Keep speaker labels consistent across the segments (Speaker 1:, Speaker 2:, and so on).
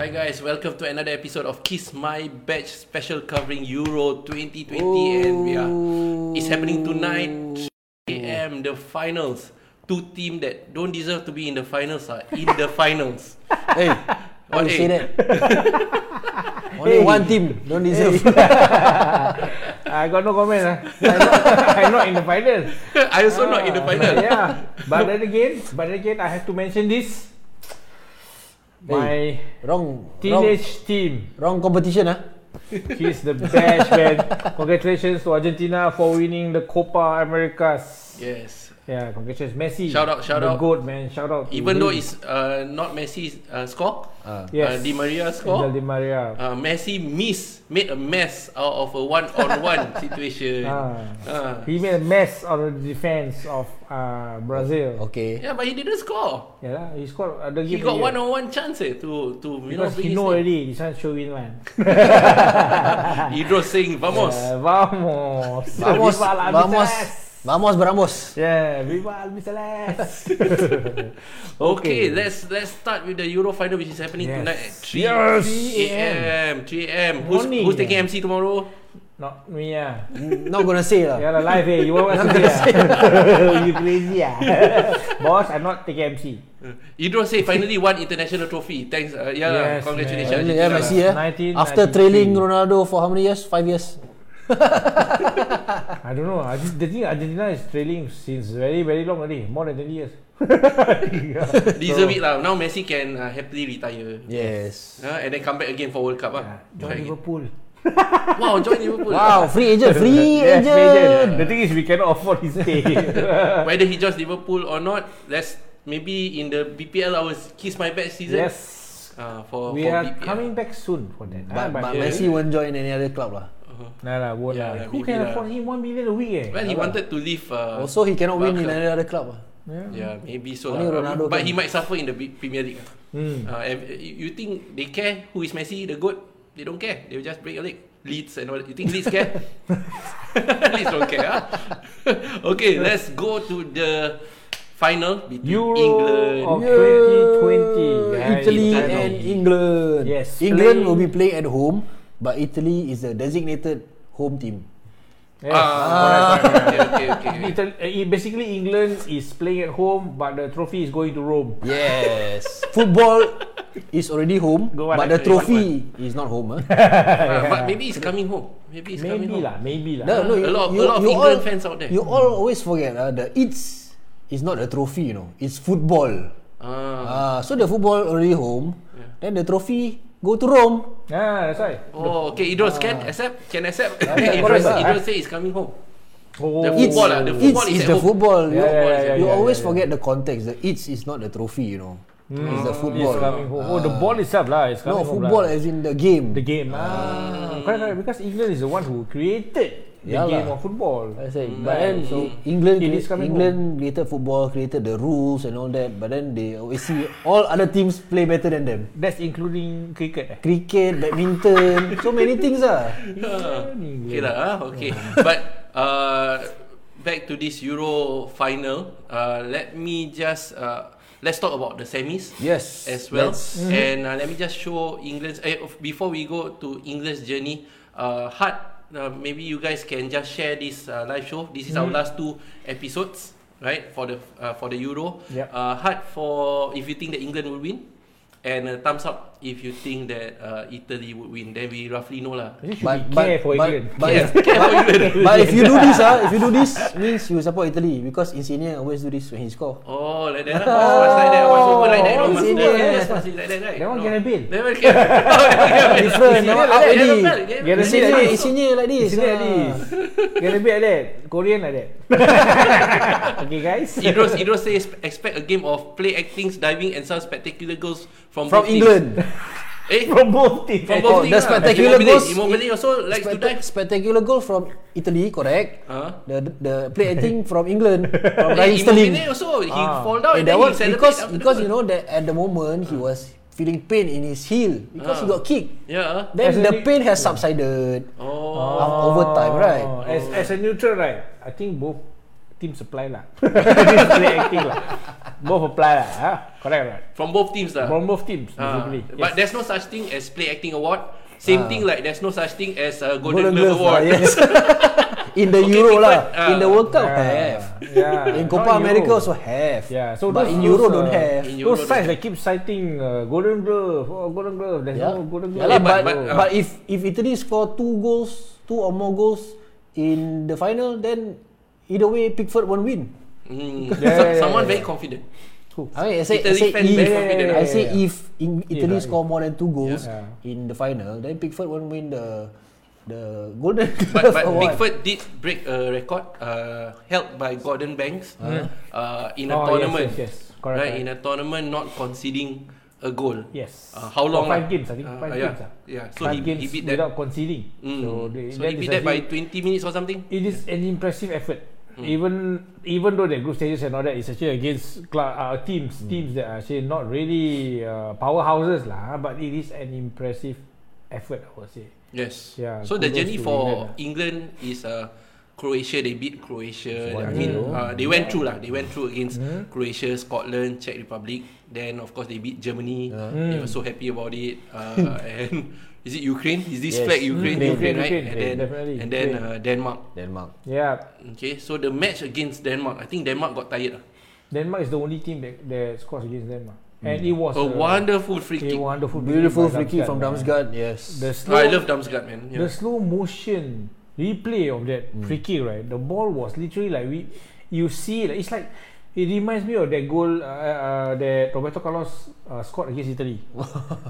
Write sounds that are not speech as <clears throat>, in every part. Speaker 1: Hi guys, welcome to another episode of Kiss My Badge special covering Euro 2020 and we are it's happening tonight 3 a.m. the finals. Two team that don't deserve to be in the finals are in
Speaker 2: <laughs>
Speaker 1: the finals.
Speaker 3: <laughs> Hey,
Speaker 1: One A.
Speaker 3: don't Eh, say <laughs> that. Only
Speaker 2: Hey.
Speaker 3: one team don't <laughs> deserve.
Speaker 2: I got no
Speaker 1: <laughs>
Speaker 2: comment. ah. I'm, not, I'm not in the final.
Speaker 1: I also not in the final.
Speaker 2: Ah, Yeah. But then again, but then again, I have to mention this. My
Speaker 3: wrong, wrong,
Speaker 2: teenage team.
Speaker 3: wrong competition ah.
Speaker 2: He's the best, man. Congratulations to Argentina for winning the Copa Americas.
Speaker 1: Yes.
Speaker 2: Yeah, congratulations, Messi.
Speaker 1: Shout out, shout
Speaker 2: the
Speaker 1: out.
Speaker 2: goat, man. Shout out. to
Speaker 1: Even
Speaker 2: him.
Speaker 1: though it's uh, not Messi's uh, score, uh,
Speaker 3: Ah.
Speaker 2: Mm-hmm. yes,
Speaker 1: Di Maria
Speaker 2: Angel
Speaker 1: score,
Speaker 2: Di Maria.
Speaker 1: uh, Messi miss made a mess out of a
Speaker 2: <laughs>
Speaker 1: one-on-one situation.
Speaker 2: Ah.
Speaker 1: Ah.
Speaker 2: He made a mess on the defense of uh, Brazil.
Speaker 3: Okay.
Speaker 1: Yeah, but he didn't score.
Speaker 2: Yeah, lah, he scored. Uh, the
Speaker 1: He
Speaker 2: game
Speaker 1: got
Speaker 2: player.
Speaker 1: one-on-one chance eh, to to you know
Speaker 2: Because
Speaker 1: bring
Speaker 2: he
Speaker 1: his
Speaker 2: know
Speaker 1: name.
Speaker 2: already, this one show win one.
Speaker 1: Hidro Singh, vamos.
Speaker 2: Yeah, Eh, vamos.
Speaker 3: <laughs> Vamos,
Speaker 2: Viva la
Speaker 3: vamos,
Speaker 2: Albiceleste.
Speaker 3: vamos beramos.
Speaker 2: Yeah, Viva Albiceleste.
Speaker 1: okay. let's let's start with the Euro final which is happening
Speaker 2: Yes.
Speaker 1: tonight at 3
Speaker 2: Yes.
Speaker 1: 3 a.m. 3 a.m. Who's,
Speaker 2: Morning,
Speaker 1: who's taking
Speaker 2: yeah.
Speaker 1: MC tomorrow?
Speaker 2: Not me ah.
Speaker 3: Not gonna say lah.
Speaker 2: Yeah, lah, live eh. You want us to say ah? You crazy <laughs> ah. Boss, I'm not taking MC.
Speaker 1: Hidro say
Speaker 2: <laughs>
Speaker 1: finally won international trophy. Thanks. Uh, yeah, lah,
Speaker 2: Yes,
Speaker 1: congratulations.
Speaker 3: Yeah,
Speaker 2: man.
Speaker 1: Argentina lah.
Speaker 3: yeah, Messi yeah.
Speaker 2: 1993.
Speaker 3: eh? After trailing Ronaldo for how many years? Five years.
Speaker 2: I don't know. I just, the thing Argentina is trailing since very very long already, more than 20 years.
Speaker 1: Deserve it lah. Now Messi can uh, happily retire.
Speaker 3: Yes.
Speaker 1: Uh, and then come back again for World Cup ah.
Speaker 2: Join
Speaker 1: Join again.
Speaker 2: Liverpool.
Speaker 1: wow, join
Speaker 2: <laughs>
Speaker 1: Liverpool.
Speaker 3: Wow, free agent, <laughs> free
Speaker 2: Yes,
Speaker 3: agent.
Speaker 2: Major. The thing is, we cannot afford his stay.
Speaker 1: Whether he joins Liverpool or not, let's maybe in the BPL our kiss my back season.
Speaker 2: yes.
Speaker 1: Uh, for
Speaker 2: We
Speaker 1: for
Speaker 2: are
Speaker 1: BPL.
Speaker 2: coming back soon for that. Ah,
Speaker 3: But, Ah, but
Speaker 1: yeah.
Speaker 3: Messi won't join any other club lah.
Speaker 2: Nah, lah, won't
Speaker 1: Yeah,
Speaker 2: lah.
Speaker 1: lah,
Speaker 2: Who
Speaker 1: maybe
Speaker 2: can
Speaker 1: lah.
Speaker 2: afford him one million a week? Eh?
Speaker 1: Well, he wanted to leave. Uh,
Speaker 3: Also, he cannot win in
Speaker 1: Barca.
Speaker 3: any other Ah. club lah.
Speaker 2: Yeah.
Speaker 1: Yeah, maybe so.
Speaker 3: Only
Speaker 1: Lah.
Speaker 3: Ronaldo
Speaker 1: But he
Speaker 3: can.
Speaker 1: might suffer in the B- Premier League.
Speaker 2: Hmm.
Speaker 1: Uh, ev- you you think they care who is Messi, the goat? They don't care. They will just break a leg. Leeds and all. that. You think Leeds
Speaker 3: <laughs>
Speaker 1: care? Leeds don't care. Huh? <laughs> okay, let's go to the final between
Speaker 2: Euro
Speaker 1: England.
Speaker 2: of
Speaker 3: Yeah.
Speaker 2: 2020. Yeah,
Speaker 3: Italy
Speaker 1: Italy.
Speaker 3: and England.
Speaker 2: Yes,
Speaker 3: England
Speaker 2: playing-
Speaker 3: will be playing at home, but Italy is the designated home team. Oh,
Speaker 2: Eh, Yes.
Speaker 1: Ah,
Speaker 2: correct, correct,
Speaker 1: okay, okay, okay.
Speaker 3: <laughs>
Speaker 2: correct. Italy, eh, basically, England is playing at home, but the trophy is going to Rome.
Speaker 3: Yes. <laughs> Football is already home,
Speaker 2: Go on,
Speaker 3: but the
Speaker 1: actually,
Speaker 3: trophy is not home.
Speaker 1: <laughs>
Speaker 3: Eh?
Speaker 1: Ah, but maybe he's coming home. Maybe he's coming
Speaker 2: Maybe
Speaker 1: home.
Speaker 2: lah, maybe lah.
Speaker 3: No, no,
Speaker 1: A lot of- a lot of England fans out there.
Speaker 3: You all always forget uh, the it's is not a trophy, you know. It's football.
Speaker 1: Ah.
Speaker 3: Uh, so the football already home, then the trophy go to Rome.
Speaker 2: Ah, that's why.
Speaker 1: Oh, okay. Idros can accept. Can accept.
Speaker 3: yeah,
Speaker 1: <laughs> Idros,
Speaker 3: correct lah.
Speaker 1: Idros say he's coming
Speaker 3: <laughs>
Speaker 1: home.
Speaker 2: Oh,
Speaker 1: The
Speaker 3: It's,
Speaker 1: football lah, the football
Speaker 3: it's
Speaker 1: is
Speaker 3: is
Speaker 1: at
Speaker 3: the
Speaker 1: home.
Speaker 3: football. you
Speaker 2: Yeah, yeah, yeah, yeah,
Speaker 3: you
Speaker 2: yeah,
Speaker 3: always
Speaker 2: yeah. Hmm,
Speaker 3: forget the context. The it's is not the trophy, you know. It's the football. Ah.
Speaker 2: Mm, It's coming home. Oh, the ball itself lah. It's
Speaker 3: No,
Speaker 2: coming home
Speaker 3: football
Speaker 2: lah.
Speaker 3: as in the game.
Speaker 2: The game. Ah, correct, correct. Because England is the one who created the
Speaker 3: Yeah lah.
Speaker 2: game of football.
Speaker 3: I say,
Speaker 2: Mm.
Speaker 3: but then
Speaker 2: So,
Speaker 3: E- England,
Speaker 2: it
Speaker 3: crea-
Speaker 2: is coming
Speaker 3: England created football, created the rules and all that. But then they always see all other teams play better than them.
Speaker 2: That's including cricket. eh?
Speaker 3: Cricket, badminton,
Speaker 2: <laughs>
Speaker 3: so many things ah.
Speaker 1: Ah, okay lah, ah, okay. <laughs> But uh, back to this Euro final. Uh, let me just uh, let's talk about the semis
Speaker 3: Yes.
Speaker 1: as well,
Speaker 3: that's-
Speaker 1: and uh, let me just show England's. Eh, of- before we go to England's journey, uh, hard. Uh, maybe you guys can just share this uh, live show. This is our last two episodes, right? For the uh, for the Euro.
Speaker 2: Yep.
Speaker 1: Uh, hard for if you think that England will win. And a thumbs up if you think that uh, Italy would win. Then we roughly know lah.
Speaker 2: You should
Speaker 3: But-
Speaker 2: be
Speaker 3: but-
Speaker 2: care for
Speaker 3: but-
Speaker 2: England.
Speaker 3: but-
Speaker 1: Yes, care for England.
Speaker 3: But if you do
Speaker 2: <laughs>
Speaker 3: this ah, if you do this means you support Italy because Insigne always do this when he score.
Speaker 1: Oh, like that. lah. Must like that. Must open like that. No,
Speaker 2: Oh,
Speaker 1: must
Speaker 3: it's in
Speaker 1: open
Speaker 3: there.
Speaker 1: like that. Must be like that, right?
Speaker 2: That one
Speaker 1: no.
Speaker 2: can have been.
Speaker 1: Never can. Different.
Speaker 3: Different. That one out already.
Speaker 2: Get a bit
Speaker 3: Insigne,
Speaker 2: like this.
Speaker 3: Insigne like this.
Speaker 2: Isn't it like
Speaker 3: ah.
Speaker 2: this? Get a bit like that. Korean
Speaker 3: <laughs>
Speaker 2: like that. okay, guys.
Speaker 1: Idros, Idros says expect a game of play actings, diving and some spectacular goals from
Speaker 3: From
Speaker 1: both teams."
Speaker 3: England.
Speaker 1: Eh,
Speaker 2: <laughs> From both teams.
Speaker 1: from
Speaker 3: Oh,
Speaker 1: both teams.
Speaker 3: the
Speaker 1: lah.
Speaker 3: spectacular
Speaker 1: Immobile-
Speaker 3: goals-
Speaker 1: Immobile also likes to
Speaker 3: Spect-
Speaker 1: dive.
Speaker 3: spectacular goal from Italy, correct?
Speaker 1: Huh?
Speaker 3: The the play
Speaker 2: <laughs>
Speaker 3: acting from England from
Speaker 1: Eh,
Speaker 3: Ryan Sterling.
Speaker 1: Immobile also he
Speaker 2: Ah.
Speaker 1: fall down
Speaker 3: Eh,
Speaker 1: and
Speaker 3: that
Speaker 1: then
Speaker 3: one
Speaker 1: he celebrate
Speaker 3: because
Speaker 1: after
Speaker 3: because
Speaker 1: that.
Speaker 3: you know that at the moment he was feeling pain in his heel because he
Speaker 1: Ah.
Speaker 3: got kicked.
Speaker 1: Yeah.
Speaker 3: Then
Speaker 2: As
Speaker 3: the
Speaker 2: a-
Speaker 3: pain has subsided
Speaker 1: Oh.
Speaker 2: Ah.
Speaker 3: af- over time, right?
Speaker 2: Oh, As, as a neutral, right?
Speaker 3: <laughs>
Speaker 2: I think both team supply lah. This play acting lah. Both apply lah. Huh? Correct or not?
Speaker 1: From both teams lah.
Speaker 2: From both teams,
Speaker 1: Ah,
Speaker 2: basically. Ah.
Speaker 1: But there's no such thing as play acting award. Same thing like there's no such thing as a Golden, Glove award.
Speaker 3: lah,
Speaker 1: <laughs>
Speaker 3: yes. in the
Speaker 1: Okay,
Speaker 3: Euro
Speaker 1: people,
Speaker 3: lah,
Speaker 1: ah,
Speaker 3: in the World Cup have.
Speaker 2: Yeah.
Speaker 3: In
Speaker 2: Not
Speaker 3: Copa
Speaker 2: Euro.
Speaker 3: America also have.
Speaker 2: Yeah, so
Speaker 3: but in
Speaker 2: those-
Speaker 3: Euro
Speaker 2: those,
Speaker 3: don't
Speaker 2: uh,
Speaker 3: have.
Speaker 1: in Euro
Speaker 2: Those sides
Speaker 1: don't
Speaker 2: that keep citing uh, Golden Glove, oh, Golden Glove, there's
Speaker 3: Yeah.
Speaker 2: no Golden
Speaker 3: yeah
Speaker 2: Glove.
Speaker 3: lah,
Speaker 1: Yeah,
Speaker 3: but
Speaker 1: but-
Speaker 3: but,
Speaker 1: but, uh,
Speaker 3: if if Italy score two goals, two or more goals in the final, then either way Pickford won't win.
Speaker 1: Mm.
Speaker 2: Yeah,
Speaker 1: So-
Speaker 2: yeah, yeah,
Speaker 1: someone
Speaker 2: yeah.
Speaker 1: very
Speaker 2: <laughs>
Speaker 1: confident.
Speaker 3: I mean, I say, I
Speaker 1: Italy
Speaker 3: say
Speaker 1: fan
Speaker 3: if,
Speaker 1: very confident.
Speaker 3: I say
Speaker 2: Yeah, yeah.
Speaker 3: if in Italy
Speaker 2: If, uh,
Speaker 3: score more than two goals
Speaker 2: Yeah.
Speaker 3: in the final, then Pickford won't win the the Golden
Speaker 1: But
Speaker 3: Glove
Speaker 1: but
Speaker 3: award.
Speaker 1: Pickford did break a record uh, held by Gordon Banks uh, in a
Speaker 2: Ah, Oh, yes,
Speaker 1: tournament.
Speaker 2: yes, yes. Correct,
Speaker 1: right,
Speaker 2: correct.
Speaker 1: in a tournament not conceding a goal.
Speaker 2: Yes.
Speaker 1: Uh, how
Speaker 2: For
Speaker 1: long?
Speaker 2: Five
Speaker 1: lah?
Speaker 2: games, I think. Five
Speaker 1: Uh,
Speaker 2: games.
Speaker 1: yeah,
Speaker 2: ah.
Speaker 1: yeah. So
Speaker 2: five
Speaker 1: he,
Speaker 2: games
Speaker 1: he beat that.
Speaker 2: without conceding.
Speaker 1: Mm. So,
Speaker 2: So, they,
Speaker 1: he
Speaker 2: is
Speaker 1: beat that by
Speaker 2: actually-
Speaker 1: 20 minutes or something.
Speaker 2: It is an impressive effort. Even even though the group stages and all that, it's actually against cla- uh, teams teams that are actually not really uh, powerhouses lah. But it is an impressive effort, I would say.
Speaker 1: Yes.
Speaker 2: Yeah,
Speaker 1: so the
Speaker 2: kudos
Speaker 1: journey
Speaker 2: to ah.
Speaker 1: for England, is uh, Croatia. They beat Croatia. I
Speaker 3: 1-0.
Speaker 1: mean, uh, they went through lah. They went through against
Speaker 2: Mm-hmm.
Speaker 1: Croatia, Scotland, Czech Republic. Then of course they beat Germany. They
Speaker 2: Mm.
Speaker 1: were so happy about it. Uh, <laughs> and is it Ukraine? Is this
Speaker 3: Yes.
Speaker 1: flag Ukraine?
Speaker 2: Mm,
Speaker 1: Ukraine,
Speaker 2: Ukraine,
Speaker 1: right?
Speaker 2: Ukraine.
Speaker 1: And
Speaker 2: Yeah,
Speaker 1: then
Speaker 2: definitely
Speaker 1: and then
Speaker 2: Ukraine.
Speaker 1: uh, Denmark.
Speaker 3: Denmark.
Speaker 2: Yeah,
Speaker 1: Okay, so the match against Denmark, I think Denmark got tired. lah.
Speaker 2: Denmark is the only team that, that scores against Denmark, and it was
Speaker 1: A wonderful free
Speaker 2: a
Speaker 1: kick.
Speaker 2: wonderful,
Speaker 3: Beautiful free
Speaker 2: by
Speaker 3: kick
Speaker 2: Damsgaard,
Speaker 3: from
Speaker 2: man.
Speaker 3: Damsgaard. Yes.
Speaker 2: The
Speaker 1: I
Speaker 2: slow
Speaker 1: love Damsgaard, man.
Speaker 2: the
Speaker 1: Yeah.
Speaker 2: slow motion replay of that free kick, right? The ball was literally like we, you see, like, it's like it reminds me of that goal uh, uh, that Roberto Carlos uh, scored against Italy.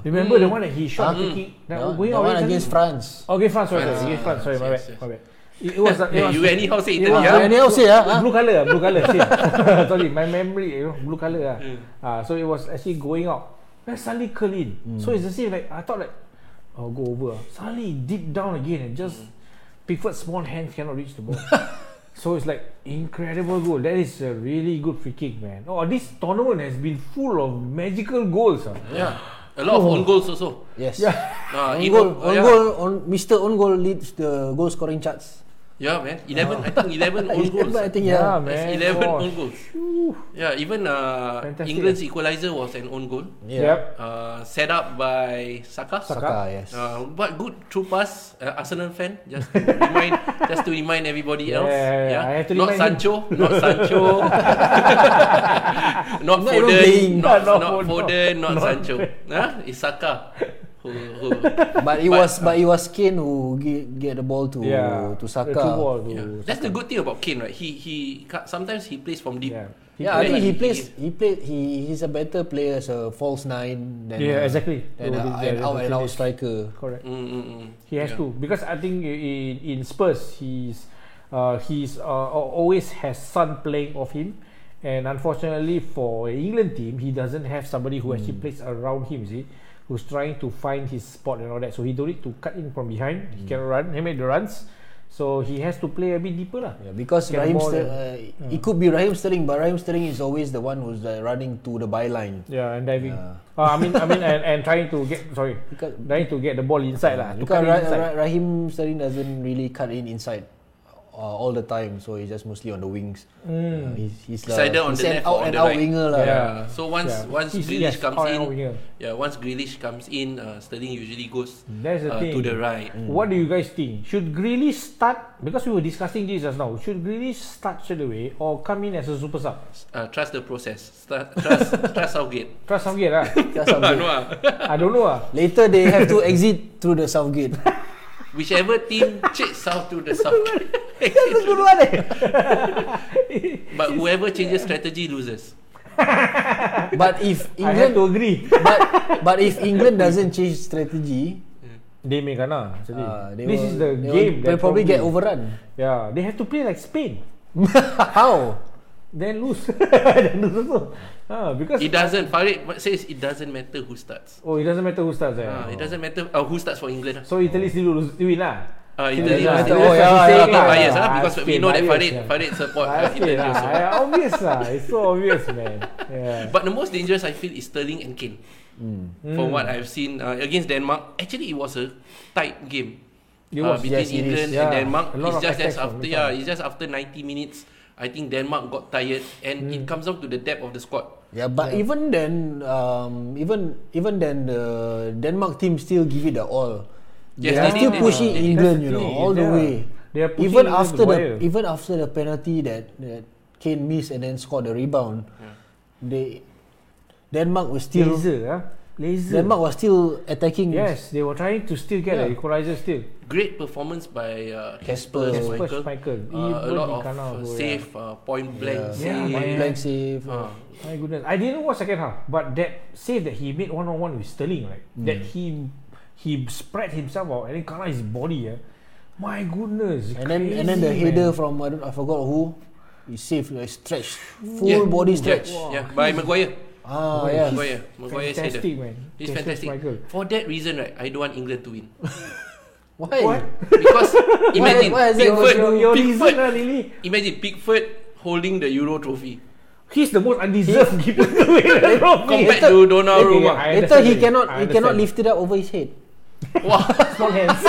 Speaker 2: Remember the one that he shot the free kick that
Speaker 3: No, the
Speaker 2: going out
Speaker 3: one
Speaker 2: Italy?
Speaker 3: against France.
Speaker 2: Okay, Oh, France, sorry,
Speaker 1: France,
Speaker 2: sorry, against France. Sorry, my
Speaker 1: yes,
Speaker 2: bad,
Speaker 1: yes.
Speaker 2: my bad. It, it was. Uh, it
Speaker 1: Yeah,
Speaker 2: was
Speaker 1: <laughs> you anyhow say
Speaker 2: it
Speaker 1: Italy.
Speaker 2: was
Speaker 1: ah.
Speaker 3: Any else say ah? ah?
Speaker 2: blue color, blue color. same.
Speaker 1: <laughs>
Speaker 2: <laughs> sorry, my memory, you know, blue color. Ah,
Speaker 1: Mm.
Speaker 2: Ah, so it was actually going out. Then suddenly curl in. So it's the same. Like I thought, like, oh, go over. ah. Suddenly deep down again and just
Speaker 1: Mm.
Speaker 2: Pickford's small hands cannot reach the ball. <laughs> so it's like incredible goal. That is a really good free kick, man. Oh, this tournament has been full of magical goals. Ah.
Speaker 1: Yeah. A lot of
Speaker 2: Oh.
Speaker 1: own goals also.
Speaker 3: Yes.
Speaker 1: Uh,
Speaker 3: On goal, on goal, on Mr. On goal leads the goal scoring charts.
Speaker 1: Yeah, man. 11, I think
Speaker 2: <laughs>
Speaker 1: 11 own goals.
Speaker 3: I think
Speaker 2: Yeah,
Speaker 3: yeah.
Speaker 2: man. Oh.
Speaker 1: That's 11
Speaker 2: gosh.
Speaker 1: own goals. Yeah, even uh,
Speaker 2: Fantastic. eh?
Speaker 1: England's equalizer was an own goal.
Speaker 2: Yep.
Speaker 1: Uh, set up by Saka.
Speaker 3: Saka, yes.
Speaker 1: Uh, but good true pass, uh, Arsenal fan. Just to remind, <laughs> just to remind everybody else.
Speaker 2: Yeah, I have to
Speaker 1: not
Speaker 2: remind <laughs>
Speaker 1: Sancho, not Sancho, <laughs> not
Speaker 3: Not even playing.
Speaker 1: Foden, not,
Speaker 2: <laughs> Not
Speaker 1: not
Speaker 2: Foden.
Speaker 1: Foden, not, Sancho. Huh? It's Saka. Who, who,
Speaker 3: but it was but it was Kane who get, get the ball to to
Speaker 2: Yeah. The two
Speaker 3: Saka.
Speaker 2: ball to
Speaker 1: yeah. That's the good thing about Kane, right? He he ca- sometimes he plays from deep.
Speaker 2: Yeah.
Speaker 3: Yeah, I
Speaker 1: Yeah,
Speaker 3: think he
Speaker 1: he-
Speaker 3: plays. He played. He he's a better player as a false nine than
Speaker 2: Yeah,
Speaker 3: uh,
Speaker 2: exactly.
Speaker 3: than a,
Speaker 2: So this-
Speaker 3: an
Speaker 2: yeah,
Speaker 3: out and out
Speaker 2: this-
Speaker 3: striker.
Speaker 2: Correct.
Speaker 1: Mm, mm, mm.
Speaker 2: He has
Speaker 1: Yeah.
Speaker 2: to because I think i- in in Spurs he's uh, he's uh, al- always has Son playing off him, and unfortunately for England team he doesn't have somebody who actually
Speaker 3: Hmm.
Speaker 2: plays around him. you See, who's trying to find his spot and all that. So he don't need to cut in from behind.
Speaker 3: Hmm.
Speaker 2: He can run. He make the runs. So he has to play a bit deeper lah.
Speaker 3: Yeah, because
Speaker 2: Get
Speaker 3: Raheem
Speaker 2: more
Speaker 3: Ster- uh,
Speaker 2: than- Hmm.
Speaker 3: it could be Raheem Sterling, but Raheem Sterling is always the one who's uh, running to the byline.
Speaker 2: Yeah, and diving.
Speaker 3: Yeah.
Speaker 2: Uh, I mean, I mean, and, and trying to get sorry,
Speaker 3: Because,
Speaker 2: trying to get the ball inside lah. To
Speaker 3: because
Speaker 2: cut it
Speaker 3: Ra-
Speaker 2: inside.
Speaker 3: Ra- Raheem Sterling doesn't really cut in inside uh, all the time, so he's just mostly on the wings. Uh, he's he's,
Speaker 1: He's
Speaker 3: lah-
Speaker 1: either on
Speaker 3: he's
Speaker 1: the
Speaker 3: an
Speaker 1: left or
Speaker 3: out
Speaker 1: on
Speaker 3: and
Speaker 1: the
Speaker 3: out
Speaker 1: right.
Speaker 3: winger lah.
Speaker 2: Hmm. Yeah.
Speaker 1: Uh, so once
Speaker 2: Yeah.
Speaker 1: once
Speaker 2: He's-
Speaker 1: Grealish
Speaker 2: yes,
Speaker 1: comes
Speaker 2: all
Speaker 1: in,
Speaker 2: around winger.
Speaker 1: yeah, once Grealish comes in, uh, Sterling usually goes
Speaker 2: That's the
Speaker 1: uh,
Speaker 2: thing.
Speaker 1: to the right.
Speaker 2: What do you guys think? Should Grealish start? Because we were discussing this just now. Should Grealish start straight away or come in as a super sub?
Speaker 1: Uh, trust the process. Start, trust <laughs> trust Southgate.
Speaker 2: Trust Southgate lah.
Speaker 1: <laughs>
Speaker 3: Just
Speaker 2: <laughs>
Speaker 3: something.
Speaker 1: No, ah.
Speaker 2: I don't know ah.
Speaker 3: Later they have to exit through the south
Speaker 2: <laughs>
Speaker 3: gate.
Speaker 1: Whichever team chase out to the Southgate,
Speaker 3: That's a good one. Eh?
Speaker 1: <laughs> but whoever changes strategy loses.
Speaker 3: But if
Speaker 2: I
Speaker 3: England,
Speaker 2: have to agree.
Speaker 3: but but if England doesn't change strategy,
Speaker 2: they may kena. actually.
Speaker 1: Ah,
Speaker 3: uh, they
Speaker 2: Hmm. this
Speaker 3: will,
Speaker 2: is the
Speaker 3: they
Speaker 2: game.
Speaker 3: Will, they
Speaker 2: that
Speaker 3: probably get
Speaker 2: <laughs>
Speaker 3: overrun.
Speaker 2: Yeah, they have to play like Spain.
Speaker 3: How?
Speaker 2: Then lose. <laughs> then lose also. Ah, because
Speaker 1: It doesn't. Farid says it doesn't matter who starts.
Speaker 2: oh, it doesn't matter who starts. Eh?
Speaker 1: Uh, it doesn't matter uh, who starts for England.
Speaker 2: So Italy still lose. Win lah.
Speaker 1: Uh,
Speaker 2: Still
Speaker 1: Italy was
Speaker 3: doesn't
Speaker 1: the
Speaker 3: matter. Oh, yeah, yeah,
Speaker 1: not
Speaker 3: yeah, yeah.
Speaker 1: biased
Speaker 2: Ah,
Speaker 1: ah, because we
Speaker 2: Spain
Speaker 1: know that
Speaker 2: biased,
Speaker 1: Farid
Speaker 2: yeah.
Speaker 1: Farid support
Speaker 2: Ah,
Speaker 1: uh,
Speaker 2: Spain
Speaker 1: Italy
Speaker 2: lah.
Speaker 1: also.
Speaker 3: <laughs>
Speaker 2: Ah, obvious lah. It's so obvious, man. Yeah.
Speaker 1: But the most dangerous I feel is Sterling and Kane. From what I've seen uh, against Denmark, actually it was a tight game
Speaker 2: It
Speaker 1: uh,
Speaker 2: was,
Speaker 1: between
Speaker 3: yes, it is,
Speaker 1: England and
Speaker 2: yeah.
Speaker 1: Denmark.
Speaker 2: A lot
Speaker 1: It's
Speaker 2: of
Speaker 1: just,
Speaker 2: attacks
Speaker 1: just
Speaker 2: from
Speaker 1: after
Speaker 2: Denmark.
Speaker 1: yeah, it's just after 90 minutes I think Denmark got tired, and it comes down to the depth of the squad.
Speaker 3: Yeah, but even then, um, even even then, the Denmark team still give it their all.
Speaker 1: Yes,
Speaker 3: they are
Speaker 1: they
Speaker 3: still
Speaker 1: did, they
Speaker 3: pushing
Speaker 1: did.
Speaker 3: England, you
Speaker 2: That's the
Speaker 3: know,
Speaker 2: thing,
Speaker 3: all the
Speaker 2: yeah.
Speaker 3: way.
Speaker 2: They are pushing
Speaker 3: even
Speaker 2: England
Speaker 3: after
Speaker 2: to
Speaker 3: the
Speaker 2: wire.
Speaker 3: even after the penalty that, that Kane missed and then scored the rebound, they Denmark was still
Speaker 2: Laser, ah. Laser.
Speaker 3: Denmark was still attacking. uh,
Speaker 2: Yes, they were trying to still get
Speaker 3: Yeah.
Speaker 2: the equalizer still.
Speaker 1: Great performance by uh, Casper
Speaker 3: Kasper
Speaker 1: Schmeichel.
Speaker 2: Schmeichel.
Speaker 1: Uh, a
Speaker 2: Even
Speaker 1: lot
Speaker 2: he
Speaker 1: of
Speaker 2: kena
Speaker 1: uh,
Speaker 2: goal, yeah.
Speaker 1: save, uh, point blank
Speaker 3: Yeah,
Speaker 1: save.
Speaker 2: Yeah,
Speaker 3: One blank save.
Speaker 1: Ah.
Speaker 2: My goodness, I didn't watch second half, but that save that he made one on one with Sterling, right?
Speaker 3: Mm.
Speaker 2: That he he spread himself out and then kena his body, yeah. My goodness,
Speaker 3: And then and then the
Speaker 2: crazy,
Speaker 3: header
Speaker 2: man.
Speaker 3: from I, don't, I forgot who, he saved like stretch, full
Speaker 1: Yeah,
Speaker 3: body
Speaker 1: yeah,
Speaker 3: stretch.
Speaker 1: yeah, by Maguire.
Speaker 3: Ah
Speaker 2: Boy,
Speaker 3: yes.
Speaker 1: Maguire. Maguire's header.
Speaker 2: fantastic, man.
Speaker 1: It's
Speaker 2: Casper
Speaker 1: fantastic.
Speaker 2: Schmeichel.
Speaker 1: For that reason, right, I don't want England
Speaker 2: <laughs>
Speaker 1: to win.
Speaker 3: Why?
Speaker 2: What?
Speaker 1: Because imagine
Speaker 3: why is that
Speaker 1: Pickford,
Speaker 2: Your, your reason,
Speaker 1: Pickford,
Speaker 2: ah, really?
Speaker 1: imagine Pickford holding the Euro trophy
Speaker 2: He's the most undeserved giver away.
Speaker 3: <laughs>
Speaker 1: compared
Speaker 3: later-
Speaker 1: to Donnarumma.
Speaker 2: I
Speaker 3: Later he
Speaker 2: understand.
Speaker 3: cannot
Speaker 2: I
Speaker 3: he cannot
Speaker 2: understand.
Speaker 3: lift it up over his head.
Speaker 1: Wah,
Speaker 2: Small
Speaker 1: <laughs>
Speaker 2: hands. <laughs>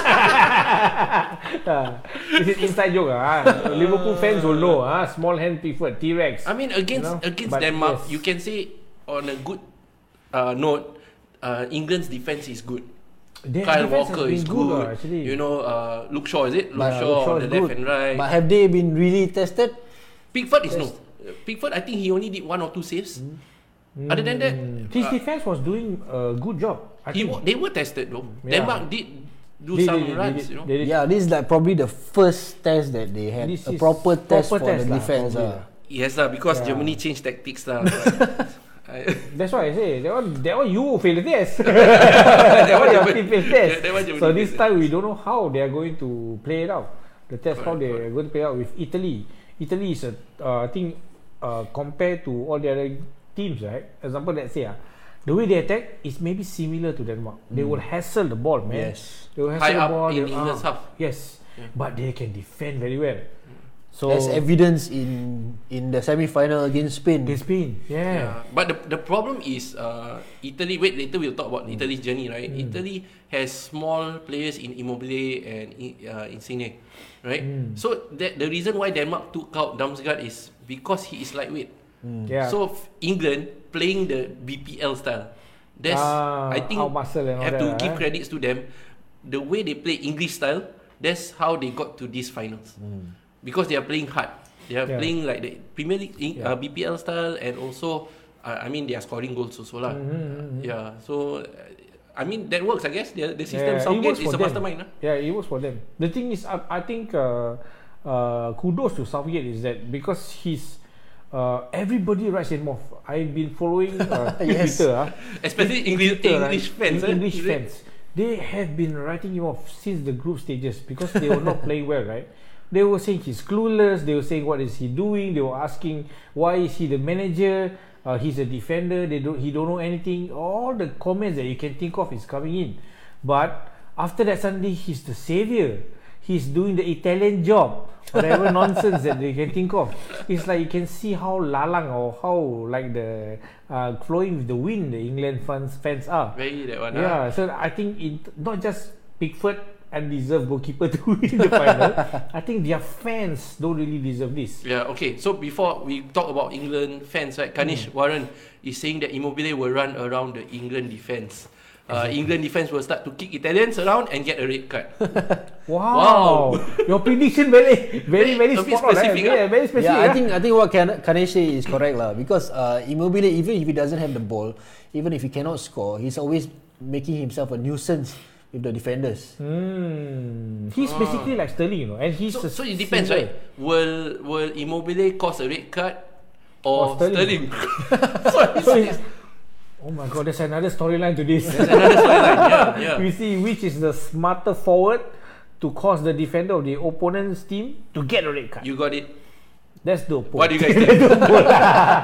Speaker 2: Ah, this is inside joke, ah. Liverpool fans will know, ah. Small hand Pickford, T-Rex.
Speaker 1: I mean against
Speaker 2: You know,
Speaker 1: against
Speaker 2: but
Speaker 1: Denmark,
Speaker 2: yes.
Speaker 1: you can say on a good uh, note, uh, England's defense is good.
Speaker 2: Their
Speaker 1: Kyle
Speaker 2: defense has
Speaker 1: Walker
Speaker 2: been
Speaker 1: is good.
Speaker 2: ah, actually.
Speaker 1: You know, uh, Luke Shaw is it? Luke
Speaker 3: Yeah,
Speaker 1: Shaw
Speaker 2: Luke Shaw
Speaker 1: on the
Speaker 2: is
Speaker 1: left
Speaker 2: good.
Speaker 1: and right.
Speaker 3: But have they been really tested?
Speaker 1: Pickford is no. Uh, Pickford, I think he only did one or two saves.
Speaker 2: Hmm.
Speaker 1: Other than that,
Speaker 2: His
Speaker 1: uh,
Speaker 2: defense was doing a good job. I
Speaker 1: he,
Speaker 2: think.
Speaker 1: wa- they were tested though.
Speaker 2: Yeah.
Speaker 1: Denmark did do
Speaker 2: They- they-
Speaker 1: some
Speaker 2: they- they-
Speaker 1: runs,
Speaker 2: they-
Speaker 1: you know.
Speaker 2: they did.
Speaker 3: Yeah, this is like probably the first test that they had.
Speaker 2: This
Speaker 3: a
Speaker 2: is
Speaker 3: proper test
Speaker 2: proper
Speaker 3: for
Speaker 2: test
Speaker 3: the
Speaker 2: lah,
Speaker 3: defense.
Speaker 2: probably
Speaker 3: ah.
Speaker 2: lah.
Speaker 1: Yes lah, because
Speaker 2: Yeah.
Speaker 1: Germany changed tactics
Speaker 2: <laughs>
Speaker 1: lah. <laughs> but I-
Speaker 2: That's why I say that one. That one you fail the test.
Speaker 1: <laughs> That
Speaker 2: that
Speaker 1: one
Speaker 2: one you
Speaker 1: Germany-
Speaker 2: fail the test.
Speaker 1: that- that one Germany
Speaker 2: So this
Speaker 1: fail
Speaker 2: time we don't know how they are going to play it out. The test how they are going to play out with Italy. Italy is a uh, I think uh, compared to all the other teams, right? Example, let's say ah, the way they attack is maybe similar to Denmark. They will hassle the ball, man.
Speaker 3: Yes.
Speaker 2: They will
Speaker 1: Hmm. High
Speaker 2: hassle the
Speaker 1: up
Speaker 2: ball.
Speaker 1: in
Speaker 2: they-
Speaker 1: England's half.
Speaker 2: Yes, but they can defend very well. So
Speaker 3: There's evidence in in the semi final against Spain.
Speaker 2: Against Spain. Yeah.
Speaker 1: Yeah. But the the problem is uh, Italy. Wait, later we'll talk
Speaker 2: Mm.
Speaker 1: about Italy's journey, right? Italy has small players in Immobile and in, uh, Insigne, right?
Speaker 2: Mm.
Speaker 1: So that the reason why Denmark took out Damsgaard is because he is lightweight.
Speaker 2: Yeah.
Speaker 1: So f- England playing the BPL style. That's
Speaker 2: Ah,
Speaker 1: I think
Speaker 2: outmuscle and all
Speaker 1: have to
Speaker 2: that,
Speaker 1: give
Speaker 2: eh?
Speaker 1: credits to them. The way they play English style, that's how they got to these finals. Because they are playing hard. They are
Speaker 2: Hmm. Yeah.
Speaker 1: playing like the Premier League in,
Speaker 2: Yeah.
Speaker 1: uh, BPL style and also uh, I mean they are scoring goals also lah.
Speaker 2: Hmm,
Speaker 1: Yeah. So uh, I mean that works I guess the, the system
Speaker 2: Yeah, it
Speaker 1: Southgate
Speaker 2: works
Speaker 1: is a
Speaker 2: for them.
Speaker 1: mastermind lah.
Speaker 2: Yeah, it works for them. The thing is, I, I think uh, uh, kudos to Southgate is that because he's uh, everybody writes him off. I've been following
Speaker 1: <laughs>
Speaker 2: uh,
Speaker 3: Yes.
Speaker 2: Twitter, ah.
Speaker 1: Especially English
Speaker 2: Twitter, right?
Speaker 1: English fans. eh?
Speaker 2: English
Speaker 1: Is it?
Speaker 2: fans. They have been writing him off since the group stages because they were not playing well, right? They were saying he's clueless. They were saying what is he doing? They were asking why is he the manager? Uh, he's a defender. They don't. He don't know anything. All the comments that you can think of is coming in, but after that suddenly he's the savior. He's doing the Italian job. Whatever nonsense that they can think of. It's like you can see how lalang or how like the uh, flowing with the wind the England fans fans are.
Speaker 1: Very that one. ah.
Speaker 2: Yeah, so I think in not just Pickford and deserve goalkeeper to <laughs> win the final. I think their fans don't really deserve this.
Speaker 1: Yeah, okay. So before we talk about England fans, right? Kanish
Speaker 2: Hmm.
Speaker 1: Warren is saying that Immobile will run around the England defense. Uh, England defense will start to kick Italians around and get a red
Speaker 2: <laughs>
Speaker 1: card.
Speaker 2: Wow, your prediction very, very, very
Speaker 1: A bit
Speaker 2: spot on. eh?
Speaker 1: specific, ah.
Speaker 2: Yeah, very specific.
Speaker 3: yeah, I
Speaker 2: ah.
Speaker 3: think I think what Kan- Kanesh say is correct lah because uh, Immobile even if he doesn't have the ball, even if he cannot score, he's always making himself a nuisance with the defenders.
Speaker 2: Hmm. he's basically like Sterling, you know, and he's
Speaker 1: Ah. so,
Speaker 2: a
Speaker 1: so it depends,
Speaker 2: singer.
Speaker 1: right? <laughs> Will Will Immobile cause a red card or,
Speaker 2: Or
Speaker 1: Sterling?
Speaker 2: Sterling. <laughs>
Speaker 1: so it's,
Speaker 2: So
Speaker 1: it's
Speaker 2: it's, oh my god, there's another storyline to this.
Speaker 1: another storyline.
Speaker 2: <laughs>
Speaker 1: Yeah, yeah.
Speaker 2: we see which is the smarter forward to cause the defender of the opponent's team to get a red card.
Speaker 1: You got it.
Speaker 2: That's the opponent.
Speaker 1: What do you
Speaker 2: <laughs>
Speaker 1: guys think? <laughs>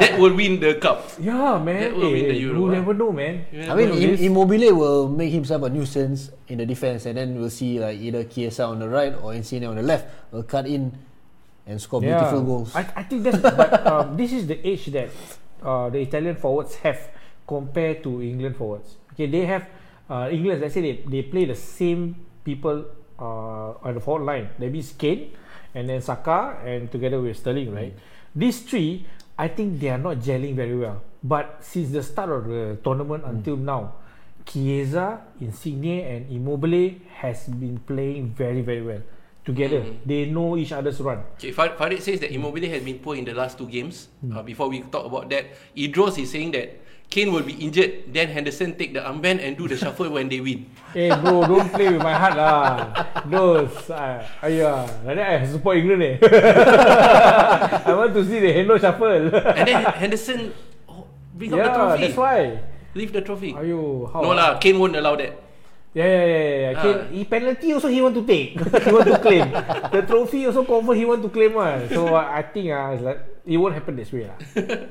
Speaker 1: that will win the cup. That
Speaker 2: Yeah, man.
Speaker 1: will win
Speaker 2: Hey,
Speaker 1: the
Speaker 2: hey,
Speaker 1: Euro,
Speaker 2: you
Speaker 1: ah.
Speaker 2: never know, man.
Speaker 3: I mean,
Speaker 2: know
Speaker 3: Im-
Speaker 2: this.
Speaker 3: Immobile will make himself a nuisance in the defense, and then we'll see like either Kiesa on the right or Insigne on the left will cut in and score beautiful goals.
Speaker 2: I, I think that's but um, this is the age that uh, the Italian forwards have compared to England forwards. Okay, they have uh, England. Let's say they, they play the same people uh, on the forward line. That means Kane and then Saka and together with Sterling, right? These three, I think they are not gelling very well. But since the start of the tournament until now, Chiesa, Insigne, and Immobile has been playing very very well together. They know each other's run.
Speaker 1: Okay, Fa- Farid says that Immobile has been poor in the last two games.
Speaker 2: Hmm.
Speaker 1: Uh, before we talk about that, Idros is saying that Kane will be injured, then Henderson take the armband and
Speaker 2: <laughs>
Speaker 1: do the shuffle when they win.
Speaker 2: Eh bro, don't play with my heart lah. Those, uh, ayah, like that I support England eh. <laughs> I want to see the Hendo shuffle.
Speaker 1: And then Henderson oh, bring up the
Speaker 2: yeah,
Speaker 1: trophy.
Speaker 2: that's why.
Speaker 1: Leave the trophy.
Speaker 2: Ayo, how?
Speaker 1: No lah, Kane won't allow that.
Speaker 2: Yeah, yeah, yeah, yeah. yeah. Kane,
Speaker 1: Ah.
Speaker 2: he penalty also he want to take. <laughs> he want to claim. The trophy also confirm he want to claim one. So uh, I think uh, it's like it won't happen this way lah.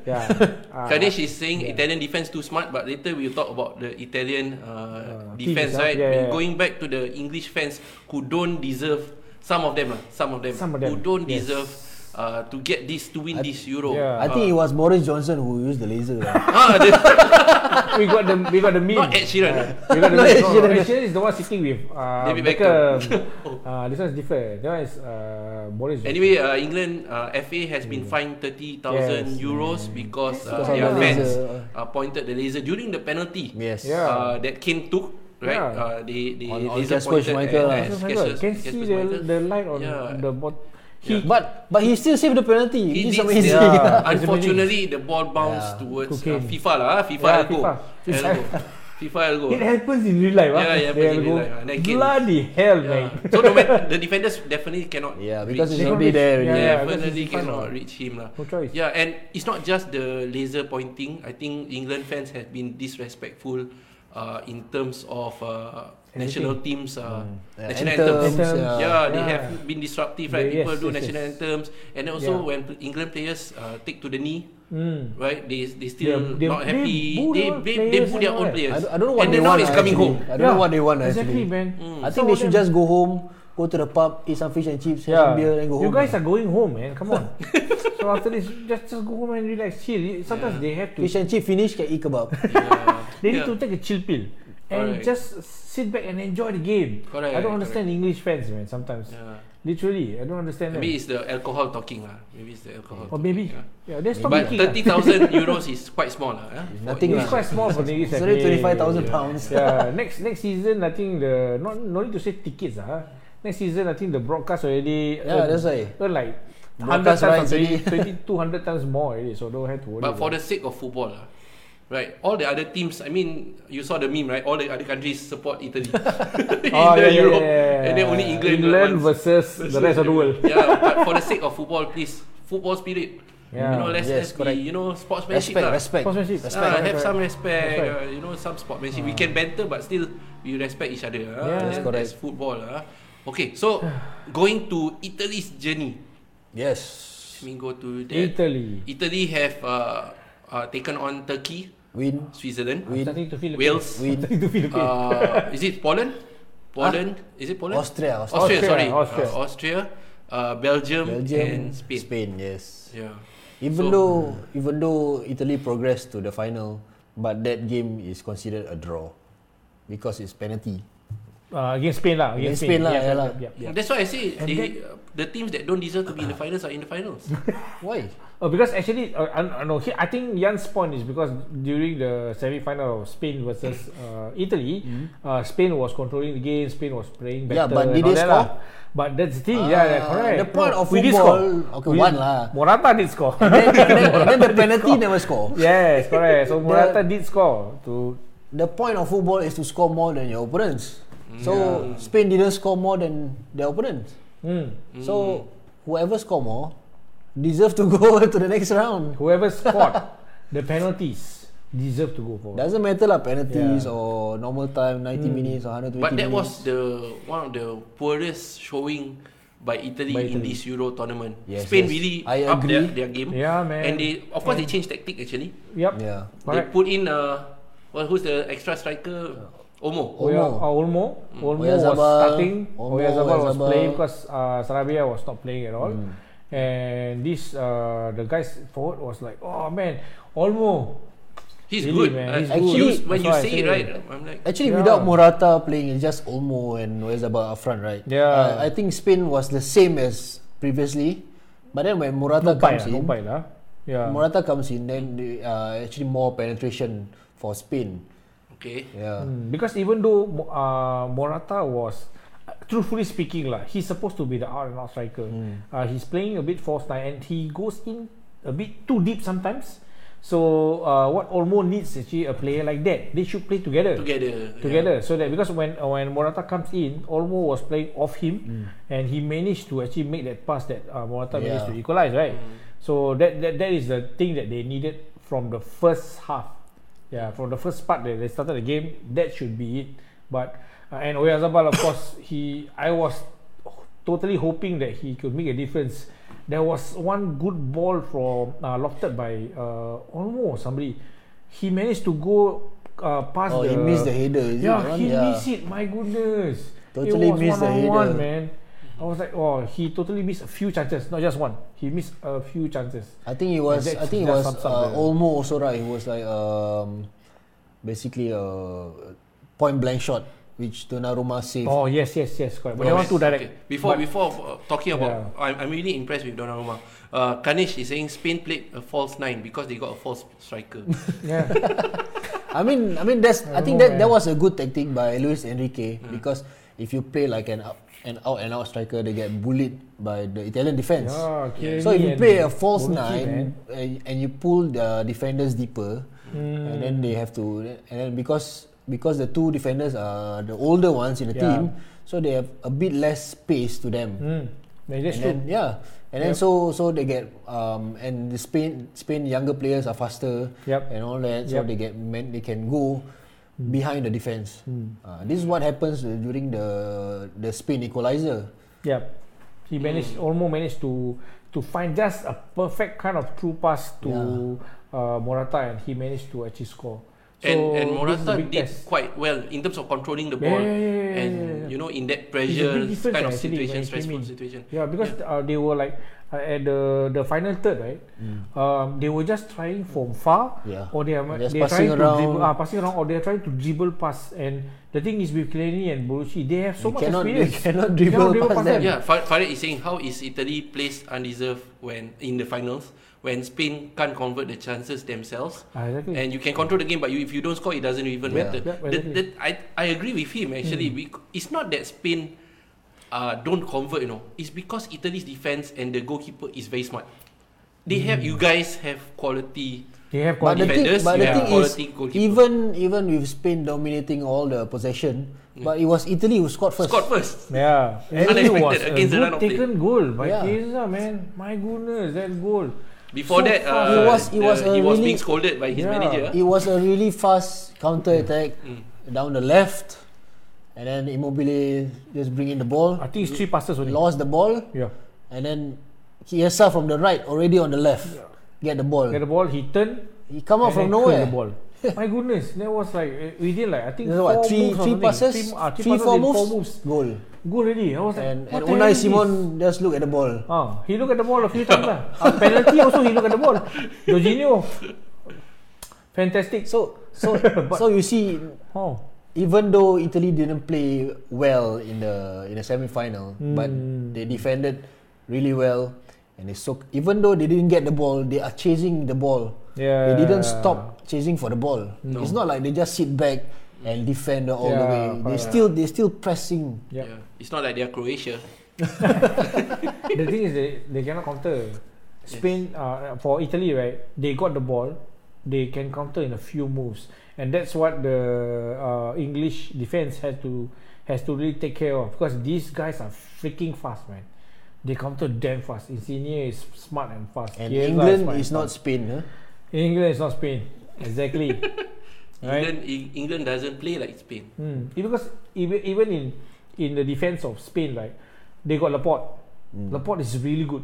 Speaker 2: Yeah.
Speaker 1: <laughs>
Speaker 2: Uh,
Speaker 1: Kadesh is saying Italian defense too smart, but later we'll talk about the Italian uh,
Speaker 2: Uh,
Speaker 1: defense,
Speaker 2: teams, ah.
Speaker 1: right?
Speaker 2: Yeah, yeah, yeah.
Speaker 1: Going back to the English fans who don't deserve some of them, lah, some of them,
Speaker 2: Some of
Speaker 1: who
Speaker 2: them,
Speaker 1: don't
Speaker 2: yes.
Speaker 1: deserve uh, to get this to win this Euro. Uh,
Speaker 2: yeah.
Speaker 3: I think it was Boris Johnson who used the laser. lah.
Speaker 1: <laughs> Ah, the,
Speaker 2: we got the we got the meme.
Speaker 1: not Ed Sheeran.
Speaker 2: We got the
Speaker 3: No,
Speaker 2: meme.
Speaker 3: Ed
Speaker 2: No,
Speaker 3: Sheeran.
Speaker 2: Ed Sheeran is the one sitting with uh,
Speaker 1: David
Speaker 2: Beckham.
Speaker 1: Beckham.
Speaker 2: <laughs> uh, this one is different. That one is uh, Boris. Johnson.
Speaker 1: <laughs> Anyway, uh, England uh, FA has
Speaker 3: Mm.
Speaker 1: been fined 30,000
Speaker 2: Yes.
Speaker 1: euros because uh,
Speaker 3: Because of
Speaker 1: their
Speaker 3: the
Speaker 1: fans
Speaker 3: laser.
Speaker 1: uh, pointed the laser during the penalty
Speaker 3: yes.
Speaker 2: Yeah.
Speaker 1: uh, that Kane took. Right, uh,
Speaker 2: Yeah.
Speaker 1: they they
Speaker 3: On- on
Speaker 1: laser
Speaker 3: Kasper
Speaker 1: pointed
Speaker 3: Schmeichel
Speaker 1: at-
Speaker 3: lah.
Speaker 1: at
Speaker 2: Yes, my
Speaker 1: Kasper-
Speaker 2: God. Can
Speaker 1: Kasper
Speaker 2: see the,
Speaker 1: Schmeichel.
Speaker 2: the light on
Speaker 1: Yeah.
Speaker 2: the bot. <laughs> He
Speaker 3: But but he still saved the penalty.
Speaker 1: He
Speaker 3: Which is
Speaker 1: did
Speaker 3: amazing. <laughs>
Speaker 1: still-
Speaker 2: Yeah. It's
Speaker 1: Unfortunately, the ball bounced
Speaker 3: Yeah.
Speaker 1: towards uh,
Speaker 2: Cocaine.
Speaker 1: FIFA lah. ah, FIFA
Speaker 2: Yeah,
Speaker 1: Elgo.
Speaker 2: FIFA.
Speaker 1: Elgo.
Speaker 2: <laughs>
Speaker 1: FIFA Elgo.
Speaker 2: It happens in real life. ah.
Speaker 1: Yeah, it happens
Speaker 2: There
Speaker 1: in
Speaker 2: you
Speaker 1: real
Speaker 2: go.
Speaker 1: life, ah. That game-
Speaker 2: Bloody hell,
Speaker 1: Yeah.
Speaker 2: man.
Speaker 1: So no matter, the defenders definitely cannot.
Speaker 3: Yeah, because
Speaker 1: reach
Speaker 3: it's
Speaker 2: They
Speaker 1: him.
Speaker 3: already there.
Speaker 2: can't reach.
Speaker 3: already.
Speaker 2: Yeah, because
Speaker 1: definitely
Speaker 2: it's FIFA
Speaker 1: cannot
Speaker 2: now.
Speaker 1: reach him lah.
Speaker 2: No choice.
Speaker 1: Yeah, and it's not just the laser pointing. I think England fans have been disrespectful uh, in terms of uh, national teams, uh,
Speaker 3: Yeah,
Speaker 1: national
Speaker 3: anthems,
Speaker 1: anthems.
Speaker 3: yeah.
Speaker 2: Anthems.
Speaker 1: Yeah, they
Speaker 2: Mm. Yeah.
Speaker 1: have been disruptive, right?
Speaker 2: They- yes,
Speaker 1: People do
Speaker 2: yes,
Speaker 1: national
Speaker 2: yes.
Speaker 1: anthems, and also
Speaker 2: Yeah.
Speaker 1: when pl- England players uh, take to the knee,
Speaker 2: Mm.
Speaker 1: right? They they still
Speaker 2: They- they-
Speaker 1: not
Speaker 2: they
Speaker 1: happy. They
Speaker 2: boo their own
Speaker 1: they,
Speaker 2: players
Speaker 1: they boo their
Speaker 2: and
Speaker 1: own
Speaker 2: all that.
Speaker 1: players.
Speaker 3: I, don't- I don't know what
Speaker 1: and
Speaker 3: they
Speaker 1: then now
Speaker 3: want.
Speaker 1: it's coming
Speaker 2: <laughs>
Speaker 3: actually.
Speaker 1: home.
Speaker 3: I don't know what they want
Speaker 2: Exactly,
Speaker 3: actually.
Speaker 2: man.
Speaker 1: Mm. Hmm.
Speaker 3: I
Speaker 2: Some
Speaker 3: think they
Speaker 2: of
Speaker 3: should
Speaker 2: them-
Speaker 3: just go home, go to the pub, eat some fish and chips, have some beer, and go
Speaker 2: you
Speaker 3: home.
Speaker 2: guys are going home, man.
Speaker 1: <laughs>
Speaker 2: Come on. so after this, just just go home and relax, chill. Sometimes they have to.
Speaker 3: fish and chip finish, can eat
Speaker 2: <laughs>
Speaker 3: kebab.
Speaker 2: They
Speaker 1: Yeah.
Speaker 2: need to take a chill pill and
Speaker 1: Correct.
Speaker 2: just sit back and enjoy the game.
Speaker 1: Correct,
Speaker 2: I don't understand English fans, man. Sometimes,
Speaker 1: Yeah.
Speaker 2: literally, I don't understand
Speaker 1: Maybe
Speaker 2: that.
Speaker 1: it's the alcohol talking lah. Maybe it's the alcohol.
Speaker 2: Or
Speaker 1: talking,
Speaker 2: maybe,
Speaker 1: yeah.
Speaker 2: yeah, that's not
Speaker 1: But
Speaker 2: talking.
Speaker 1: thirty thousand euros is quite small lah. eh, for
Speaker 3: nothing
Speaker 1: English.
Speaker 2: It's quite small for English.
Speaker 3: It's only
Speaker 2: like,
Speaker 3: twenty five thousand
Speaker 2: yeah.
Speaker 3: pounds. <laughs>
Speaker 2: yeah, next next season I think the not no need to say tickets ah. Next season I think the broadcast already
Speaker 3: Yeah, that's why.
Speaker 2: earn like hundred
Speaker 3: Broadcast
Speaker 2: times
Speaker 3: rights
Speaker 2: already,
Speaker 3: already.
Speaker 2: 20, 200 times more already. So don't have to worry.
Speaker 1: But for
Speaker 2: about
Speaker 1: the sake of football lah. Right, all the other teams. I mean, you saw the meme, right? All the other countries support
Speaker 2: <laughs>
Speaker 1: Italy in
Speaker 2: Oh,
Speaker 1: the
Speaker 2: yeah, yeah,
Speaker 1: Europe,
Speaker 2: yeah, yeah,
Speaker 1: and then only
Speaker 2: yeah.
Speaker 1: England.
Speaker 2: England
Speaker 1: wants-
Speaker 2: versus, the rest of the world. <laughs>
Speaker 1: yeah, but for the sake of football, please, football spirit.
Speaker 2: Yeah.
Speaker 1: You know, let's,
Speaker 3: Yes,
Speaker 1: let's
Speaker 3: correct.
Speaker 1: be, you know, sportsmanship.
Speaker 3: Respect,
Speaker 1: lah.
Speaker 3: respect.
Speaker 2: Sportsmanship.
Speaker 1: Ah,
Speaker 3: Respect.
Speaker 1: have some respect.
Speaker 2: That's Ah.
Speaker 1: Uh, you know, some sportsmanship. We can banter, but still we respect each other. ah.
Speaker 2: Yeah. That's
Speaker 3: correct.
Speaker 1: That's football. ah. Okay, so <sighs> going to Italy's journey.
Speaker 3: Yes.
Speaker 1: Let me go to that.
Speaker 2: Italy.
Speaker 1: Italy have uh, uh, taken on Turkey,
Speaker 3: Win.
Speaker 1: Switzerland,
Speaker 2: I'm
Speaker 3: Win.
Speaker 2: starting to feel the pain. <laughs>
Speaker 1: Wales.
Speaker 3: Win.
Speaker 2: Starting to feel the pain.
Speaker 1: Uh, <laughs> is it Poland? Poland? Is it Poland?
Speaker 3: Austria. Austria.
Speaker 1: Austria,
Speaker 2: Ah. Austria,
Speaker 1: sorry.
Speaker 2: Austria.
Speaker 1: Uh, Austria uh, Belgium,
Speaker 3: Belgium.
Speaker 1: and Spain.
Speaker 3: yes.
Speaker 1: Yeah.
Speaker 3: Even
Speaker 1: So-
Speaker 3: though even though Italy progressed to the final, but that game is considered a draw because it's penalty.
Speaker 2: Uh, against Spain lah.
Speaker 3: Against
Speaker 2: Against,
Speaker 3: Spain lah,
Speaker 2: Yeah,
Speaker 3: yeah lah.
Speaker 2: yeah, yeah.
Speaker 1: That's why I say
Speaker 2: And
Speaker 1: they, uh, the teams that don't deserve to be in the finals are in the
Speaker 2: <laughs>
Speaker 1: finals.
Speaker 3: Why?
Speaker 2: Oh, because actually, uh, I, I know. He, I think Jan's point is because during the semi-final of Spain
Speaker 3: <clears throat>
Speaker 2: versus uh, Italy, uh, Spain was controlling the game. Spain was playing better.
Speaker 3: Mm-hmm. Yeah, but
Speaker 2: and
Speaker 3: did
Speaker 2: all
Speaker 3: they
Speaker 2: that
Speaker 3: score?
Speaker 2: lah. But that's the thing. yeah, yeah,
Speaker 3: Ah,
Speaker 2: correct.
Speaker 3: the point of
Speaker 2: we did
Speaker 3: football-
Speaker 2: score.
Speaker 3: okay,
Speaker 2: We-
Speaker 3: one lah.
Speaker 2: Morata did score.
Speaker 3: <laughs> then, then, then the penalty never score.
Speaker 2: yes, correct. So Morata did score to
Speaker 3: The point of football is to score more than your opponents. So Spain didn't score more than their opponents.
Speaker 2: Hmm.
Speaker 1: Mm.
Speaker 3: So whoever score more deserve to <laughs> go to the next round. <laughs>
Speaker 2: whoever scored the penalties deserve to go forward.
Speaker 3: Doesn't matter lah penalties
Speaker 2: Yeah. Mm.
Speaker 3: or normal time 90 minutes or 120
Speaker 1: But that
Speaker 3: minutes.
Speaker 1: was the one of the poorest showing by Italy,
Speaker 2: By
Speaker 1: in
Speaker 2: Italy.
Speaker 1: this Euro tournament.
Speaker 3: Yes,
Speaker 1: Spain
Speaker 3: yes.
Speaker 1: really
Speaker 3: I
Speaker 1: up their,
Speaker 3: agree.
Speaker 1: their game.
Speaker 2: Yeah, man.
Speaker 1: And they of course they changed tactic actually.
Speaker 2: yep.
Speaker 3: yeah.
Speaker 1: They
Speaker 2: Correct.
Speaker 1: put in uh well who's the extra striker? Omo.
Speaker 2: Oya,
Speaker 3: Olmo.
Speaker 2: uh, Olmo. Olmo was
Speaker 3: Oyazabal.
Speaker 2: starting.
Speaker 3: Olmo,
Speaker 2: Oyazabal was
Speaker 3: Oyazabal.
Speaker 2: playing because uh, Sarabia was not playing at all.
Speaker 3: Mm.
Speaker 2: And this, uh, the guys forward was like, oh man, Olmo.
Speaker 1: He's
Speaker 2: Really,
Speaker 1: good.
Speaker 2: man,
Speaker 1: Uh,
Speaker 2: he's
Speaker 3: good.
Speaker 1: you- when
Speaker 2: That's
Speaker 1: you
Speaker 2: why I
Speaker 1: say it
Speaker 2: say-
Speaker 1: right, I'm like
Speaker 3: Actually,
Speaker 2: Yeah.
Speaker 3: without Morata playing, it's just Olmo and Oyarzabal up front, right?
Speaker 2: Yeah.
Speaker 3: Uh, I think Spain was the same as previously. But then when Morata
Speaker 2: Bite
Speaker 3: comes
Speaker 2: lah,
Speaker 3: in,
Speaker 2: don't bite lah. Yeah.
Speaker 3: Morata comes in, then they, uh, actually more penetration for Spain.
Speaker 1: Okay.
Speaker 3: Yeah.
Speaker 2: Mm, because even though Mo- uh, Morata was, uh, truthfully speaking lah, he's supposed to be the out and out striker.
Speaker 3: Mm.
Speaker 2: Uh, he's playing a bit false nine and he goes in a bit too deep sometimes. So uh, what Olmo needs is actually a player like that. They should play together.
Speaker 1: Together.
Speaker 2: Together, so that because when uh, when Morata comes in, Olmo was playing off him,
Speaker 3: Mm.
Speaker 2: and he managed to actually make that pass that uh, Morata managed
Speaker 3: Yeah. Mm.
Speaker 2: to equalize, right? So that, that that is the thing that they needed from the first half, yeah, from the first part that they started the game. That should be it. But uh, and Oyazabal, of course, he I was totally hoping that he could make a difference. There was one good ball from uh, lofted by uh, Olmo or somebody. He managed to go uh, past
Speaker 3: Oh,
Speaker 2: the
Speaker 3: he missed the header. Is it that
Speaker 2: yeah,
Speaker 3: one?
Speaker 2: he
Speaker 3: yeah.
Speaker 2: missed it. My goodness.
Speaker 3: Totally
Speaker 2: it was
Speaker 3: missed the
Speaker 2: one on one,
Speaker 3: header.
Speaker 2: man. I was like, oh, he totally missed a few chances, not just one. He missed a few chances.
Speaker 3: I think it was. I
Speaker 2: That's-
Speaker 3: think it
Speaker 2: that
Speaker 3: was
Speaker 2: sums up
Speaker 3: uh,
Speaker 2: the-
Speaker 3: Olmo also right. It was like um, basically a point blank shot which Donnarumma saved.
Speaker 2: Oh yes, yes, yes, correct. But
Speaker 1: Yeah.
Speaker 2: they want to direct.
Speaker 1: Okay. Before
Speaker 2: But-
Speaker 1: before uh, talking about,
Speaker 2: Yeah.
Speaker 1: I'm, I'm really impressed with Donnarumma. Uh, Kanish is saying Spain played a false nine because they got a false striker.
Speaker 3: <laughs>
Speaker 2: yeah,
Speaker 3: I mean, I mean that's. I,
Speaker 2: I
Speaker 3: think
Speaker 2: don't
Speaker 3: that that
Speaker 2: know, man.
Speaker 3: was a good tactic by Luis Enrique because if you play like an out, an out and out striker, they get bullied by the Italian defense.
Speaker 2: yeah okay.
Speaker 3: So if you
Speaker 2: and
Speaker 3: play a false
Speaker 2: Bonucci,
Speaker 3: nine
Speaker 2: man.
Speaker 3: and, and you pull the defenders deeper,
Speaker 2: Mm, Hmm.
Speaker 3: and then they have to and then because because the two defenders are the older ones in the
Speaker 2: Yeah.
Speaker 3: team, so they have a bit less space to them.
Speaker 2: Mm, yeah, that's
Speaker 3: and
Speaker 2: true.
Speaker 3: then yeah, and then
Speaker 2: Yep.
Speaker 3: so so they get um and the Spain Spain younger players are faster
Speaker 2: Yep.
Speaker 3: and all that, so
Speaker 2: Yep. Hmm.
Speaker 3: they get man, they can go behind the defense. Uh, this is what happens during the the Spain equalizer.
Speaker 2: Yeah, he managed almost managed to to find just a perfect kind of true pass to uh, Morata, and he managed to actually score. <laughs> So
Speaker 1: and and
Speaker 2: this is a
Speaker 1: Morata
Speaker 2: big
Speaker 1: did
Speaker 2: test.
Speaker 1: quite well in terms of controlling the
Speaker 2: Yeah,
Speaker 1: ball
Speaker 2: yeah, yeah, yeah,
Speaker 1: and
Speaker 2: yeah, yeah.
Speaker 1: you know in that
Speaker 2: It's a
Speaker 1: pressure
Speaker 2: big difference,
Speaker 1: kind of
Speaker 2: actually, when
Speaker 1: situation,
Speaker 2: he came
Speaker 1: stressful
Speaker 2: in.
Speaker 1: situation.
Speaker 2: Yeah, because Uh, they were like uh, at the the final third, right? Um, they were just trying from far,
Speaker 3: Mm. Yeah.
Speaker 2: or they are
Speaker 3: Just
Speaker 2: they are
Speaker 3: passing
Speaker 2: trying to dribble,
Speaker 3: around.
Speaker 2: uh, passing around, or they are trying to dribble pass. And the thing is with Cleary and Borucci, they have so
Speaker 3: You
Speaker 2: much
Speaker 3: cannot- you
Speaker 2: experience.
Speaker 3: cannot
Speaker 2: They
Speaker 3: dribble past them.
Speaker 1: Yeah, Fa- Farid is saying how is Italy placed undeserved when in the finals when Spain can't convert the chances themselves.
Speaker 2: Ah, exactly.
Speaker 1: And you can control the game, but you, if you don't score, it doesn't even
Speaker 3: Hmm. Yeah. Hmm.
Speaker 1: matter.
Speaker 2: Yeah,
Speaker 1: that,
Speaker 2: exactly.
Speaker 1: that, I, I agree with him actually. bec- It's not that Spain uh, don't convert, you know. It's because Italy's defense and the goalkeeper is very smart. They
Speaker 3: Hmm.
Speaker 1: have you guys have quality.
Speaker 2: they have
Speaker 3: But the thing,
Speaker 2: quality.
Speaker 1: defenders,
Speaker 3: but the
Speaker 1: yeah.
Speaker 3: thing is,
Speaker 1: Quality goalkeeper.
Speaker 3: even even with Spain dominating all the possession, but it was Italy who scored first.
Speaker 1: Scored first.
Speaker 2: Yeah, and it
Speaker 1: unexpected
Speaker 2: was a
Speaker 1: against the
Speaker 2: good
Speaker 1: run of play.
Speaker 2: taken goal by
Speaker 3: Yeah.
Speaker 2: yeah. man. My goodness, that goal.
Speaker 1: Before
Speaker 2: So
Speaker 1: that,
Speaker 2: fast.
Speaker 1: uh,
Speaker 3: He was- he
Speaker 1: the-
Speaker 3: was a
Speaker 1: he was
Speaker 3: really-
Speaker 1: being scolded by his
Speaker 2: Yeah.
Speaker 1: manager.
Speaker 3: It was a really fast counter attack
Speaker 2: Mm.
Speaker 3: down the left, and then Immobile just bring in the ball,
Speaker 2: I think it's three passes only.
Speaker 3: lost the ball,
Speaker 2: Yeah,
Speaker 3: and then Chiesa from the right already on the left get the ball.
Speaker 2: get the ball, he turned,
Speaker 3: He come out from
Speaker 2: And then curl
Speaker 3: nowhere.
Speaker 2: Eh, The ball. My goodness, that was like uh, within like I think
Speaker 3: This is
Speaker 2: four
Speaker 3: what three
Speaker 2: moves or
Speaker 3: three
Speaker 2: something.
Speaker 3: passes,
Speaker 2: three, uh, three,
Speaker 3: three
Speaker 2: passes
Speaker 3: four
Speaker 2: and
Speaker 3: moves,
Speaker 2: four moves.
Speaker 3: goal.
Speaker 2: Go already. I was like,
Speaker 3: And, and
Speaker 2: what the hell
Speaker 3: Unai
Speaker 2: is this?
Speaker 3: Simon just look at the ball.
Speaker 2: Ah, he look at the ball a few times lah. Uh, penalty also he look at the
Speaker 3: <laughs>
Speaker 2: ball. Jorginho, fantastic.
Speaker 3: So so
Speaker 2: But-
Speaker 3: so you see
Speaker 2: Oh,
Speaker 3: even though Italy didn't play well in the in the semi final, but
Speaker 2: Hmm.
Speaker 3: they defended really well and they so even though they didn't get the ball, they are chasing the ball.
Speaker 2: yeah.
Speaker 3: They didn't stop chasing for the ball. It's not like they just sit back and defend all the
Speaker 2: Yeah,
Speaker 3: way. They
Speaker 2: correct.
Speaker 3: still they still pressing.
Speaker 2: Yeah.
Speaker 1: Yeah. It's not like they're Croatia.
Speaker 2: the thing is they, they cannot counter. Spain uh, for Italy right, they got the ball, they can counter in a few moves, and that's what the uh, English defense has to has to really take care of because these guys are freaking fast, man. They counter damn fast. Insigne is smart and fast.
Speaker 3: And
Speaker 2: Chiesa is
Speaker 3: England
Speaker 2: smart
Speaker 3: is
Speaker 2: and
Speaker 3: not
Speaker 2: fast.
Speaker 3: Spain, huh?
Speaker 2: England is not Spain. Exactly.
Speaker 3: <laughs>
Speaker 2: right.
Speaker 1: England Eng- England doesn't play like Spain.
Speaker 2: Mm. Even because even even in in the defense of Spain, right, they got Laporte.
Speaker 3: Hmm.
Speaker 2: Laporte is really good.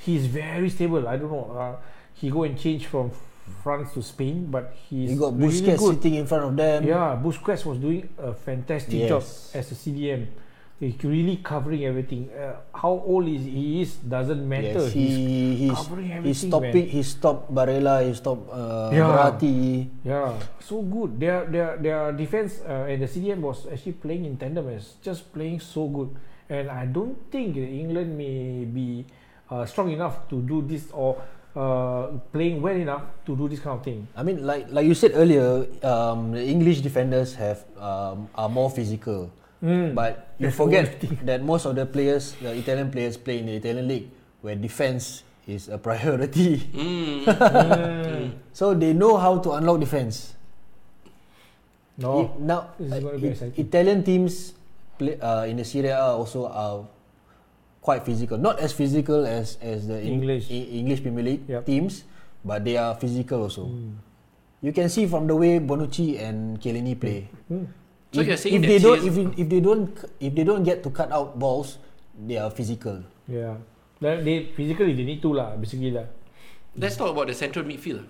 Speaker 2: He's very stable. I don't know. Uh, he go and change from France to Spain, but he's
Speaker 3: You got
Speaker 2: really
Speaker 3: Busquets
Speaker 2: good.
Speaker 3: sitting in front of them.
Speaker 2: Yeah, Busquets was doing a fantastic job
Speaker 3: Yes.
Speaker 2: as a CDM. He really covering everything. Uh, how old is he is doesn't matter.
Speaker 3: Yes, he, he's,
Speaker 2: covering
Speaker 3: he's
Speaker 2: everything,
Speaker 3: stopping.
Speaker 2: man.
Speaker 3: He stopped Barella. He stopped uh,
Speaker 2: Yeah.
Speaker 3: Verratti.
Speaker 2: Yeah, so good. Their their their defense uh, and the CDM was actually playing in tandem. Is just playing so good, And I don't think England may be uh, strong enough to do this or uh, playing well enough to do this kind of thing.
Speaker 3: I mean, like like you said earlier, um, the English defenders have um, are more physical,
Speaker 2: Hmm. <laughs>
Speaker 3: but you
Speaker 2: That's
Speaker 3: forget that most of the players, the Italian players, play in the Italian league where defense is a <laughs> priority.
Speaker 2: <laughs>
Speaker 1: Mm.
Speaker 2: Hmm.
Speaker 3: <laughs> So they know how to unlock defense.
Speaker 2: No.
Speaker 3: It- now
Speaker 2: this is
Speaker 3: uh,
Speaker 2: gonna be
Speaker 3: it-
Speaker 2: exciting.
Speaker 3: Italian teams play, uh, in the Serie A also are quite physical. Not as physical as as the Eng-
Speaker 2: English.
Speaker 3: E- English Premier League
Speaker 2: Yup. Hmm.
Speaker 3: teams, but they are physical also. You can see from the way Bonucci and Chiellini play.
Speaker 2: Hmm.
Speaker 1: So
Speaker 3: if,
Speaker 1: you're saying
Speaker 3: if
Speaker 1: that
Speaker 3: they don't
Speaker 1: Chiell-
Speaker 3: if, it- if they don't c- if they don't get to cut out balls, they are physical.
Speaker 2: Yeah. Then they physically they need to lah basically lah.
Speaker 1: Let's talk about the central midfield.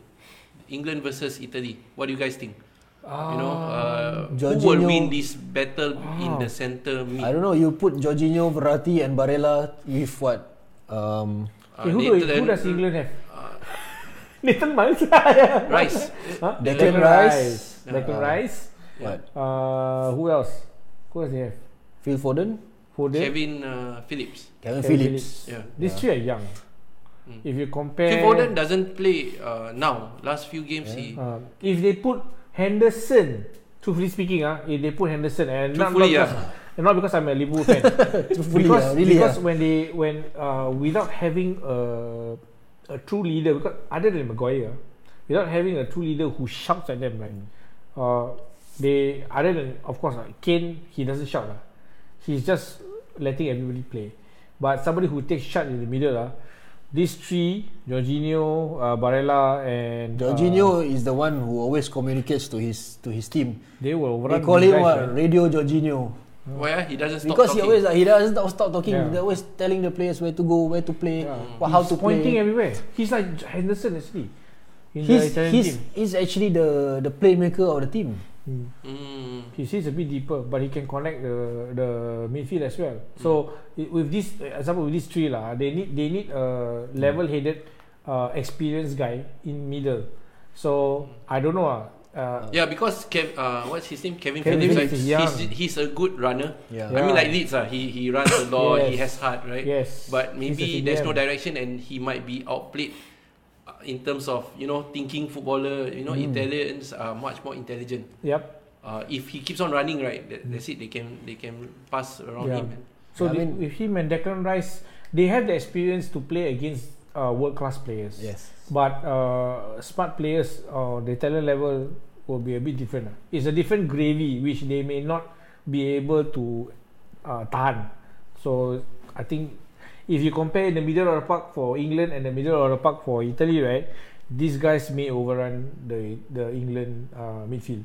Speaker 1: England versus Italy. What do you guys think? you know,
Speaker 2: Ah.
Speaker 1: uh, who will
Speaker 3: Jorginho.
Speaker 1: win this battle in the center mid?
Speaker 3: I don't know. You put Jorginho, Verratti, and Barella with what? Um,
Speaker 1: Uh,
Speaker 2: Okay, Eh, who, do, who does England have? <laughs> Nathan Miles. <laughs>
Speaker 1: Rice. Eh,
Speaker 2: Huh?
Speaker 3: Declan Rice.
Speaker 2: Declan
Speaker 3: Uh,
Speaker 2: Rice.
Speaker 3: what?
Speaker 2: Uh, who else? Who else they have?
Speaker 3: Phil Foden,
Speaker 2: Foden.
Speaker 1: Kevin uh, Phillips.
Speaker 3: Kevin,
Speaker 2: Kevin
Speaker 3: Phillips.
Speaker 1: Yeah.
Speaker 2: These three are young. If you compare,
Speaker 1: Phil Foden doesn't play uh, now. Last few games he
Speaker 3: Ah.
Speaker 2: Uh, if they put Henderson, truthfully speaking, ah, if they put Henderson, and not, not,
Speaker 1: Truthfully,
Speaker 2: because, and not because I'm a Liverpool fan,
Speaker 3: ah. <laughs> Truthfully,
Speaker 2: because,
Speaker 3: ah, really,
Speaker 2: because
Speaker 3: ah.
Speaker 2: when they when uh, without having a a true leader, because other than Maguire, ah, without having a true leader who shouts at them, right?
Speaker 3: Hmm.
Speaker 2: Uh, they other than of course, like Kane, he doesn't shout. lah. He's just letting everybody play. But somebody who takes shot in the middle, lah, these three, Jorginho, uh, Barella, and uh,
Speaker 3: Jorginho is the one who always communicates to his to his team.
Speaker 2: They
Speaker 3: They
Speaker 2: will overrun
Speaker 3: call
Speaker 2: you
Speaker 3: him uh,
Speaker 2: guys,
Speaker 3: what?
Speaker 2: right?
Speaker 3: Radio Jorginho.
Speaker 1: why ah? he doesn't stop
Speaker 3: Because he
Speaker 1: talking.
Speaker 3: always like, he doesn't stop, stop talking.
Speaker 2: Yeah.
Speaker 3: He's always telling the players where to go, where to play, what, how to
Speaker 2: pointing
Speaker 3: play.
Speaker 2: everywhere. He's like Henderson actually. In the
Speaker 3: He's,
Speaker 2: Italian
Speaker 3: he's,
Speaker 2: team.
Speaker 3: he's actually the the playmaker of the team.
Speaker 1: Mm.
Speaker 2: He sees a bit deeper, but he can connect the the midfield as well. So
Speaker 3: Mm.
Speaker 2: i- with this, uh, example with these three lah, they need they need a level-headed, uh, experienced guy in middle. So I don't know ah. Uh,
Speaker 1: Yeah, because Kev, uh, what's his name? Kevin,
Speaker 2: Kevin
Speaker 1: Phillips.
Speaker 2: Phillips
Speaker 1: like,
Speaker 2: is
Speaker 1: he's,
Speaker 2: young.
Speaker 1: he's a good runner.
Speaker 3: Yeah.
Speaker 1: I mean,
Speaker 2: Yeah.
Speaker 1: like Leeds, ah, he he runs a lot. He
Speaker 2: Yes.
Speaker 1: has heart, right?
Speaker 2: Yes.
Speaker 1: But maybe
Speaker 2: He's a
Speaker 1: there's no
Speaker 2: CDM.
Speaker 1: direction, and he might be outplayed uh, in terms of you know thinking footballer. You know, Italians are much more intelligent.
Speaker 2: Yep.
Speaker 1: Uh, if he keeps on running, right, that, that's it. They can they can pass around
Speaker 2: Yeah.
Speaker 1: him.
Speaker 2: So
Speaker 3: I
Speaker 2: the,
Speaker 3: mean-
Speaker 2: with him and Declan Rice, they have the experience to play against uh, world-class players.
Speaker 3: Yes.
Speaker 2: But uh, smart players or the talent level will be a bit different. ah. It's a different gravy which they may not be able to uh, tahan. So I think if you compare the middle of the park for England and the middle of the park for Italy, right? These guys may overrun the the England uh, midfield.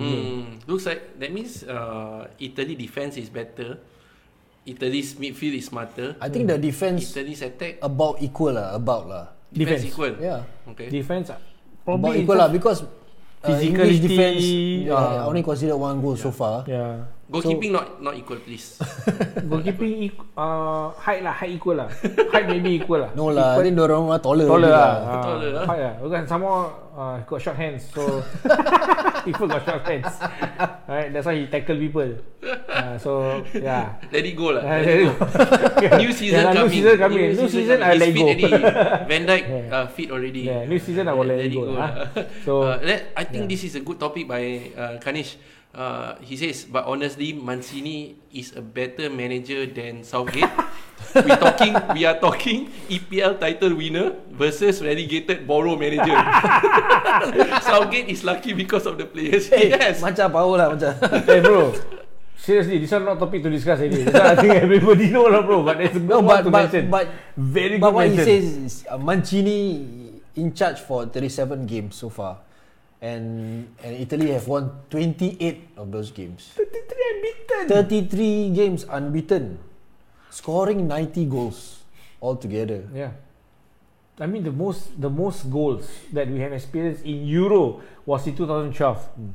Speaker 2: Mm-hmm.
Speaker 1: Mm. Looks like that means uh, Italy defense is better. Italy's midfield is smarter.
Speaker 3: I think the
Speaker 2: Hmm.
Speaker 3: defense
Speaker 1: Italy's attack
Speaker 3: about equal lah, about lah.
Speaker 1: defense,
Speaker 2: Defense.
Speaker 1: equal.
Speaker 3: Yeah.
Speaker 1: Okay.
Speaker 2: Defense ah,
Speaker 3: About
Speaker 2: probably in
Speaker 3: equal lah
Speaker 2: terms-
Speaker 3: because uh, English
Speaker 2: Physicality,
Speaker 3: defense uh,
Speaker 2: yeah.
Speaker 3: only considered one goal so far.
Speaker 2: Yeah.
Speaker 1: Goalkeeping not not equal, please.
Speaker 2: Goalkeeping equ- uh, height lah, height equal lah. Height maybe equal lah.
Speaker 3: No lah, I think dorang orang taller. already
Speaker 2: Taller lah.
Speaker 3: lah.
Speaker 2: ah,
Speaker 1: Taller lah.
Speaker 2: Height lah. Because some more uh, got short hands. So people got short hands. Right, that's why he tackle people. Uh, so yeah.
Speaker 1: Let it
Speaker 2: <laughs>
Speaker 1: go lah.
Speaker 2: Yeah,
Speaker 1: Let it go. New season
Speaker 2: Yeah,
Speaker 1: coming.
Speaker 2: new season coming. New season, I
Speaker 1: He's
Speaker 2: let
Speaker 1: fit
Speaker 2: go.
Speaker 1: already. Van Dijk
Speaker 2: Yeah.
Speaker 1: uh, fit already.
Speaker 2: Yeah, new season I will let it
Speaker 1: <laughs>
Speaker 2: go lah. So
Speaker 1: uh, let, I think this is a good topic by uh, Kanish. Uh, he says, but honestly, Mancini is a better manager than Southgate. <laughs> we talking, we are talking EPL title winner versus relegated borrow manager.
Speaker 2: <laughs>
Speaker 1: <laughs> Southgate is lucky because of the players.
Speaker 3: Hey,
Speaker 1: yes,
Speaker 3: Macam power lah macam.
Speaker 2: <laughs> hey bro. Seriously, this one not topic to discuss already. This one I think everybody know lah bro. But it's a good
Speaker 3: No,
Speaker 2: one
Speaker 3: but
Speaker 2: to
Speaker 3: but
Speaker 2: mention.
Speaker 3: but
Speaker 2: Very
Speaker 3: But
Speaker 2: good
Speaker 3: what he
Speaker 2: mention.
Speaker 3: says is uh, Mancini in charge for 37 games so far. And and Italy have won 28 of those games.
Speaker 2: 33 unbeaten.
Speaker 3: 33 games unbeaten. Scoring 90 goals altogether.
Speaker 2: Yeah. I mean the most the most goals that we have experienced in Euro was in 2012.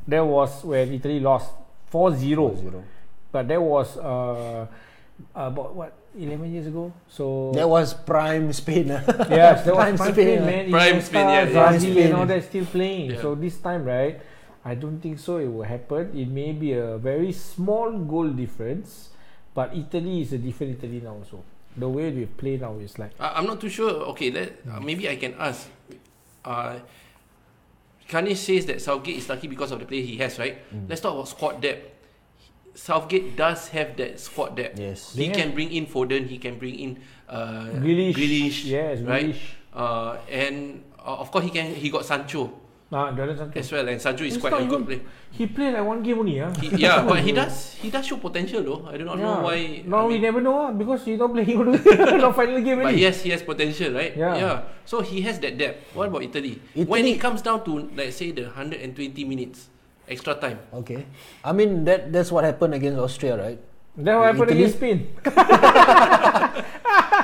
Speaker 2: There was when Italy lost 4-0.
Speaker 3: 0.
Speaker 2: But that was uh, about what 11 years ago. So
Speaker 3: That was prime Spain. ah.
Speaker 2: <laughs> yes, that
Speaker 3: prime
Speaker 2: was prime
Speaker 3: Spain,
Speaker 2: Spain, man.
Speaker 1: Prime
Speaker 2: Iniesta,
Speaker 1: Spain, yeah, yeah.
Speaker 2: Zazi
Speaker 3: Prime Spain.
Speaker 2: and all that still playing.
Speaker 1: Yeah.
Speaker 2: So this time, right? I don't think so. It will happen. It may be a very small goal difference, But Italy is a different Italy now also. The way they play now is like
Speaker 1: I, I'm not too sure. Okay, let uh,
Speaker 2: Hmm.
Speaker 1: maybe I can ask. Uh, Kane says that Southgate is lucky because of the player he has, right?
Speaker 2: Hmm.
Speaker 1: Let's talk about squad depth. Southgate does have that squad depth.
Speaker 3: Yes.
Speaker 1: He
Speaker 2: They
Speaker 1: can bring in Foden. He can bring in uh,
Speaker 2: Grealish.
Speaker 1: Grealish,
Speaker 2: Yes,
Speaker 1: right?
Speaker 2: Grealish.
Speaker 1: Uh, and uh, of course, he can. He got Sancho
Speaker 2: ah, Jordan Sancho.
Speaker 1: as well, and Sancho is
Speaker 2: He's
Speaker 1: quite a
Speaker 2: not
Speaker 1: good
Speaker 2: even-
Speaker 1: player.
Speaker 2: He played like one game only, ah.
Speaker 1: He, yeah, but
Speaker 2: <laughs>
Speaker 1: he does. He does show potential though. I do not know why.
Speaker 2: Now
Speaker 1: I
Speaker 2: we
Speaker 1: mean,
Speaker 2: never know ah because he not playing <laughs> all the not final game
Speaker 1: But
Speaker 2: already.
Speaker 1: yes, he has potential, right?
Speaker 2: Yeah.
Speaker 1: So he has that depth. What about Italy? When
Speaker 3: Italy-
Speaker 1: it comes down to let's say the 120 minutes extra time,
Speaker 3: Okay. I mean that that's what happened against Austria, right?
Speaker 2: That what happened
Speaker 3: Italy-
Speaker 2: against Spain.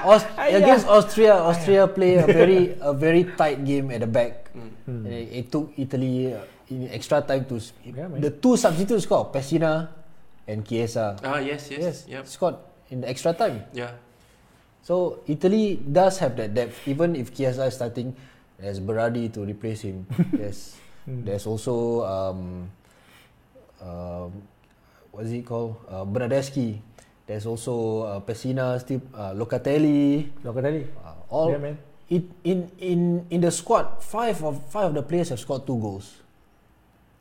Speaker 3: Aust-
Speaker 2: Aiyah.
Speaker 3: against
Speaker 2: Ah,
Speaker 3: Austria, Austria play a
Speaker 2: <laughs>
Speaker 3: very a very tight game at the back.
Speaker 2: Hmm.
Speaker 3: And it, it took Italy uh, in extra time to s-
Speaker 2: Yeah, man.
Speaker 3: the two substitutes scored, Pessina and Chiesa.
Speaker 1: ah yes, yes, yep,
Speaker 3: scored in the extra time.
Speaker 1: yeah,
Speaker 3: So Italy does have that depth. Even if Chiesa is starting, there's Berardi to replace him.
Speaker 2: <laughs> Hmm.
Speaker 3: there's there's also um, um, what's it called uh, Bernardeschi. There's also uh, Pessina, still uh, Locatelli.
Speaker 2: <laughs> Locatelli.
Speaker 3: Uh, all
Speaker 2: Yeah, man.
Speaker 3: it, in in in the squad, five of five of the players have scored two goals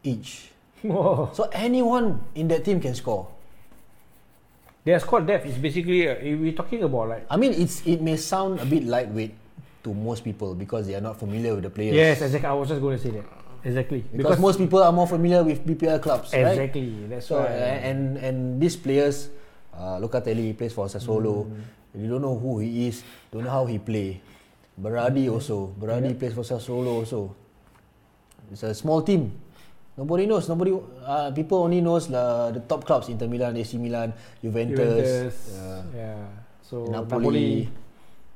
Speaker 3: each.
Speaker 2: Oh.
Speaker 3: So anyone in that team can score.
Speaker 2: Their squad depth is basically uh, if we're talking about like
Speaker 3: I mean, it's it may sound a bit lightweight to most people because they are not familiar with the players.
Speaker 2: yes, exactly. I was just going to say that exactly
Speaker 3: Because, most people are more familiar with BPL clubs, right?
Speaker 2: exactly that's
Speaker 3: So
Speaker 2: why.
Speaker 3: a- and and these players, uh, Locatelli plays for Sassuolo. You don't know who he is, don't know how he play. Berardi also, Berardi plays for Sassuolo also. It's a small team. Nobody knows. Nobody. Uh, people only knows uh, the top clubs: Inter Milan, AC Milan, Juventus.
Speaker 2: Juventus,
Speaker 3: uh,
Speaker 2: yeah. So
Speaker 3: Napoli.
Speaker 2: Napoli.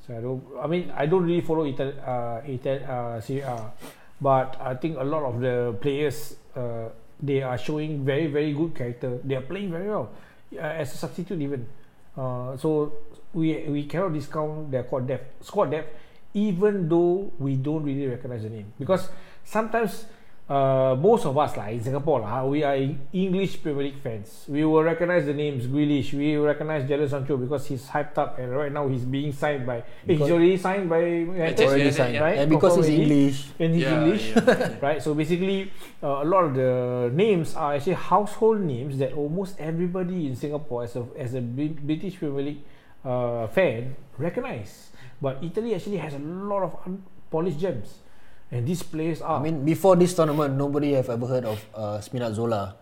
Speaker 2: So I don't. I mean, I don't really follow Italy, uh, Italy, uh, Serie A, but I think a lot of the players uh, they are showing very very good character. They are playing very well uh, as a substitute even. Uh, so we we cannot discount their squad depth. Squad depth, even though we don't really recognize the name because sometimes. Uh, most of us like in Singapore lah, we are English Premier League fans. We will recognize the names Grealish. We will recognize Jadon Sancho because he's hyped up and right now he's being signed by. eh, He's
Speaker 3: Because-
Speaker 2: already signed by Manchester,
Speaker 1: Manchester
Speaker 3: already
Speaker 1: United,
Speaker 3: signed,
Speaker 1: yeah.
Speaker 2: right?
Speaker 3: and because
Speaker 2: Confirm
Speaker 3: it's
Speaker 2: already.
Speaker 3: English.
Speaker 2: and he's
Speaker 1: yeah,
Speaker 2: English,
Speaker 1: yeah.
Speaker 2: <laughs> right? So basically, uh, a lot of the names are actually household names that almost everybody in Singapore, as a as a Bri- British Premier League uh, fan, recognize. But Italy actually has a lot of unpolished gems, and these players
Speaker 3: I
Speaker 2: are.
Speaker 3: mean, before this tournament, nobody have ever heard of uh, Spinazzola,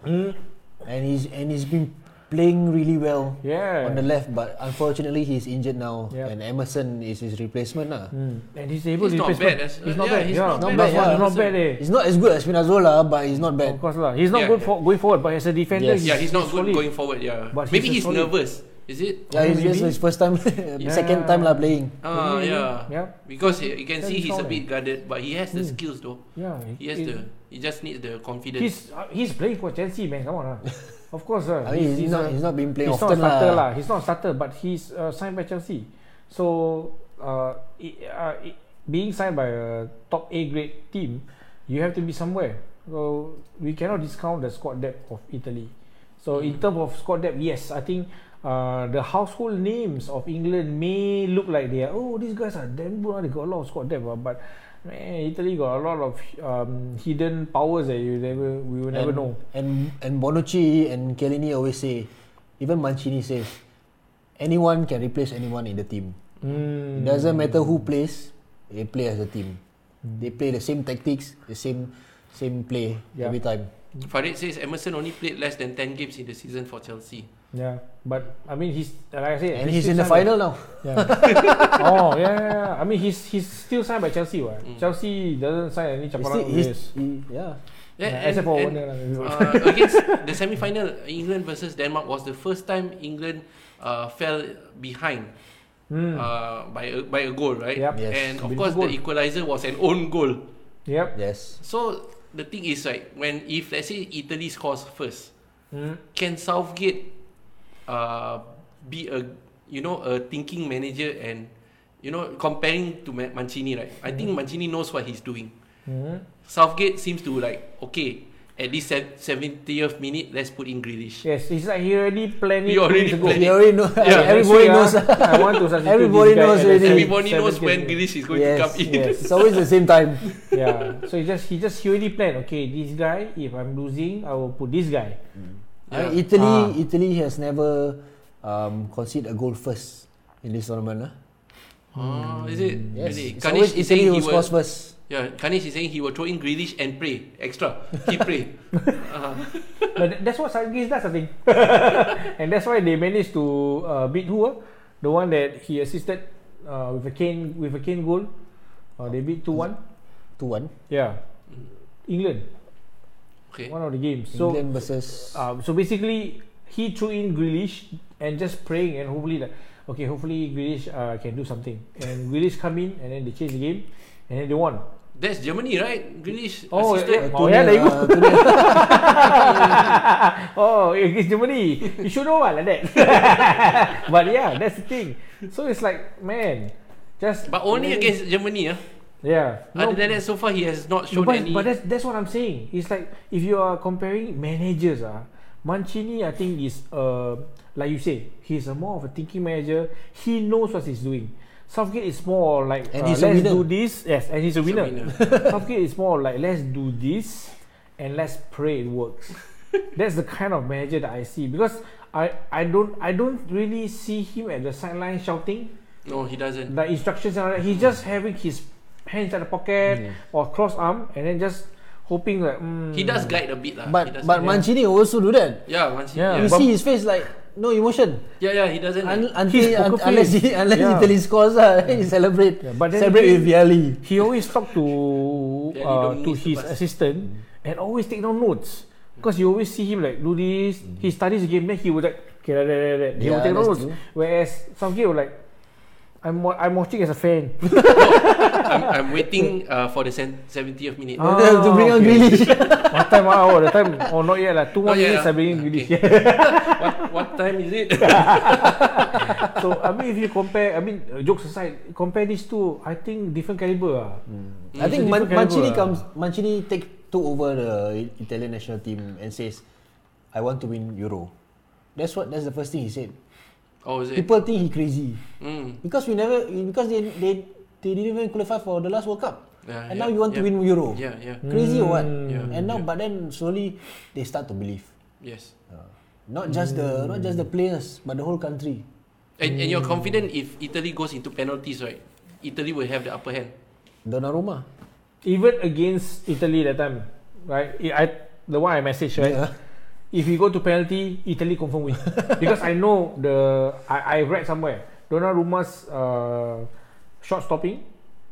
Speaker 3: and he's and he's been playing really well
Speaker 2: yeah,
Speaker 3: on the left, but unfortunately he's injured now,
Speaker 2: Yeah.
Speaker 3: and Emerson is his replacement lah.
Speaker 2: Mm. and he's able
Speaker 1: He's
Speaker 2: to
Speaker 1: not
Speaker 2: replace
Speaker 1: bad, as-
Speaker 2: He's not
Speaker 1: yeah,
Speaker 2: bad.
Speaker 1: he's
Speaker 2: yeah.
Speaker 1: not
Speaker 3: bad,
Speaker 2: That's
Speaker 3: yeah.
Speaker 2: why he's not bad. Eh. Oh,
Speaker 3: He's not as good as Spinazzola, but he's not
Speaker 2: Of
Speaker 3: bad.
Speaker 2: course lah. He's not
Speaker 1: Yeah,
Speaker 2: good
Speaker 1: yeah.
Speaker 2: for going forward, but as a defender,
Speaker 3: Yes.
Speaker 1: yeah, he's not good
Speaker 2: solid.
Speaker 1: going forward. Yeah,
Speaker 2: But
Speaker 1: maybe he's
Speaker 2: he's a solid-
Speaker 1: nervous. Is it?
Speaker 3: Yeah, he's
Speaker 2: Maybe.
Speaker 3: just his first time, <laughs> second time lah playing.
Speaker 1: Ah,
Speaker 2: Maybe,
Speaker 1: yeah.
Speaker 2: Mm-hmm. yeah.
Speaker 1: Because he, you can
Speaker 2: Then
Speaker 1: see he's a
Speaker 2: solid. Hmm.
Speaker 1: bit guarded, but he has the skills though.
Speaker 2: Yeah,
Speaker 1: He has the. He just needs the confidence.
Speaker 2: He's uh, he's playing for Chelsea, man. Come on,
Speaker 3: <laughs>
Speaker 2: uh. of course. Uh,
Speaker 3: I mean, he's, not
Speaker 2: a-
Speaker 3: he's not been playing
Speaker 2: he's
Speaker 3: often
Speaker 2: not a starter
Speaker 3: lah.
Speaker 2: lah. He's not a starter, but he's uh, signed by Chelsea. So, uh, i- uh, i- being signed by a top A grade team, you have to be somewhere. So we cannot discount the squad depth of Italy. So
Speaker 3: Hmm.
Speaker 2: in terms of squad depth, yes, I think uh, the household names of England may look like they are. Oh, these guys are damn good. ah, They got a lot of squad depth, ah," but. Man, Italy got a lot of um, hidden powers that you never we will never
Speaker 3: and,
Speaker 2: know.
Speaker 3: And and Bonucci and Chiellini always say, even Mancini says, anyone can replace anyone in the team. It
Speaker 2: Mm.
Speaker 3: doesn't matter who plays, they play as a team. They play the same tactics, the same same play
Speaker 2: Hmm. Yeah.
Speaker 3: every time.
Speaker 1: Farid says Emerson only played less than 10 games in the season for Chelsea.
Speaker 2: Yeah, but I mean, he's like I said,
Speaker 3: And he's in the
Speaker 2: still signed
Speaker 3: final now. <laughs>
Speaker 2: by- Yeah. oh yeah, yeah, yeah. I mean, he's he's still signed by Chelsea. What?
Speaker 1: Mm.
Speaker 2: Chelsea doesn't sign any
Speaker 3: He's
Speaker 2: chaparral
Speaker 3: still,
Speaker 2: players.
Speaker 3: he's, he, yeah.
Speaker 1: Yeah,
Speaker 2: Yeah,
Speaker 1: and-
Speaker 2: except for
Speaker 1: and-
Speaker 2: one year. lah.
Speaker 1: uh, against the semi-final, England versus Denmark was the first time England uh, fell behind
Speaker 2: <laughs> Hmm.
Speaker 1: uh, by a, by a goal, right?
Speaker 2: Yep.
Speaker 3: Yes.
Speaker 1: And of
Speaker 2: Beautiful
Speaker 1: course, the
Speaker 2: goal.
Speaker 1: equalizer was an own goal.
Speaker 2: Yep.
Speaker 3: Yes.
Speaker 1: So the thing is, right, when if let's say Italy scores first,
Speaker 2: Hmm.
Speaker 1: can Southgate uh, be a you know a thinking manager and you know comparing to Ma- Mancini, right? I think Mancini knows what he's doing.
Speaker 2: Hmm.
Speaker 1: Southgate seems to like okay. At this se- 70th minute, let's put in Grealish.
Speaker 2: Yes, it's like he already planned
Speaker 1: He
Speaker 2: it. two
Speaker 1: already
Speaker 2: weeks ago.
Speaker 1: planned
Speaker 3: You already know.
Speaker 1: Yeah.
Speaker 3: Everybody knows.
Speaker 2: Next week, ah, I want to substitute
Speaker 3: Everybody
Speaker 2: this guy
Speaker 3: knows
Speaker 2: at the
Speaker 3: already.
Speaker 1: Everybody knows
Speaker 2: 70th
Speaker 1: when
Speaker 2: minute.
Speaker 1: Grealish is going
Speaker 3: yes,
Speaker 1: to come in. <laughs>
Speaker 3: yes. It's always the same time.
Speaker 2: yeah. So he just he just he already planned. Okay, this guy. If I'm losing, I will put this guy.
Speaker 1: Yeah.
Speaker 3: Uh, Italy,
Speaker 2: Ah.
Speaker 3: Italy has never um, conceded a goal first in this tournament. Lah.
Speaker 1: Oh, is it?
Speaker 3: Yes,
Speaker 1: Really?
Speaker 3: it's
Speaker 1: Kanish
Speaker 3: always
Speaker 1: is
Speaker 3: Italy
Speaker 1: saying
Speaker 3: who
Speaker 1: he
Speaker 3: scores
Speaker 1: will.
Speaker 3: first.
Speaker 1: Yeah, Kanish is saying he will throw in Grealish and pray extra. He
Speaker 3: <laughs>
Speaker 1: pray. Uh-huh.
Speaker 2: But tha- that's what Sargis does, I think. and that's why they managed to uh, beat who? ah? The one that he assisted uh, with a cane with a cane goal. Uh, they beat two one.
Speaker 3: Two one.
Speaker 2: Yeah, England.
Speaker 1: Okay.
Speaker 2: One of the games. So
Speaker 3: England versus uh,
Speaker 2: um, so basically he threw in Grealish and just praying and hopefully like okay hopefully Grealish uh, can do something and Grealish come in and then they change the game and then they won.
Speaker 1: That's Germany, right? Grealish
Speaker 2: Oh,
Speaker 1: assisted.
Speaker 2: yeah. Oh,
Speaker 3: Tunisia-
Speaker 2: yeah, there you go.
Speaker 3: uh, <laughs> Tunisia-
Speaker 2: oh, against Germany. You should know what like that. <laughs> but yeah, that's the thing. So it's like, man, just
Speaker 1: But only against Germany. ah.
Speaker 2: yeah.
Speaker 1: Other than that, so far he has not
Speaker 2: no,
Speaker 1: shown
Speaker 2: but,
Speaker 1: any.
Speaker 2: but that's that's what I'm saying. It's like if you are comparing managers, ah, Mancini, I think is uh, like you say, he's a more of a thinking manager. He knows what he's doing. Southgate is more like
Speaker 3: And
Speaker 2: uh,
Speaker 3: he's a
Speaker 2: let's
Speaker 3: winner.
Speaker 2: do this. Yes, and he's a
Speaker 1: He's a
Speaker 2: winner. <laughs>
Speaker 1: <laughs>
Speaker 2: Southgate is more like let's do this and let's pray
Speaker 1: <laughs>
Speaker 2: it works. that's the kind of manager that I see because I I don't I don't really see him at the sideline shouting
Speaker 1: no, he doesn't.
Speaker 2: the instructions and all that. He's just having his hands at the pocket or cross arm and then just hoping like mm,
Speaker 1: He does guide a bit lah.
Speaker 3: but
Speaker 1: he does
Speaker 3: but
Speaker 1: guide.
Speaker 3: Mancini also do that.
Speaker 1: yeah, once he,
Speaker 2: Yeah.
Speaker 1: yeah. yeah,
Speaker 3: You
Speaker 2: But-
Speaker 3: see his face like no emotion
Speaker 1: yeah, he doesn't.
Speaker 3: Un-
Speaker 2: His
Speaker 3: until
Speaker 2: poker
Speaker 3: un- unless
Speaker 2: face.
Speaker 3: he, unless
Speaker 2: Yeah.
Speaker 3: Italy scores uh, <laughs> he celebrate
Speaker 2: Yeah, but then
Speaker 3: celebrate
Speaker 2: again-
Speaker 3: with Vialli. <laughs>
Speaker 2: He always talk
Speaker 1: <laughs>
Speaker 2: to
Speaker 1: Then he
Speaker 2: uh,
Speaker 1: don't
Speaker 2: to
Speaker 1: miss the
Speaker 2: his
Speaker 1: pass.
Speaker 2: assistant
Speaker 3: Mm.
Speaker 2: and always take down notes because you always see him like do this. He studies the game then he would like okay like that, like that. He
Speaker 3: Mm. Yeah,
Speaker 2: will take down
Speaker 3: that's
Speaker 2: notes.
Speaker 3: true.
Speaker 2: Whereas Southgate will like I'm wa- I'm watching as a fan. <laughs>
Speaker 1: I'm, I'm waiting uh, for the sen- 70th minute.
Speaker 2: Ah,
Speaker 3: to bring on
Speaker 2: okay. <laughs>
Speaker 3: Grealish.
Speaker 2: what time? Ah, oh, the time. Oh, not yet. Like, two
Speaker 1: Not
Speaker 2: more
Speaker 1: yet,
Speaker 2: minutes.
Speaker 1: ah.
Speaker 2: I bring in
Speaker 1: Okay.
Speaker 2: Grealish.
Speaker 1: What, what time
Speaker 3: <laughs>
Speaker 1: is it?
Speaker 2: so I mean, if you compare, I mean, uh, jokes aside, compare these two, I think different caliber. Ah.
Speaker 3: I
Speaker 2: It's a
Speaker 3: think Man-
Speaker 2: different caliber
Speaker 3: Mancini
Speaker 2: ah.
Speaker 3: comes Mancini take took over the Italian national team and says, "I want to win Euro." That's what that's the first thing he said.
Speaker 1: oh, is it?
Speaker 3: People think he crazy
Speaker 1: Mm.
Speaker 3: because we never because they they they didn't even qualify for the last World Cup,
Speaker 1: Yeah,
Speaker 3: and
Speaker 1: yeah,
Speaker 3: now you want to
Speaker 1: yeah.
Speaker 3: win Euro.
Speaker 1: Yeah, yeah.
Speaker 3: Crazy or what?
Speaker 2: Hmm.
Speaker 1: Yeah,
Speaker 3: and now,
Speaker 1: yeah.
Speaker 3: but then slowly they start to believe.
Speaker 1: Yes.
Speaker 3: Not just the not just the
Speaker 2: Hmm.
Speaker 3: players, but the whole country.
Speaker 1: And, and you're
Speaker 3: Hmm.
Speaker 1: confident if Italy goes into penalties, right? Italy will have the upper hand.
Speaker 3: Donnarumma.
Speaker 2: Even against Italy that time, right? I, I the one I message right.
Speaker 3: Yeah.
Speaker 2: If we go to penalty, Italy
Speaker 1: <laughs>
Speaker 2: confirm win because I know the I I read somewhere Donnarumma's uh, shot stopping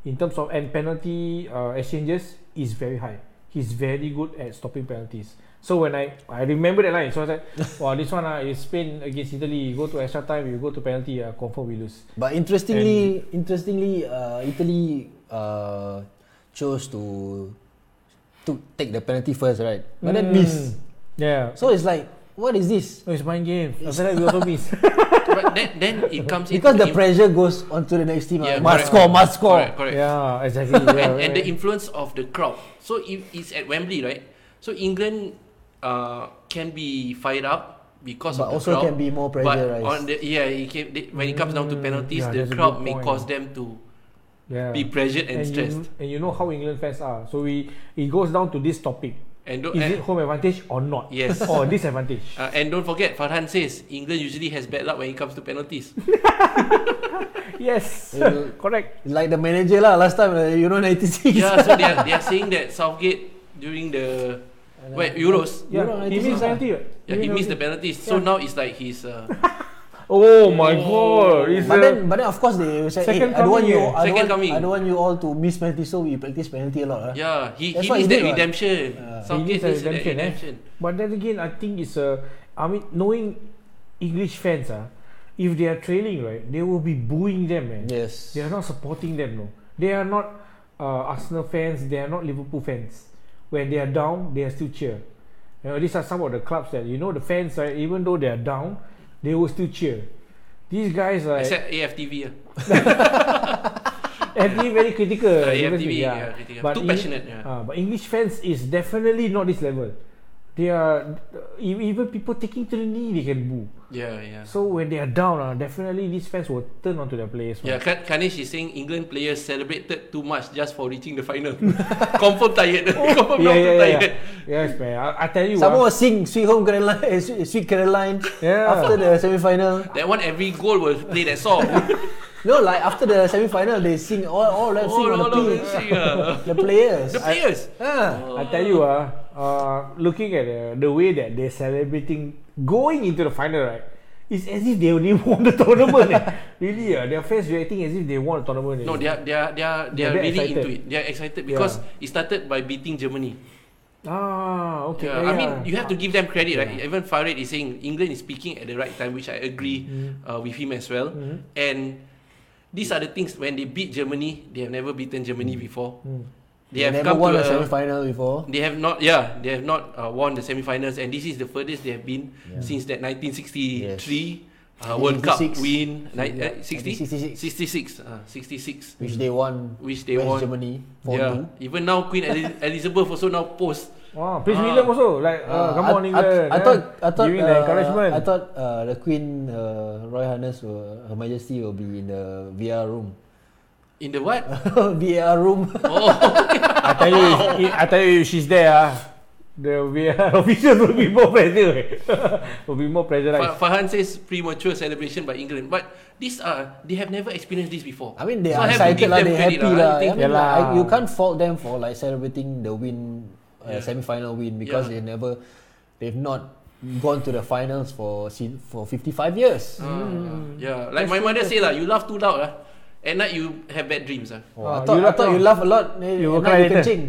Speaker 2: in terms of and penalty uh, exchanges is very high. He's very good at stopping penalties. So when I I remember that line,
Speaker 1: <laughs>
Speaker 2: so I was like, "Wow, this one uh, is Spain against Italy. You go to extra time, you go to penalty, uh, confirm we lose."
Speaker 3: But interestingly, interestingly, uh, Italy uh, chose to to take the penalty first, right? But then
Speaker 2: Hmm.
Speaker 3: miss.
Speaker 2: Yeah.
Speaker 3: So it's like, what is this?
Speaker 2: Oh, it's mind game. After that, we also
Speaker 1: <laughs>
Speaker 2: miss.
Speaker 1: But then, then it comes in.
Speaker 3: Because the pressure goes onto the next team.
Speaker 1: Yeah,
Speaker 3: Yeah, must
Speaker 1: correct.
Speaker 3: score, must score.
Speaker 1: Correct, correct.
Speaker 2: yeah, exactly. Yeah,
Speaker 1: <laughs> and, and the
Speaker 2: right.
Speaker 1: influence of the crowd. So if it's at Wembley, right? So England uh, can be fired up because
Speaker 3: But
Speaker 1: of the
Speaker 3: also
Speaker 1: crowd.
Speaker 3: can be more
Speaker 1: but
Speaker 3: pressurized. Hmm.
Speaker 1: on the yeah, it can, they, when it comes down to
Speaker 2: Mm,
Speaker 1: penalties,
Speaker 2: yeah, that's
Speaker 1: the
Speaker 2: a
Speaker 1: crowd may
Speaker 2: good point.
Speaker 1: cause them to
Speaker 2: yeah.
Speaker 1: be pressured and,
Speaker 2: and
Speaker 1: stressed.
Speaker 2: You, and you know how England fans are. So we it goes down to this topic:
Speaker 1: and don't
Speaker 2: is
Speaker 1: and,
Speaker 2: it home advantage or not? <laughs>
Speaker 1: Yes.
Speaker 2: or disadvantage?
Speaker 1: uh, and don't forget, Farhan says England usually has bad luck when it comes to penalties.
Speaker 2: yes.
Speaker 3: Uh,
Speaker 2: <laughs> Correct.
Speaker 3: Like the manager lah last time, uh, you know, 96.
Speaker 1: yeah, so they are, they are saying that Southgate during the well, Euros,
Speaker 2: Yeah.
Speaker 3: You're right,
Speaker 2: he
Speaker 3: I think
Speaker 2: missed
Speaker 3: so.
Speaker 2: penalty. right?
Speaker 1: yeah, he missed the penalties. So now it's like he's
Speaker 2: <laughs>
Speaker 1: uh,
Speaker 2: Oh my
Speaker 1: Oh.
Speaker 2: god! It's
Speaker 3: But
Speaker 2: a-
Speaker 3: then, but then of course they will say, hey,
Speaker 2: Second
Speaker 3: I don't want you,
Speaker 2: coming,
Speaker 3: I
Speaker 2: eh?
Speaker 3: don't
Speaker 1: Second
Speaker 3: want,
Speaker 1: coming.
Speaker 3: I don't want you all to miss penalty, so we practice penalty a lot. Huh?
Speaker 1: yeah, he,
Speaker 3: That's
Speaker 1: he
Speaker 3: what
Speaker 1: needs that
Speaker 3: he did, what?
Speaker 1: redemption. Southgate
Speaker 2: He needs that
Speaker 1: needs that
Speaker 2: redemption, eh?
Speaker 1: redemption.
Speaker 2: But then again, I think it's a. I mean, knowing English fans, ah, if they are trailing, right, they will be booing them, man.
Speaker 3: Yes.
Speaker 2: They are not supporting them, no. They are not uh, Arsenal fans. They are not Liverpool fans. When they are down, they are still cheer. You know, these are some of the clubs that you know the fans, right? Even though they are down, they will still cheer. These guys are
Speaker 1: Except AFTV. ah.
Speaker 2: actually very
Speaker 1: <laughs>
Speaker 2: critical.
Speaker 1: Uh,
Speaker 2: because-
Speaker 1: AFTV, yeah, critical.
Speaker 2: But
Speaker 1: Too
Speaker 2: Eng-
Speaker 1: passionate, yeah.
Speaker 2: ah, but English fans is definitely not this level. They are e- even people taking to the knee they can boo.
Speaker 1: Yeah, yeah.
Speaker 2: So when they are down, ah, definitely these fans will turn onto their players.
Speaker 1: Yeah,
Speaker 2: man.
Speaker 1: Kan- Kanish is saying England players celebrated too much just for reaching the final.
Speaker 2: <laughs>
Speaker 1: Confirm tired. <laughs> Confirm
Speaker 2: <laughs> Oh.
Speaker 1: yeah,
Speaker 2: yeah, yeah, yeah.
Speaker 1: tired. <laughs>
Speaker 2: Yes, man. I, I tell you,
Speaker 3: Someone
Speaker 2: ah,
Speaker 3: was sing Sweet Home Caroline, eh, Sweet Sweet Caroline
Speaker 2: Yeah.
Speaker 3: after the semi-final.
Speaker 1: That one, every goal will play that song.
Speaker 2: <laughs>
Speaker 3: No, like after the semi-final, they sing all all that sing
Speaker 1: all,
Speaker 3: on
Speaker 1: all
Speaker 3: the
Speaker 1: of
Speaker 3: pitch.
Speaker 1: them sing. ah.
Speaker 3: The players.
Speaker 1: The players.
Speaker 3: Ah.
Speaker 2: I tell you, ah, uh, looking at uh, the way that they're celebrating going into the final, right? It's as if they only <laughs> won the tournament. eh. really, ah, their fans reacting as if they won the tournament. eh.
Speaker 1: No, they are they are they are they
Speaker 2: They're
Speaker 1: are
Speaker 2: very
Speaker 1: really
Speaker 2: excited.
Speaker 1: into it. They are excited because it started by beating Germany.
Speaker 2: Ah, okay.
Speaker 1: Yeah, I mean, you have to give them credit, right? Even Farid is saying England is speaking at the right time, which I agree
Speaker 3: Mm-hmm.
Speaker 1: uh, with him as well. And these are the things when they beat Germany, they have never beaten Germany before. They have
Speaker 3: Mm. never
Speaker 1: come
Speaker 3: won
Speaker 1: to
Speaker 3: a semi-final before.
Speaker 1: They have not, yeah, they have not uh, won the semifinals, and this is the furthest they have been since that 1963 uh, World Cup
Speaker 3: 66.
Speaker 1: win. Ni- uh, 60?
Speaker 3: 66.
Speaker 1: 66. Uh, 66.
Speaker 3: Which they won
Speaker 1: Which they
Speaker 3: West
Speaker 1: won.
Speaker 3: Germany 4-2.
Speaker 1: Yeah. Even now, Queen Eliz- Elizabeth also now post.
Speaker 2: Wow, please
Speaker 1: Ah.
Speaker 2: William also like uh, come
Speaker 3: Ah, I,
Speaker 2: on England.
Speaker 3: I, I
Speaker 2: eh,
Speaker 3: thought I thought
Speaker 2: giving the
Speaker 3: uh,
Speaker 2: encouragement.
Speaker 3: I thought uh, the Queen, uh, Royal Highness, will, Her Majesty will be in the VR room. <laughs>
Speaker 1: In the what?
Speaker 3: VR room.
Speaker 2: I tell you, if, I tell you, if she's there. Ah, the <laughs> VR officials will be more pressure. <laughs> will be
Speaker 1: Fa-
Speaker 2: more pressurized.
Speaker 1: Farhan says premature celebration by England, but these are they have never experienced this before.
Speaker 3: I mean, they
Speaker 1: So
Speaker 3: are
Speaker 1: I have to
Speaker 3: excited
Speaker 1: give
Speaker 3: lah.
Speaker 1: them
Speaker 3: They
Speaker 1: credit
Speaker 3: happy lah.
Speaker 1: I think
Speaker 3: I mean,
Speaker 2: Yeah
Speaker 3: like,
Speaker 2: lah.
Speaker 3: you can't fault them for like celebrating the win,
Speaker 1: Yeah.
Speaker 3: uh, semi-final win because
Speaker 1: Yeah.
Speaker 3: they never, they've not gone to the finals for sin- for 55 years.
Speaker 1: Ah, yeah, like my mother say lah, you laugh too loud lah. At night you have bad dreams ah.
Speaker 3: Oh, I
Speaker 2: Ah,
Speaker 3: thought you,
Speaker 2: you
Speaker 3: I
Speaker 2: laugh
Speaker 3: thought you
Speaker 2: now.
Speaker 3: laugh a lot. eh, at
Speaker 2: You
Speaker 3: night
Speaker 2: will cry later.
Speaker 3: kencing.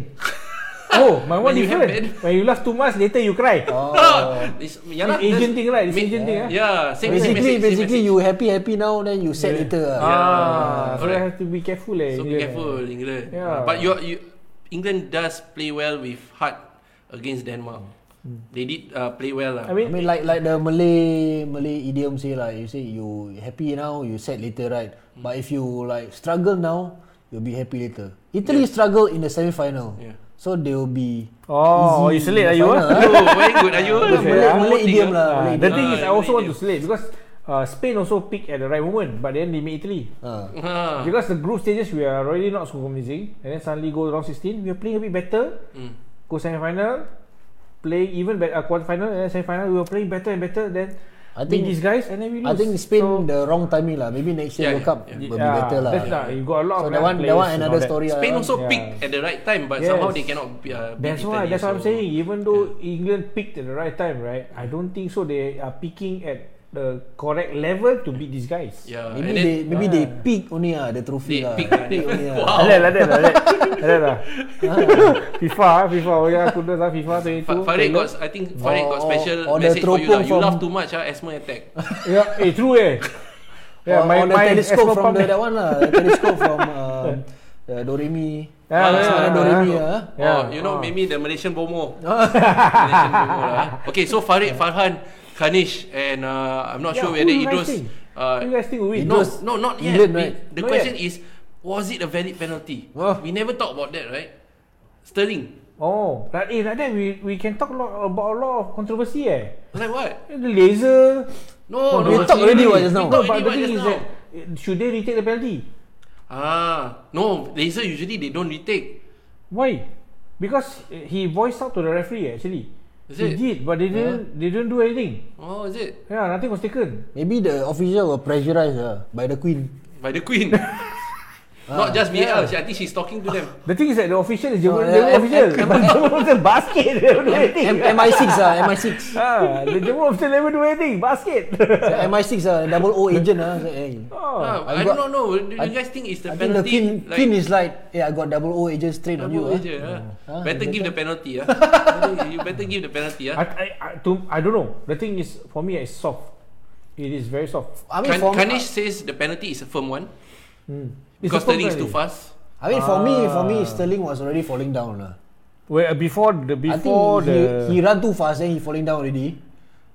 Speaker 2: oh, my one
Speaker 1: When you have
Speaker 2: different.
Speaker 1: bad-
Speaker 2: When you laugh too much, later you cry.
Speaker 1: <laughs>
Speaker 3: Oh.
Speaker 1: It's, yeah lah,
Speaker 2: It's Asian
Speaker 1: that's-
Speaker 2: thing, right? It's
Speaker 1: ma-
Speaker 2: Asian thing, eh?
Speaker 1: Yeah, <laughs> same same
Speaker 3: basically,
Speaker 1: message, same
Speaker 3: basically,
Speaker 1: message.
Speaker 3: you happy happy now, then you sad later. ah.
Speaker 2: Ah, so
Speaker 1: Correct.
Speaker 2: I have to be careful, eh?
Speaker 1: So be
Speaker 2: England, eh.
Speaker 1: careful, England.
Speaker 2: Yeah.
Speaker 1: But you, you, England does play well with heart against Denmark. They did uh, play well lah.
Speaker 2: Hmm. I
Speaker 3: I
Speaker 2: mean,
Speaker 3: mean, like like the Malay Malay idiom say lah. You say you happy now, you sad later, right? But if you like struggle now, you'll be happy later. Italy struggle in the semi final,
Speaker 1: Yeah.
Speaker 3: so they will be.
Speaker 2: oh, you
Speaker 3: easy
Speaker 2: sleep,
Speaker 3: in
Speaker 2: are
Speaker 3: the
Speaker 2: you?
Speaker 3: final,
Speaker 2: ah? <laughs>
Speaker 3: ah.
Speaker 1: oh, very good. Are you?
Speaker 2: Okay,
Speaker 3: Malay,
Speaker 2: ah.
Speaker 3: Malay idiom lah.
Speaker 2: Ah,
Speaker 3: Malay
Speaker 2: the
Speaker 3: idiom.
Speaker 2: thing is, I
Speaker 1: Ah,
Speaker 2: also want to
Speaker 1: idiom.
Speaker 2: sleep because uh, Spain also picked at the right moment, but then they made Italy.
Speaker 3: Ah.
Speaker 1: Ah.
Speaker 2: Because the group stages we are already not so convincing, and then suddenly go round 16, we are playing a bit better.
Speaker 1: Mm.
Speaker 2: Go semi final, playing even better, uh, quarter final, and then semi final, we were playing better and better. Then
Speaker 3: I
Speaker 2: meet
Speaker 3: think-
Speaker 2: these guys, and then we
Speaker 3: I
Speaker 2: lose.
Speaker 3: think Spain
Speaker 2: So,
Speaker 3: the wrong timing lah. Maybe next
Speaker 1: Yeah,
Speaker 3: year World
Speaker 1: yeah,
Speaker 3: Cup
Speaker 1: yeah.
Speaker 3: will be better lah.
Speaker 2: That's, you got a lot
Speaker 3: So
Speaker 2: of
Speaker 3: that
Speaker 2: young
Speaker 3: one, that
Speaker 2: players
Speaker 3: one
Speaker 2: and all
Speaker 3: another
Speaker 2: that.
Speaker 3: story. ah.
Speaker 1: Spain also
Speaker 2: Yeah.
Speaker 1: picked at the right time, but
Speaker 2: Yes.
Speaker 1: somehow they cannot be, uh, beat
Speaker 2: That's why.
Speaker 1: Italy.
Speaker 2: That's what I'm
Speaker 1: so-
Speaker 2: saying. Even though England picked at the right time, right? I don't think so. They are picking at the correct level to beat these guys.
Speaker 1: Yeah, and
Speaker 3: Maybe
Speaker 1: then,
Speaker 3: they maybe they pick only ah the trophy
Speaker 1: They
Speaker 3: lah.
Speaker 1: pick, <laughs>
Speaker 3: Pick
Speaker 1: ah.
Speaker 3: only ah.
Speaker 1: Wow.
Speaker 2: Like that, like that, like that, like that lah. <laughs> FIFA, ah, FIFA. Oh yeah, aku dah lah FIFA
Speaker 1: Fa-
Speaker 2: 22.
Speaker 1: Farid got, I think Farid got
Speaker 3: Or-
Speaker 2: Oh,
Speaker 1: special
Speaker 3: or- or the
Speaker 1: message for you lah. You
Speaker 3: teropong
Speaker 1: laugh
Speaker 3: from-
Speaker 1: too much, ah, asthma attack.
Speaker 2: Yeah, eh true eh.
Speaker 3: Yeah,
Speaker 2: Yeah,
Speaker 3: or,
Speaker 2: my
Speaker 3: or Oh, the
Speaker 2: my
Speaker 3: telescope
Speaker 2: asthma
Speaker 3: from
Speaker 2: pump
Speaker 3: the,
Speaker 2: eh.
Speaker 3: that one lah. The telescope from uh, the Doremi.
Speaker 2: <laughs> Ah, yeah,
Speaker 3: It's not
Speaker 2: yeah,
Speaker 3: a Doremi
Speaker 2: yeah.
Speaker 3: ah.
Speaker 1: Yeah.
Speaker 2: Yeah.
Speaker 1: Oh, you know,
Speaker 2: Ah.
Speaker 1: maybe the Malaysian
Speaker 2: <laughs>
Speaker 1: bomo. Malaysian bomo lah. eh. Okay, so Farid, Farhan, Kanish, and uh, I'm not
Speaker 2: Yeah,
Speaker 1: sure
Speaker 2: who
Speaker 1: whether
Speaker 2: you guys
Speaker 1: Idris.
Speaker 2: think?
Speaker 1: Uh,
Speaker 2: You guys think we win?
Speaker 1: no,
Speaker 3: Idris-
Speaker 1: no, not yet.
Speaker 3: England,
Speaker 1: We-
Speaker 3: right?
Speaker 1: The
Speaker 2: Not
Speaker 1: question is, was it a valid penalty?
Speaker 3: Oh.
Speaker 1: We never talk about that, right? Sterling.
Speaker 2: Oh, like eh, like that we we can talk lot about a lot of controversy eh.
Speaker 1: Like what?
Speaker 2: The laser.
Speaker 1: Oh, No, no.
Speaker 3: we Oh, talk already what just now.
Speaker 1: We
Speaker 2: No,
Speaker 1: talk
Speaker 2: but
Speaker 1: already
Speaker 2: the
Speaker 1: what
Speaker 2: thing
Speaker 1: just
Speaker 2: is
Speaker 1: now.
Speaker 2: that eh, should they retake the penalty?
Speaker 1: Ah, no, laser usually they don't retake.
Speaker 2: Why? Because uh, he voiced out to the referee actually.
Speaker 1: Is
Speaker 2: he
Speaker 1: it? Uh-huh.
Speaker 2: did, but they didn't. They didn't do anything.
Speaker 1: Oh, is it?
Speaker 2: Yeah, nothing was taken.
Speaker 3: Maybe the official were pressurized ah by the Queen.
Speaker 1: By the
Speaker 3: <laughs>
Speaker 1: Queen. <laughs> Not just VL. She I think she's talking to them.
Speaker 2: The thing is that the official is the
Speaker 3: Oh,
Speaker 2: oh,
Speaker 3: yeah, M-
Speaker 2: official. <laughs> German official basket. <laughs> They don't do anything.
Speaker 3: M- MI6 ah, MI6.
Speaker 2: Ah, the German official never do anything. Basket. <laughs>
Speaker 3: MI6 ah, double O agent ah. Say, hey.
Speaker 2: oh.
Speaker 1: Ah, I,
Speaker 3: I got-
Speaker 1: don't know. Do you guys think it's the
Speaker 3: I think the
Speaker 1: penalty?
Speaker 3: Queen
Speaker 1: like,
Speaker 3: Queen is like, yeah, I got double O agent straight on
Speaker 1: double
Speaker 3: you ah.
Speaker 1: agent, ah.
Speaker 3: Ah,
Speaker 1: better
Speaker 3: you
Speaker 1: give the
Speaker 3: better-
Speaker 1: penalty.
Speaker 3: <laughs>
Speaker 1: ah. Better- you better give the penalty.
Speaker 2: I,
Speaker 1: ah.
Speaker 2: I, I, to, I don't know. The thing is, for me, it's soft. It is very soft.
Speaker 3: I mean,
Speaker 1: Kan-
Speaker 3: for me,
Speaker 1: Kanish says the penalty is a firm one
Speaker 2: It's
Speaker 1: because
Speaker 2: a firm
Speaker 1: Sterling is too
Speaker 2: penalty.
Speaker 1: fast.
Speaker 3: I mean, for me, for me,
Speaker 2: Ah.
Speaker 3: Sterling was already falling down lah.
Speaker 2: Where uh, before the
Speaker 3: I
Speaker 2: before
Speaker 3: think he,
Speaker 2: the
Speaker 3: he run too fast and he falling down
Speaker 2: <laughs>
Speaker 3: already.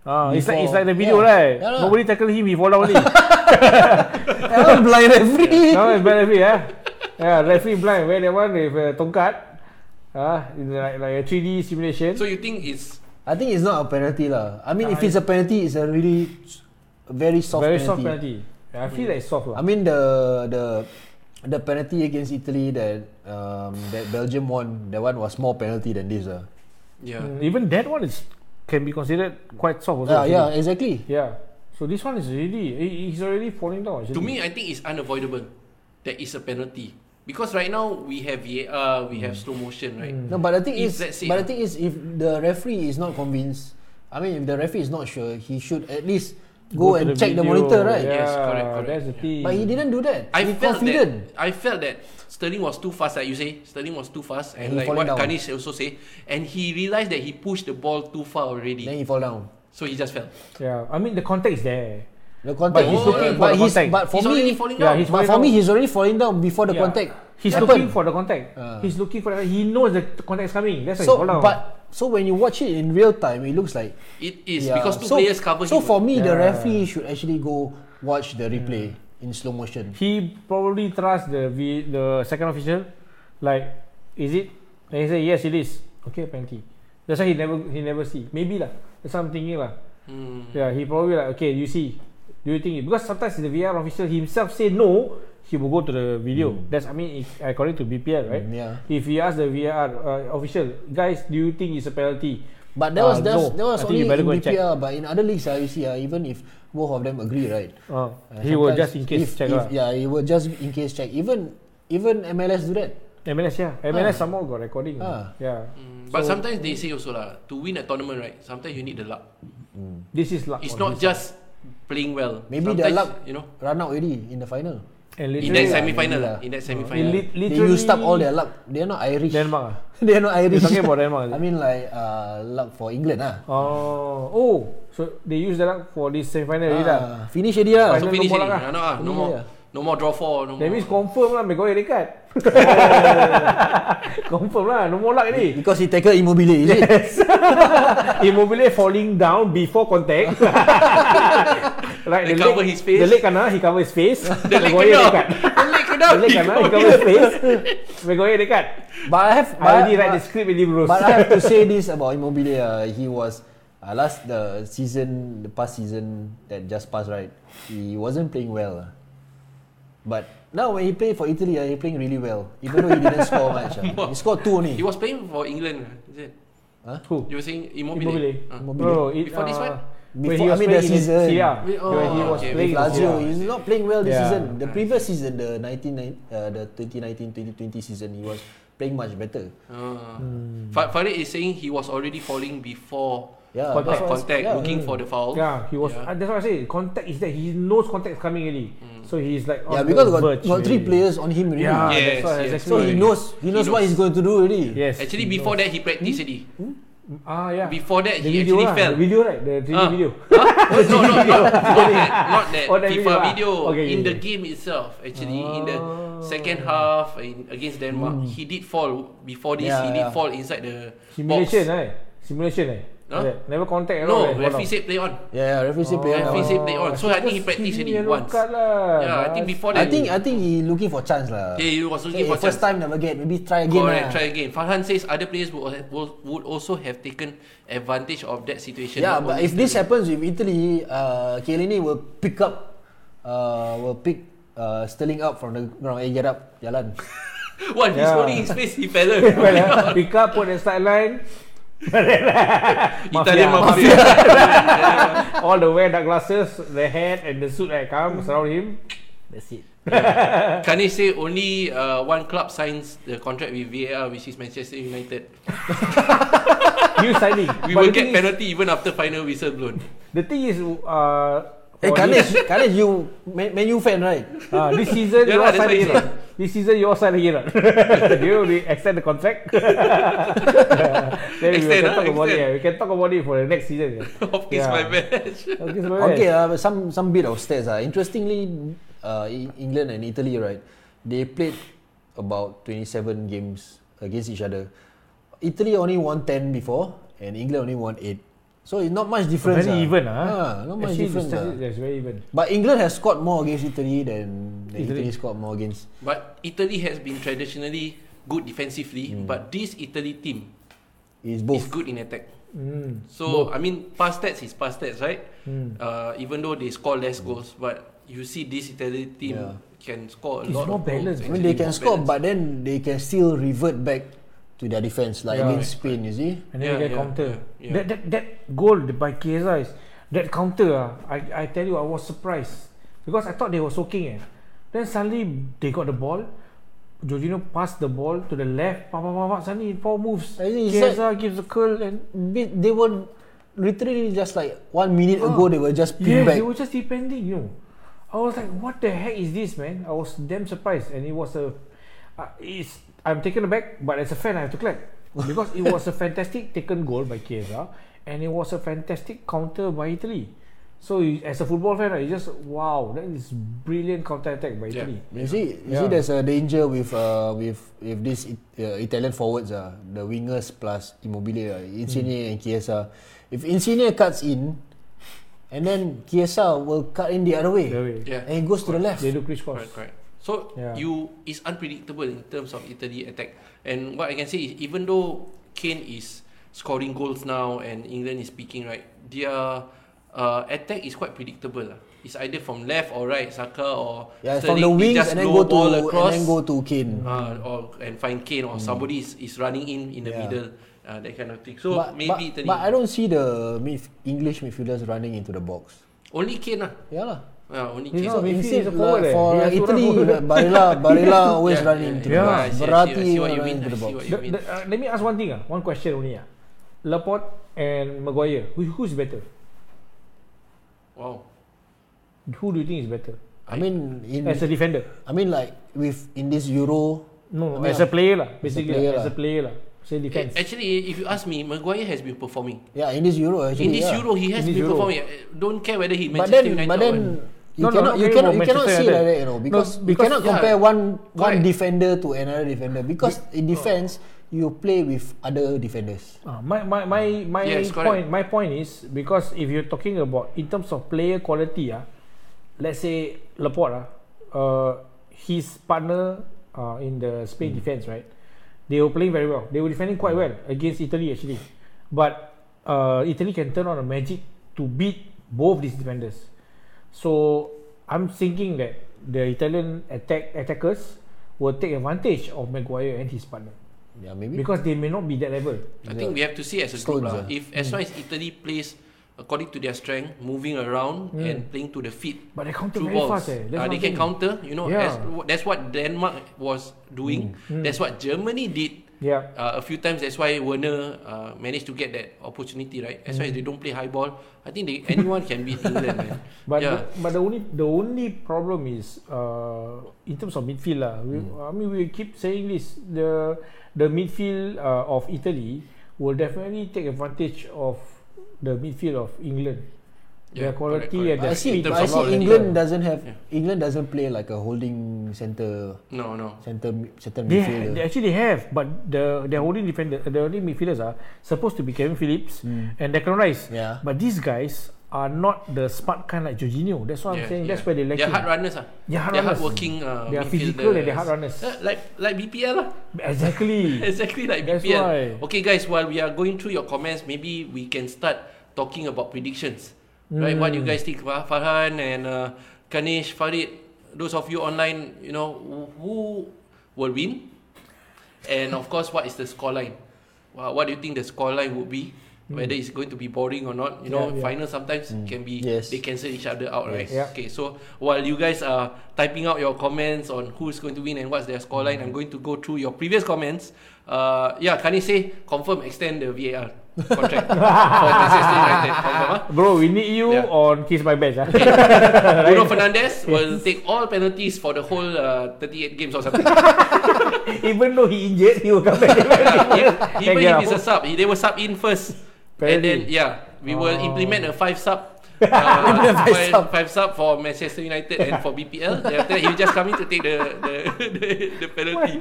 Speaker 2: ah, it's like it's
Speaker 3: before-
Speaker 2: like the video
Speaker 3: yeah.
Speaker 2: right.
Speaker 3: Yeah lah.
Speaker 2: Nobody tackle him. He fall down
Speaker 3: <laughs>
Speaker 2: only.
Speaker 3: Ah, Blind referee.
Speaker 2: Now it's bad referee eh. Yeah, referee blind. Where that one with uh, tongkat. Ah, in like, like a 3D simulation.
Speaker 1: So you think it's
Speaker 3: I think it's not a penalty lah. I mean, if it's a penalty, it's a really s- very soft
Speaker 2: Very
Speaker 3: penalty.
Speaker 2: soft penalty. I feel like it's soft lah.
Speaker 3: I mean the the the penalty against Italy that um, that Belgium won, that one was more penalty than this. Uh.
Speaker 1: Yeah.
Speaker 2: Mm, Even that one is can be considered quite soft also.
Speaker 3: Yeah, yeah,
Speaker 2: actually.
Speaker 3: exactly.
Speaker 2: yeah. So this one is really he- he's already falling down. Actually.
Speaker 1: To me, I think it's unavoidable. There is a penalty because right now we have VAR, we have slow motion, right?
Speaker 3: No, but the thing
Speaker 1: If
Speaker 3: is,
Speaker 1: let's say-
Speaker 3: but the thing is, if the referee is not convinced, I mean, if the referee is not sure, he should at least go,
Speaker 2: to
Speaker 3: and check the
Speaker 2: video.
Speaker 3: monitor, right?
Speaker 2: Yeah,
Speaker 1: Yes, correct, correct.
Speaker 2: That's the thing.
Speaker 3: But he didn't do that.
Speaker 1: I
Speaker 3: he
Speaker 1: felt
Speaker 3: confident.
Speaker 1: that I felt that Sterling was too fast, like you say. Sterling was too fast, and
Speaker 3: He
Speaker 1: like
Speaker 3: falling
Speaker 1: what
Speaker 3: down.
Speaker 1: Kanish also say, and he realized that he pushed the ball too far already,
Speaker 3: Then he fall down.
Speaker 1: so he just fell.
Speaker 2: Yeah, I mean the context is there.
Speaker 3: The contact.
Speaker 2: he's
Speaker 3: is-
Speaker 1: looking for
Speaker 3: but
Speaker 2: the
Speaker 3: he's-
Speaker 2: contact.
Speaker 3: But for
Speaker 1: he's already
Speaker 3: me,
Speaker 1: falling
Speaker 2: yeah,
Speaker 1: down.
Speaker 2: he's
Speaker 3: but
Speaker 2: falling
Speaker 3: for me,
Speaker 2: down.
Speaker 3: he's already falling down before the
Speaker 2: Yeah.
Speaker 3: contact.
Speaker 2: He's
Speaker 3: happened.
Speaker 2: looking for the contact.
Speaker 3: Ah.
Speaker 2: He's looking for. The, he knows the contact is coming. That's why
Speaker 3: So,
Speaker 2: he fall down.
Speaker 3: but so when you watch it in real time, it looks like
Speaker 1: It is
Speaker 3: Yeah.
Speaker 1: because two
Speaker 3: so,
Speaker 1: players cover
Speaker 3: So
Speaker 1: him.
Speaker 3: for me, the
Speaker 2: Yeah.
Speaker 3: referee should actually go watch the replay in slow motion.
Speaker 2: he probably trusts the v, the second official. Like, is it? And he say yes, it is. Okay, penalty. That's why he never he never see. Maybe lah. That's what I'm thinking lah.
Speaker 1: Hmm.
Speaker 2: Yeah, he probably like okay. You see, do you think it? Because sometimes the VR official himself say no, he will go to the video. That's I mean if- according to BPL, right?
Speaker 3: Mm, Hmm. yeah.
Speaker 2: If you ask the VR uh, official, guys, do you think it's a penalty?
Speaker 3: But that
Speaker 2: Uh,
Speaker 3: was that was, that
Speaker 2: no.
Speaker 3: was
Speaker 2: I think
Speaker 3: only
Speaker 2: you better
Speaker 3: in
Speaker 2: go and check.
Speaker 3: DPR. But in other leagues, ah, you see, ah, even if both of them agree, right?
Speaker 2: Uh,
Speaker 3: Uh,
Speaker 2: he will
Speaker 3: sometimes
Speaker 2: just in case
Speaker 3: if,
Speaker 2: check
Speaker 3: if,
Speaker 2: lah.
Speaker 3: Yeah, he will just in case check. Even even MLS do that.
Speaker 2: MLS yeah, MLS some more got recording.
Speaker 3: Ah.
Speaker 2: Yeah,
Speaker 1: Hmm. But sometimes they say also lah, to win a tournament, right? Sometimes you need the luck.
Speaker 2: this is luck.
Speaker 1: It's
Speaker 2: on
Speaker 1: not
Speaker 2: this.
Speaker 1: just playing well.
Speaker 3: Maybe
Speaker 1: sometimes,
Speaker 3: their luck
Speaker 1: you know,
Speaker 3: Run out already in the final.
Speaker 2: and
Speaker 1: in
Speaker 2: literally,
Speaker 1: that
Speaker 3: lah,
Speaker 1: semi final,
Speaker 3: maybe
Speaker 1: lah.
Speaker 3: lah.
Speaker 1: in that semi
Speaker 2: it
Speaker 1: final.
Speaker 2: lit-
Speaker 3: they
Speaker 2: literally
Speaker 3: used up all their luck. They're not Irish.
Speaker 2: Denmark. ah?
Speaker 3: <laughs> They're not
Speaker 2: You're
Speaker 3: Irish.
Speaker 2: talking about Denmark. is
Speaker 3: I
Speaker 2: it?
Speaker 3: mean like uh, luck for England ah.
Speaker 2: Oh, oh, so they use the luck for this semi-final already lah.
Speaker 3: Ah, finish already lah.
Speaker 1: So
Speaker 2: Final
Speaker 1: finish
Speaker 2: no
Speaker 1: already.
Speaker 2: more
Speaker 1: No,
Speaker 2: lah.
Speaker 1: no, ah, no
Speaker 3: Finish
Speaker 1: more,
Speaker 3: already
Speaker 1: no more draw four. No
Speaker 2: That
Speaker 1: more. <laughs>
Speaker 2: means confirm lah mereka red
Speaker 3: <laughs>
Speaker 2: card. <laughs> confirm lah, no more luck ni.
Speaker 3: Because he tackle Immobile, is it?
Speaker 2: <laughs> Immobile falling down before
Speaker 1: <laughs>
Speaker 2: contact. right,
Speaker 1: They cover his face.
Speaker 2: The leg kena, he cover his face.
Speaker 1: <laughs> the leg
Speaker 2: Maguire
Speaker 1: kena,
Speaker 2: red card.
Speaker 1: <laughs> the leg kena.
Speaker 2: The leg kena, he cover his face. Maguire red card.
Speaker 3: But I have.
Speaker 2: I already
Speaker 3: but-
Speaker 2: write the script in Libros.
Speaker 3: But I have to say this about Immobile. Uh, he was uh, last the season, the past season that just passed, right? He wasn't playing well. ah. But now when he played for Italy, uh, he playing really well. Even though he didn't score much,
Speaker 2: <laughs>
Speaker 3: ah. he scored two only.
Speaker 1: He was playing for England, is it?
Speaker 2: <laughs> Who?
Speaker 1: You were saying Immobile.
Speaker 2: Immobile.
Speaker 1: Ah.
Speaker 3: Immobile.
Speaker 2: No, no, it, uh,
Speaker 1: Before this one?
Speaker 2: when
Speaker 3: Before-
Speaker 2: he
Speaker 3: I
Speaker 2: was
Speaker 3: mean, the
Speaker 2: playing in
Speaker 3: season.
Speaker 2: Serie A,
Speaker 1: We- oh,
Speaker 2: when he was
Speaker 1: okay,
Speaker 2: playing
Speaker 3: With
Speaker 2: in
Speaker 1: Lazio,
Speaker 3: Lazio,
Speaker 2: Serie A.
Speaker 3: he's not playing well this
Speaker 2: Yeah.
Speaker 3: season. The previous season, the 19, uh, the 2019-2020 season, he was playing much better.
Speaker 1: Ah.
Speaker 2: Hmm.
Speaker 1: Fa- Farid is saying he was already falling before
Speaker 3: Yeah,
Speaker 1: uh,
Speaker 3: that's what I-
Speaker 1: contact,
Speaker 3: yeah.
Speaker 1: looking for the foul.
Speaker 2: Yeah, he was.
Speaker 1: Yeah. Mm.
Speaker 2: Uh, that's what I say. Contact is there. He knows contact is coming already. So he's like. on
Speaker 3: Yeah, because
Speaker 2: the
Speaker 3: got, got
Speaker 2: verge
Speaker 3: three
Speaker 2: already.
Speaker 3: players on him already.
Speaker 1: Yes,
Speaker 2: Yeah, Ah, that's why
Speaker 1: yes.
Speaker 2: exactly.
Speaker 3: So he knows, he
Speaker 1: He
Speaker 3: knows what
Speaker 1: knows.
Speaker 3: he's going to do already.
Speaker 2: Yes.
Speaker 1: Actually,
Speaker 2: he
Speaker 1: before
Speaker 2: knows.
Speaker 1: that he practiced already.
Speaker 2: Ah, yeah.
Speaker 1: Before that
Speaker 2: the
Speaker 1: he
Speaker 2: video
Speaker 1: actually
Speaker 2: lah,
Speaker 1: fell.
Speaker 2: The video right? The 3D
Speaker 1: Ah.
Speaker 2: video.
Speaker 1: Huh? no, no,
Speaker 2: <laughs>
Speaker 1: no, not that, not that.
Speaker 2: Oh,
Speaker 1: FIFA
Speaker 2: that video, ah.
Speaker 1: video in
Speaker 2: Okay, okay,
Speaker 1: the
Speaker 2: okay.
Speaker 1: game itself. Actually, in the
Speaker 2: Oh.
Speaker 1: second half in, against
Speaker 2: Hmm.
Speaker 1: Denmark, he did fall. Before this,
Speaker 3: Yeah,
Speaker 1: he did
Speaker 3: yeah.
Speaker 1: fall inside the box.
Speaker 2: Simulation, right? Simulation, right?
Speaker 1: Huh?
Speaker 2: Like that. Never contact at all.
Speaker 1: No,
Speaker 2: right?
Speaker 1: referee said play on.
Speaker 3: Yeah, yeah, referee say player.
Speaker 1: referee
Speaker 3: now.
Speaker 1: say play on. So, I think he
Speaker 2: Just
Speaker 1: practiced
Speaker 2: give
Speaker 1: already
Speaker 2: me a
Speaker 1: once.
Speaker 2: Oh, Card lah,
Speaker 1: Yeah, I think
Speaker 2: Bas. <laughs>
Speaker 1: before
Speaker 3: I
Speaker 1: that.
Speaker 3: think I think he looking for chance lah.
Speaker 1: Yeah, he was
Speaker 3: Say,
Speaker 1: looking for
Speaker 3: eh, first
Speaker 1: chance.
Speaker 3: time never get, maybe try again.
Speaker 1: Correct,
Speaker 3: lah.
Speaker 1: try again. Farhan says other players would, al- would, would also have taken advantage of that situation.
Speaker 3: Yeah,
Speaker 1: Not
Speaker 3: but
Speaker 1: only
Speaker 3: if this
Speaker 1: Sterling.
Speaker 3: happens with Italy, uh, Chiellini will pick up, uh, will pick uh, Sterling up from the ground. Eh, get up, jalan.
Speaker 1: What, he's
Speaker 2: Yeah.
Speaker 1: holding his face, he fell.
Speaker 2: Well, uh, pick up put the sideline.
Speaker 1: <laughs> Italian mafia.
Speaker 2: All the way, the glasses, the hat, and the suit that come surround him.
Speaker 3: That's it.
Speaker 1: <laughs> Kane say only uh, one club signs the contract with VAR, which is Manchester United.
Speaker 2: New signing.
Speaker 1: <laughs> We
Speaker 2: But
Speaker 1: will
Speaker 2: the thing
Speaker 1: get
Speaker 2: is-
Speaker 1: penalty even after final whistle blown. <laughs>
Speaker 2: The thing is, uh,
Speaker 3: Eh,
Speaker 2: for
Speaker 3: Khalid,
Speaker 2: this,
Speaker 3: Khalid, you Man, Man U fan, right?
Speaker 2: uh, this season
Speaker 1: Yeah
Speaker 2: you
Speaker 1: lah,
Speaker 2: all
Speaker 1: that's
Speaker 2: sign
Speaker 1: what he
Speaker 2: again.
Speaker 1: said.
Speaker 2: lah. This season you all sign again. <laughs> lah. Do you re- extend the contract? <laughs> then we
Speaker 1: Extend,
Speaker 2: can
Speaker 1: ah,
Speaker 2: talk about it.
Speaker 1: extend.
Speaker 2: Yeah. We can talk about it for the next season. Yeah.
Speaker 1: of course,
Speaker 2: Yeah.
Speaker 1: my match.
Speaker 2: Okay, so
Speaker 3: Okay,
Speaker 2: yeah.
Speaker 3: uh, some some bit of stats. Uh. Interestingly, uh, E- England and Italy, right? They played about 27 games against each other. Italy only won 10 before, and England only won 8. So it's not much difference.
Speaker 2: very
Speaker 3: ah.
Speaker 2: even, ah.
Speaker 3: Ah, not much
Speaker 2: Actually,
Speaker 3: difference.
Speaker 2: this
Speaker 3: ah.
Speaker 2: season, yes, very even.
Speaker 3: But England has scored more against Italy than, than
Speaker 2: Italy.
Speaker 3: Italy. scored more against.
Speaker 1: <laughs> But Italy has been traditionally good defensively, but this Italy team is
Speaker 3: It's both. Hmm,
Speaker 1: good in attack.
Speaker 2: Mm.
Speaker 1: So I mean, past stats is past stats, right? Uh, even though they score less goals, but you see this Italian team
Speaker 3: Yeah.
Speaker 1: can score a
Speaker 2: It's
Speaker 1: lot
Speaker 2: more
Speaker 1: of goals,
Speaker 2: balanced.
Speaker 3: I
Speaker 1: actually
Speaker 3: mean, they
Speaker 1: more
Speaker 3: can score,
Speaker 1: balanced.
Speaker 3: but then they can still revert back to their defense, like
Speaker 2: Yeah.
Speaker 3: against Spain, you see.
Speaker 2: And
Speaker 1: Yeah,
Speaker 2: then you get
Speaker 1: yeah,
Speaker 2: counter.
Speaker 1: yeah, yeah.
Speaker 2: That, that that goal by Chiesa is that counter. ah, I I tell you, I was surprised because I thought they were soaking. Eh. Then suddenly they got the ball. Jorginho passed the ball to the left. Pa, pa, pa, pa, suddenly in four moves.
Speaker 3: I think it's
Speaker 2: Chiesa gives a curl and
Speaker 3: They, they were literally just like one minute
Speaker 1: Ah.
Speaker 3: ago, they were just
Speaker 2: yeah,
Speaker 3: pinned back.
Speaker 2: they were just depending. You know, I was like, what the heck is this, man? I was damn surprised, and it was a, uh, it's I'm taken aback, but as a fan, I have to clap because it was a fantastic taken goal by Chiesa, and it was a fantastic counter by Italy. So you, as a football fan, you just wow, that is brilliant counter attack by
Speaker 1: Yeah.
Speaker 2: Italy.
Speaker 3: You see, you
Speaker 2: Yeah.
Speaker 3: see, there's a danger with uh, with with this it, uh, Italian forwards ah, the wingers plus Immobile, ah,
Speaker 2: Hmm.
Speaker 3: Insigne and Chiesa. If Insigne cuts in, and then Chiesa will cut in the other way,
Speaker 2: The way
Speaker 1: yeah,
Speaker 3: and it goes to the left.
Speaker 2: they do crisscross.
Speaker 1: Correct, correct. So
Speaker 2: Yeah.
Speaker 1: you it's unpredictable in terms of Italy attack. And what I can say is even though Kane is scoring goals now and England is picking right, their uh, attack is quite predictable. lah. It's either from left or right, Saka or
Speaker 3: Yeah,
Speaker 1: Sterling,
Speaker 3: from the
Speaker 1: they
Speaker 3: wings
Speaker 1: just
Speaker 3: and then
Speaker 1: low
Speaker 3: go to
Speaker 1: ball
Speaker 3: and then go to Kane.
Speaker 2: Ah.
Speaker 1: uh, or and find Kane or somebody is, is running in in the
Speaker 3: Yeah.
Speaker 1: middle, uh, that kind of thing. So
Speaker 3: but,
Speaker 1: maybe
Speaker 3: but,
Speaker 1: Italy
Speaker 3: but I don't see the midf- English midfielders running into the box.
Speaker 1: only Kane lah.
Speaker 3: Yeah lah.
Speaker 1: Yeah, only
Speaker 2: He's
Speaker 1: Kane.
Speaker 2: not- midfield
Speaker 3: Instead,
Speaker 2: is a forward
Speaker 3: like,
Speaker 2: eh.
Speaker 3: for
Speaker 2: He has
Speaker 3: like
Speaker 2: to run
Speaker 3: Italy,
Speaker 2: forward.
Speaker 3: like Barella,
Speaker 2: <laughs>
Speaker 3: Barella always running into
Speaker 1: I
Speaker 2: yeah,
Speaker 3: the box.
Speaker 1: see, I see, I see
Speaker 3: Verratti
Speaker 1: what
Speaker 3: will
Speaker 1: you
Speaker 3: run
Speaker 1: mean.
Speaker 3: into
Speaker 1: I
Speaker 3: the
Speaker 1: see
Speaker 3: box.
Speaker 1: what you
Speaker 2: The,
Speaker 1: mean.
Speaker 2: the, uh, let me ask one thing, ah, one question only. ah. Laporte and Maguire, who, who's better?
Speaker 1: Wow.
Speaker 2: Who do you think is better
Speaker 3: I mean, in,
Speaker 2: as a defender?
Speaker 3: I mean, like with in this Euro,
Speaker 2: No, no
Speaker 3: Yeah.
Speaker 2: as a player lah, basically
Speaker 3: player
Speaker 2: as a
Speaker 3: lah.
Speaker 2: player lah. Say defense.
Speaker 1: Actually, if you ask me, Maguire has been performing.
Speaker 3: yeah, in this Euro
Speaker 1: In
Speaker 3: actually.
Speaker 1: this
Speaker 3: yeah.
Speaker 1: Euro, he has
Speaker 2: In this
Speaker 1: been
Speaker 2: Euro.
Speaker 1: performing. Eh, Don't care whether he
Speaker 3: but
Speaker 1: Manchester
Speaker 3: then,
Speaker 1: United
Speaker 3: but then
Speaker 1: or what.
Speaker 3: you
Speaker 2: No, no,
Speaker 3: cannot, you
Speaker 2: not really
Speaker 3: cannot,
Speaker 2: about
Speaker 3: you cannot
Speaker 2: Manchester
Speaker 3: say
Speaker 2: United.
Speaker 3: like that, you know,
Speaker 2: No,
Speaker 3: because, you
Speaker 2: because-
Speaker 3: cannot
Speaker 1: yeah.
Speaker 3: compare one one
Speaker 1: Correct.
Speaker 3: defender to another defender because in defense you play with other defenders.
Speaker 2: Ah, my my my my
Speaker 1: Yes, correct.
Speaker 2: point my point is because if you're talking about in terms of player quality, ah, let's say Laporte, ah, uh, his partner uh, in
Speaker 1: Hmm.
Speaker 2: the Spain defense, right? They were playing very well. They were defending quite well against Italy actually, but uh, Italy can turn on a magic to beat both these defenders. So I'm thinking that the Italian attack attackers will take advantage of Maguire and his partner
Speaker 3: Yeah, maybe.
Speaker 2: because they may not be that level.
Speaker 1: I think we have to see as a group
Speaker 3: Stones,
Speaker 1: lah.
Speaker 3: ah.
Speaker 1: If as long as Italy plays according to their strength, moving around and playing to the feet,
Speaker 2: But they counter
Speaker 1: through
Speaker 2: very
Speaker 1: balls,
Speaker 2: fast. Eh. That's
Speaker 1: uh, they
Speaker 2: one
Speaker 1: can
Speaker 2: thing.
Speaker 1: counter. You know,
Speaker 2: Yeah.
Speaker 1: as, that's what Denmark was doing. That's what Germany did.
Speaker 2: Yeah.
Speaker 1: Uh, a few times that's why Werner uh, managed to get that opportunity, right? As long
Speaker 2: Hmm.
Speaker 1: as they don't play high ball, I think they, anyone can beat England. Man.
Speaker 2: <laughs> But
Speaker 1: yeah.
Speaker 2: the, but the only the only problem is uh, in terms of midfield lah. We,
Speaker 1: Hmm.
Speaker 2: I mean we keep saying this the the midfield uh, of Italy will definitely take advantage of the midfield of England.
Speaker 1: Yeah,
Speaker 2: Their
Speaker 1: correct,
Speaker 2: quality
Speaker 1: correct.
Speaker 2: and
Speaker 3: But I
Speaker 2: their
Speaker 3: see,
Speaker 2: speed.
Speaker 3: but
Speaker 1: terms
Speaker 3: I
Speaker 1: of
Speaker 3: see
Speaker 1: quality.
Speaker 3: England doesn't have
Speaker 1: Yeah.
Speaker 3: England doesn't play like a holding center
Speaker 1: no, no.
Speaker 3: center mi- center
Speaker 2: They, ha,
Speaker 3: midfielder.
Speaker 2: they actually have, but the their only defender, the only midfielders are supposed to be Kevin Phillips
Speaker 1: Hmm.
Speaker 2: and Declan Rice.
Speaker 3: Yeah.
Speaker 2: But these guys are not the smart kind like Jorginho. That's what I'm saying. That's where they lacking.
Speaker 1: They're hard runners ah.
Speaker 2: They're hard runners.
Speaker 1: hardworking uh,
Speaker 2: They are physical and they're hard
Speaker 1: midfielders.
Speaker 2: runners.
Speaker 1: Uh, like like BPL lah. <laughs>
Speaker 2: Exactly.
Speaker 1: exactly like
Speaker 2: That's
Speaker 1: BPL.
Speaker 2: why.
Speaker 1: Okay, guys, while we are going through your comments, maybe we can start talking about predictions. Right? What do
Speaker 2: Hmm.
Speaker 1: you guys think, Fah- Farhan and uh, Kanish, Farid? Those of you online, you know who will win, and of course, what is the scoreline? Wha- What do you think the scoreline would be? Whether it's going to be boring or not, you know,
Speaker 2: Hmm. Yeah, yeah.
Speaker 1: final sometimes can be
Speaker 3: Yes.
Speaker 1: they cancel each other out, right?
Speaker 2: Yeah.
Speaker 1: Okay, so while you guys are typing out your comments on who's going to win and what's their scoreline, I'm going to go through your previous comments. Uh, yeah, can you say confirm extend the VAR contract for Manchester United? Confirm, huh?
Speaker 2: Bro, we need you
Speaker 1: Yeah.
Speaker 2: on Kiss My
Speaker 1: <laughs>
Speaker 2: Best. ah. <laughs>
Speaker 1: Bruno Fernandes will take all penalties for the whole uh, 38 games or something.
Speaker 2: Even though he injured, he will come back.
Speaker 1: Yeah, if,
Speaker 2: Then
Speaker 1: even
Speaker 2: get
Speaker 1: if
Speaker 2: a
Speaker 1: it's a sub, he- they will sub in first, and
Speaker 2: Apparently.
Speaker 1: then yeah, we will
Speaker 2: Oh.
Speaker 1: implement a five sub. Uh, five,
Speaker 3: Implement five
Speaker 1: five,
Speaker 3: sub.
Speaker 1: sub. for Manchester United and for BPL. Then after that, he will just come in to take the the, <laughs> the, the penalty.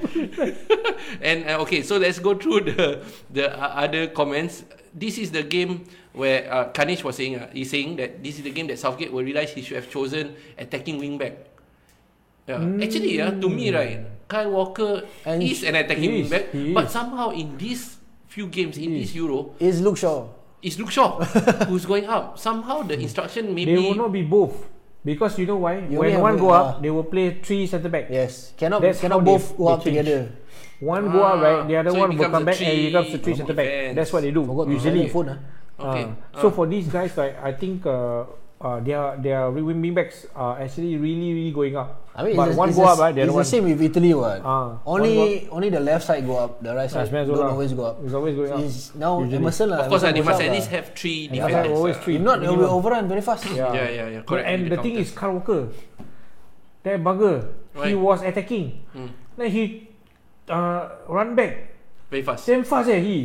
Speaker 1: <laughs> and uh, okay, so let's go through the the uh, other comments. This is the game where uh, Kanish was saying uh, he's saying that this is the game that Southgate will realise he should have chosen attacking wing back. Yeah. Actually, yeah, to me, right, Kyle Walker
Speaker 3: And
Speaker 1: is an attacking
Speaker 2: he
Speaker 1: wing
Speaker 2: is,
Speaker 1: back,
Speaker 2: he
Speaker 1: but
Speaker 2: is.
Speaker 1: somehow in these few games in this Euro,
Speaker 3: Is Luke Shaw?
Speaker 1: It's Luke
Speaker 2: <laughs>
Speaker 1: Shaw who's going up. Somehow the instruction
Speaker 2: They
Speaker 1: <laughs> maybe
Speaker 2: will not be both. Because you know why?
Speaker 3: You
Speaker 2: when
Speaker 3: only have
Speaker 2: one
Speaker 3: a-
Speaker 2: go up,
Speaker 3: ah.
Speaker 2: they will play three centre back.
Speaker 3: Yes. Cannot
Speaker 2: That's
Speaker 3: cannot
Speaker 2: how they-
Speaker 3: both go
Speaker 2: they
Speaker 3: up
Speaker 2: change.
Speaker 3: together.
Speaker 2: One go up,
Speaker 1: Ah,
Speaker 2: right? The other
Speaker 1: so it
Speaker 2: one will
Speaker 1: becomes
Speaker 2: come
Speaker 1: a
Speaker 2: back and it becomes a
Speaker 1: three
Speaker 2: three centre back.
Speaker 1: defense.
Speaker 2: That's what they do.
Speaker 3: Forgot to
Speaker 2: usually.
Speaker 3: silent phone ah.
Speaker 1: okay. Uh.
Speaker 2: Ah. so for these guys, right, I think uh, uh, their their wing backs are actually really really going up.
Speaker 3: I mean,
Speaker 2: but
Speaker 3: it's,
Speaker 2: one
Speaker 3: it's,
Speaker 2: go
Speaker 3: it's,
Speaker 2: up, right? The
Speaker 3: it's the
Speaker 2: other one.
Speaker 3: same with Italy, what?
Speaker 2: Ah, one
Speaker 3: only only the left side go up, the right
Speaker 2: Ah,
Speaker 3: side
Speaker 2: Spinazzola.
Speaker 3: don't always go up.
Speaker 2: It's always going up.
Speaker 3: It's now
Speaker 2: Usually.
Speaker 3: Emerson
Speaker 1: Of
Speaker 3: lah.
Speaker 1: course, ah, they must
Speaker 3: Emerson goes up
Speaker 1: at
Speaker 3: lah.
Speaker 1: least have three
Speaker 2: Yeah,
Speaker 3: Defenders,
Speaker 1: defenders.
Speaker 2: always
Speaker 1: ah.
Speaker 2: three.
Speaker 3: If not, they will
Speaker 2: minimum.
Speaker 3: overrun very fast.
Speaker 1: Yeah, yeah, yeah,
Speaker 2: But-
Speaker 1: correct.
Speaker 2: And
Speaker 1: They
Speaker 2: the thing is,
Speaker 1: counter.
Speaker 2: Carl Walker, that bugger, he
Speaker 1: Right. Hmm.
Speaker 2: was attacking. Then he uh, run back.
Speaker 1: Very fast.
Speaker 2: Same fast eh, he.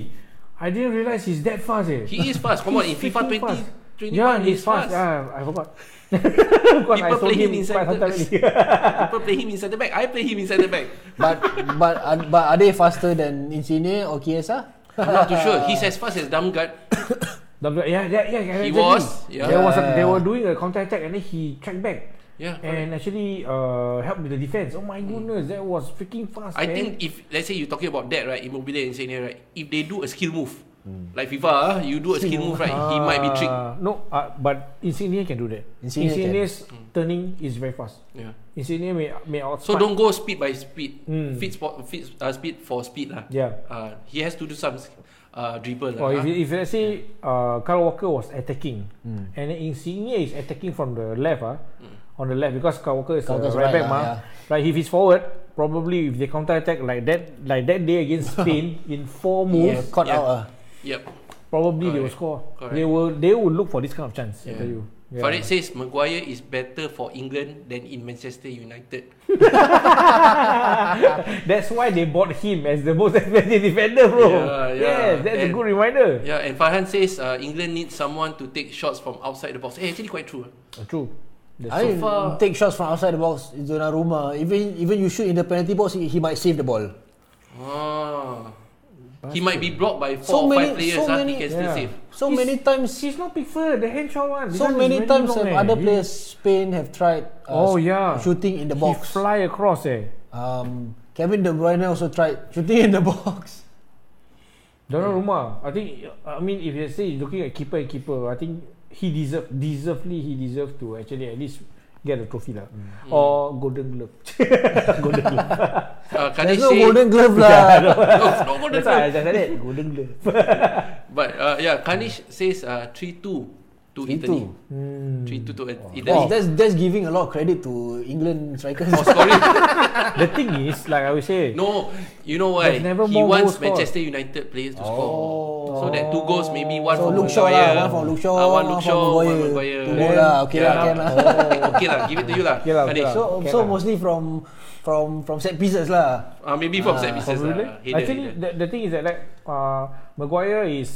Speaker 2: I didn't realize he's that fast eh.
Speaker 1: He is fast. Come on, in
Speaker 2: He's
Speaker 1: FIFA
Speaker 2: freaking
Speaker 1: 20, 21,
Speaker 2: fast. yeah,
Speaker 1: he's fast.
Speaker 2: Ah, I
Speaker 1: <laughs>
Speaker 2: forgot. Because I
Speaker 1: People
Speaker 2: saw
Speaker 1: play him
Speaker 2: him
Speaker 1: inside the-
Speaker 2: quite sometimes.
Speaker 1: <laughs> People play him in centre back. I play him in centre back.
Speaker 3: But but are, but are they faster than Insigne or Chiesa?
Speaker 1: I'm not too
Speaker 2: <laughs>
Speaker 1: sure. He's as fast as Damgard.
Speaker 2: yeah, yeah, yeah.
Speaker 1: He
Speaker 2: exactly.
Speaker 1: was, yeah.
Speaker 2: There was a, they
Speaker 3: Yeah.
Speaker 2: were doing a counter attack and then he tracked back.
Speaker 1: Yeah.
Speaker 2: And actually uh, helped with the defense. Oh my goodness, that was freaking fast.
Speaker 1: Hmm. I
Speaker 2: man.
Speaker 1: think if let's say you're talking about that, right, Immobile and Senior, right? If they do a skill move, like FIFA, ah, you do a skill move, right? He might be tricked.
Speaker 2: Hmm. Ah, No, uh, but Insigne can do that.
Speaker 3: Insigne can.
Speaker 2: Insigne's turning is very fast.
Speaker 1: Yeah.
Speaker 2: Insigne may may outsmart.
Speaker 1: So don't go speed by speed.
Speaker 3: Hmm.
Speaker 1: Fit, spot, fit uh, speed for speed lah.
Speaker 2: Yeah.
Speaker 1: Uh, he has to do some uh, dribble
Speaker 3: Oh,
Speaker 2: Or
Speaker 1: lah.
Speaker 2: if, if let's say uh, Kyle Walker was attacking
Speaker 3: Hmm.
Speaker 2: and then Insigne is attacking from the left ah, on the left because Kyle Walker is
Speaker 3: Kyle
Speaker 2: a
Speaker 3: Walker's
Speaker 2: right,
Speaker 3: right
Speaker 2: back
Speaker 3: lah,
Speaker 2: mah.
Speaker 3: yeah.
Speaker 2: Like if he's forward, probably if they counter attack like that, like that day
Speaker 3: <laughs>
Speaker 2: against Spain in four
Speaker 3: Yeah,
Speaker 2: moves,
Speaker 3: caught
Speaker 1: Yeah.
Speaker 3: out. ah.
Speaker 1: Yep.
Speaker 2: probably they will
Speaker 1: Correct.
Speaker 2: score.
Speaker 1: Correct.
Speaker 2: They will they will look for this kind of chance. I
Speaker 1: Yeah.
Speaker 2: tell you. Yeah.
Speaker 1: Farid says Maguire is better for England than in Manchester United.
Speaker 2: That's why they bought him as the most <laughs> expensive defender, bro.
Speaker 1: Yeah, yeah.
Speaker 2: Yes, that's a
Speaker 1: And-
Speaker 2: good reminder.
Speaker 1: Yeah, and Farhan says uh, England needs someone to take shots from outside the box. Eh, actually quite true.
Speaker 2: Uh, True. That's
Speaker 3: I mean,
Speaker 1: far-
Speaker 3: take shots from outside the box. Donnarumma. Even even you shoot in the penalty box, he, he might save the ball.
Speaker 1: Ah. He might be blocked by
Speaker 3: So
Speaker 1: four or
Speaker 3: many-
Speaker 1: five players.
Speaker 3: so
Speaker 1: ah,
Speaker 3: many-
Speaker 1: he can still
Speaker 3: <laughs>
Speaker 2: yeah.
Speaker 1: save.
Speaker 3: So
Speaker 2: He's-
Speaker 3: many times,
Speaker 2: She's not preferred the handshot one.
Speaker 3: so many times have
Speaker 2: eh.
Speaker 3: other players Spain have tried.
Speaker 2: Oh,
Speaker 3: s-
Speaker 2: yeah.
Speaker 3: shooting in the
Speaker 2: He
Speaker 3: box.
Speaker 2: fly across eh.
Speaker 3: Um, Kevin De Bruyne also tried shooting in the <laughs> box.
Speaker 2: Donnarumma, I think. I mean, if you say looking at keeper and keeper, I think he deserve deservedly he deserves to actually at least get a trophy lah
Speaker 3: Mm.
Speaker 2: or golden
Speaker 3: <laughs>
Speaker 2: glove. <laughs> golden glove.
Speaker 1: Uh,
Speaker 3: There's
Speaker 1: Kadesh
Speaker 3: no
Speaker 1: say-
Speaker 3: golden glove <laughs> lah.
Speaker 1: <laughs> No, no golden
Speaker 2: That's
Speaker 1: glove.
Speaker 2: why I just said it. Golden glove.
Speaker 1: But uh, yeah, Kanish says uh, 3-2 to Italy.
Speaker 3: 3-2.
Speaker 2: Mm.
Speaker 1: 3-2
Speaker 3: Hmm.
Speaker 1: to It-
Speaker 3: That's,
Speaker 1: Italy.
Speaker 3: Oh, that's that's giving a lot of credit to England strikers.
Speaker 1: For scoring.
Speaker 2: the thing is, like I would say,
Speaker 1: No, you know why?
Speaker 2: There's never
Speaker 1: He
Speaker 2: more
Speaker 1: wants
Speaker 2: goals scored.
Speaker 1: Manchester United players to score. So that two goals, maybe one
Speaker 3: So
Speaker 1: for
Speaker 3: Luke Shaw
Speaker 1: Maguire.
Speaker 3: lah, one for Luke Shaw,
Speaker 1: Ah, one
Speaker 3: one
Speaker 1: Luke
Speaker 3: for
Speaker 1: Shaw, one
Speaker 3: Maguire.
Speaker 1: Maguire.
Speaker 3: Two goal lah, okay lah, can lah.
Speaker 1: Okay, okay lah, give it to you lah.
Speaker 2: Okay lah, okay
Speaker 1: Kanish.
Speaker 2: lah.
Speaker 3: <laughs> so
Speaker 2: Can
Speaker 3: so
Speaker 2: lah.
Speaker 3: mostly from from from set pieces lah.
Speaker 1: Ah, maybe from set pieces
Speaker 2: Probably.
Speaker 1: lah. Header,
Speaker 2: Actually,
Speaker 1: header.
Speaker 2: the, the thing is that like uh, Maguire is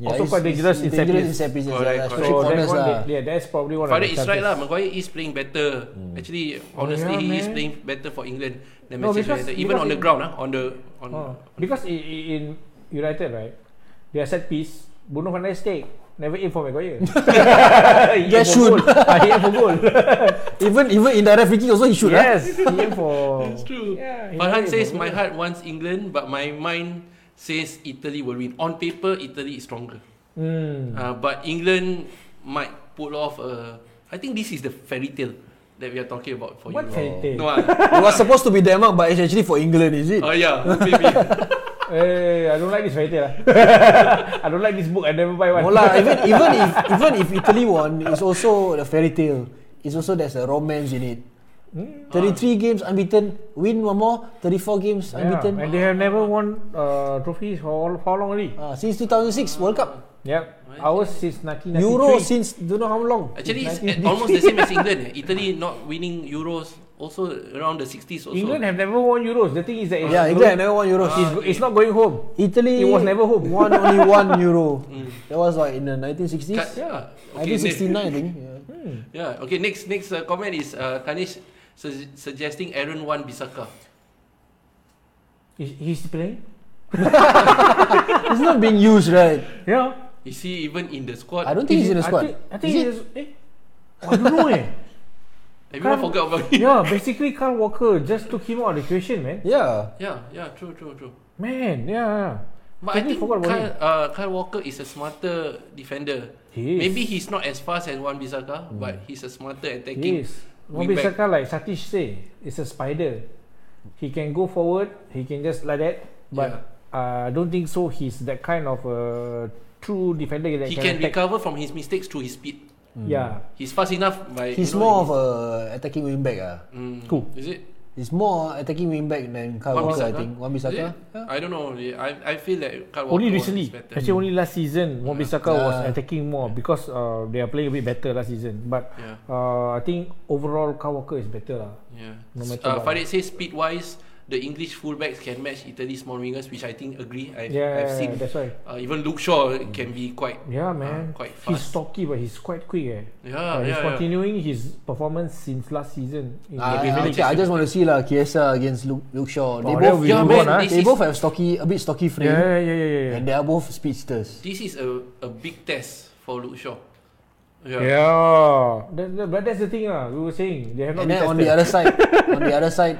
Speaker 3: Yeah,
Speaker 2: also
Speaker 3: it's-
Speaker 2: quite
Speaker 3: it's
Speaker 2: dangerous in set
Speaker 3: dangerous
Speaker 2: piece.
Speaker 3: set pieces,
Speaker 1: Correct, correct.
Speaker 3: yeah, especially
Speaker 2: So
Speaker 3: corners
Speaker 2: that's one.
Speaker 3: lah.
Speaker 2: That, yeah, that's probably one
Speaker 1: Farid
Speaker 2: of the
Speaker 1: is right lah.
Speaker 2: chances.
Speaker 1: Maguire is playing better. Actually, honestly,
Speaker 2: Yeah,
Speaker 1: he is
Speaker 2: man.
Speaker 1: playing better for England than
Speaker 2: No,
Speaker 1: Manchester
Speaker 2: because-
Speaker 1: United. Even
Speaker 2: because
Speaker 1: on the
Speaker 2: it-
Speaker 1: ground, ah, on the on.
Speaker 2: Oh. Because in, in United right, their set piece Bruno Fernandes take never aim for
Speaker 3: <laughs>
Speaker 2: Maguire. <laughs> He
Speaker 3: Just
Speaker 2: aim for
Speaker 3: shoot.
Speaker 2: goal. Ah, he aim for goal.
Speaker 3: Even even in direct free kick also he <laughs> shoot ah. lah.
Speaker 2: yes, he aim for.
Speaker 1: It's true.
Speaker 2: Yeah, he
Speaker 1: Farhan
Speaker 2: never aim
Speaker 1: says
Speaker 2: for
Speaker 1: my
Speaker 2: goal.
Speaker 1: heart wants England, but my mind says Italy will win. On paper, Italy is stronger.
Speaker 2: Hmm.
Speaker 1: Uh, but England might pull off a. I think this is the fairy tale that we are talking about for
Speaker 2: What
Speaker 1: you.
Speaker 2: fairy tale?
Speaker 1: Oh, No,
Speaker 2: <laughs>
Speaker 3: It
Speaker 1: ah.
Speaker 3: was supposed to be Denmark, but it's actually for England, is it?
Speaker 1: Oh yeah,
Speaker 2: <laughs>
Speaker 1: maybe.
Speaker 2: Eh, I don't like this fairy tale. lah. <laughs> I don't like this book. I never buy one.
Speaker 3: No lah, even even if even if Italy won, it's also the fairy tale. It's also there's a romance in it.
Speaker 2: Hmm.
Speaker 3: 33 games unbeaten, win one more. 34 games
Speaker 2: <laughs> Yeah,
Speaker 3: unbeaten.
Speaker 2: and they have never won uh, trophies for how long already?
Speaker 3: Ah, since 2006 World Cup,
Speaker 2: Yep. Ours since 1993.
Speaker 3: Euro since don't know how long.
Speaker 1: Actually, it's at
Speaker 2: Nineteen-
Speaker 1: almost the same as England. eh. Italy not winning Euros also around the 60s. Also.
Speaker 2: England have never won Euros. The thing is that it's,
Speaker 3: Yeah, England never won Euros.
Speaker 1: Ah.
Speaker 2: it's, it's not going home.
Speaker 3: Italy
Speaker 2: It was never <laughs> home.
Speaker 3: won only one Euro. That was like in the
Speaker 1: Mm.
Speaker 3: 1960s.
Speaker 1: Cut- yeah. Okay, next,
Speaker 3: 1969, I think. Yeah.
Speaker 1: yeah. Okay. Next, next uh, comment is uh, Kanish su- suggesting Aaron Wan Bissaka.
Speaker 2: Is, he's playing?
Speaker 3: It's not being used, right?
Speaker 2: Yeah.
Speaker 1: Is he even in the squad?
Speaker 3: I don't think he's in the
Speaker 2: I
Speaker 3: squad.
Speaker 2: think, I think
Speaker 3: Is
Speaker 2: he's. Eh? I don't know <laughs> eh.
Speaker 1: Everyone
Speaker 2: Can't-
Speaker 1: forgot about him. <laughs>
Speaker 2: yeah, basically Carl Walker just took him out of the equation, man.
Speaker 3: Yeah.
Speaker 1: Yeah. Yeah. True. True. True.
Speaker 2: Man, yeah.
Speaker 1: But I
Speaker 2: Totally
Speaker 1: think
Speaker 2: forgot about
Speaker 1: Kyle, uh, Kyle Walker is a smarter defender.
Speaker 2: He is.
Speaker 1: Maybe he's not as fast as Wan Bissaka, but he's a smarter attacking.
Speaker 2: Hmm. Yes.
Speaker 1: wing
Speaker 2: Mobil
Speaker 1: back.
Speaker 2: Saka like Satish say, it's a spider. He can go forward, he can just like that. But uh, I don't think so. He's that kind of a true defender that
Speaker 1: He can
Speaker 2: attack.
Speaker 1: recover from his mistakes through his speed.
Speaker 2: Yeah.
Speaker 1: He's fast enough by.
Speaker 3: He's
Speaker 1: you know,
Speaker 3: more of a attacking wing back ah.
Speaker 1: Mm,
Speaker 2: Who?
Speaker 1: Is it?
Speaker 3: He's more attacking wing back than Kyle
Speaker 1: Wan
Speaker 3: Walker, I
Speaker 1: Bissaka?
Speaker 3: think. Wan
Speaker 1: Is it?
Speaker 3: Bissaka. Yeah.
Speaker 1: I don't know. I, I feel like Kyle
Speaker 2: Only
Speaker 1: Walker is
Speaker 2: recently,
Speaker 1: better.
Speaker 2: actually only last season, Mobil Saka was
Speaker 3: Yeah.
Speaker 2: attacking more because uh, they are playing a bit better last season. But
Speaker 1: Yeah.
Speaker 2: uh, I think overall, Kyle Walker is better lah.
Speaker 1: Yeah.
Speaker 2: No matter
Speaker 1: uh,
Speaker 2: what.
Speaker 1: Farid says speed wise, the English fullbacks can match Italy's small wingers, which I think agree. I've,
Speaker 2: Yeah,
Speaker 1: I've seen.
Speaker 2: that's why.
Speaker 1: Uh, even Luke Shaw can be quite.
Speaker 2: Yeah, man.
Speaker 1: quite
Speaker 2: he's
Speaker 1: fast.
Speaker 2: stocky, but he's quite quick. Eh.
Speaker 1: Yeah,
Speaker 2: Uh, he's
Speaker 1: yeah, yeah.
Speaker 2: continuing his performance since last season. In the
Speaker 3: I,
Speaker 2: Premier
Speaker 3: I,
Speaker 2: League.
Speaker 3: Ah, okay, I just want to see lah Kiesa against Luke, Luke Shaw. They
Speaker 2: Oh,
Speaker 3: both,
Speaker 2: then we
Speaker 1: Yeah,
Speaker 2: move
Speaker 1: man,
Speaker 2: on, ah.
Speaker 1: this
Speaker 3: they
Speaker 1: is-
Speaker 3: both have stocky, a bit stocky frame,
Speaker 2: Yeah, yeah, yeah, yeah, yeah.
Speaker 3: and they are both speedsters.
Speaker 1: This is a, a big test for Luke Shaw. Yeah.
Speaker 2: Yeah. That, that, but that's the thing lah. We were saying they have not
Speaker 3: And
Speaker 2: been
Speaker 3: then uh, on
Speaker 2: tested.
Speaker 3: the other
Speaker 2: <laughs>
Speaker 3: side, on the other side,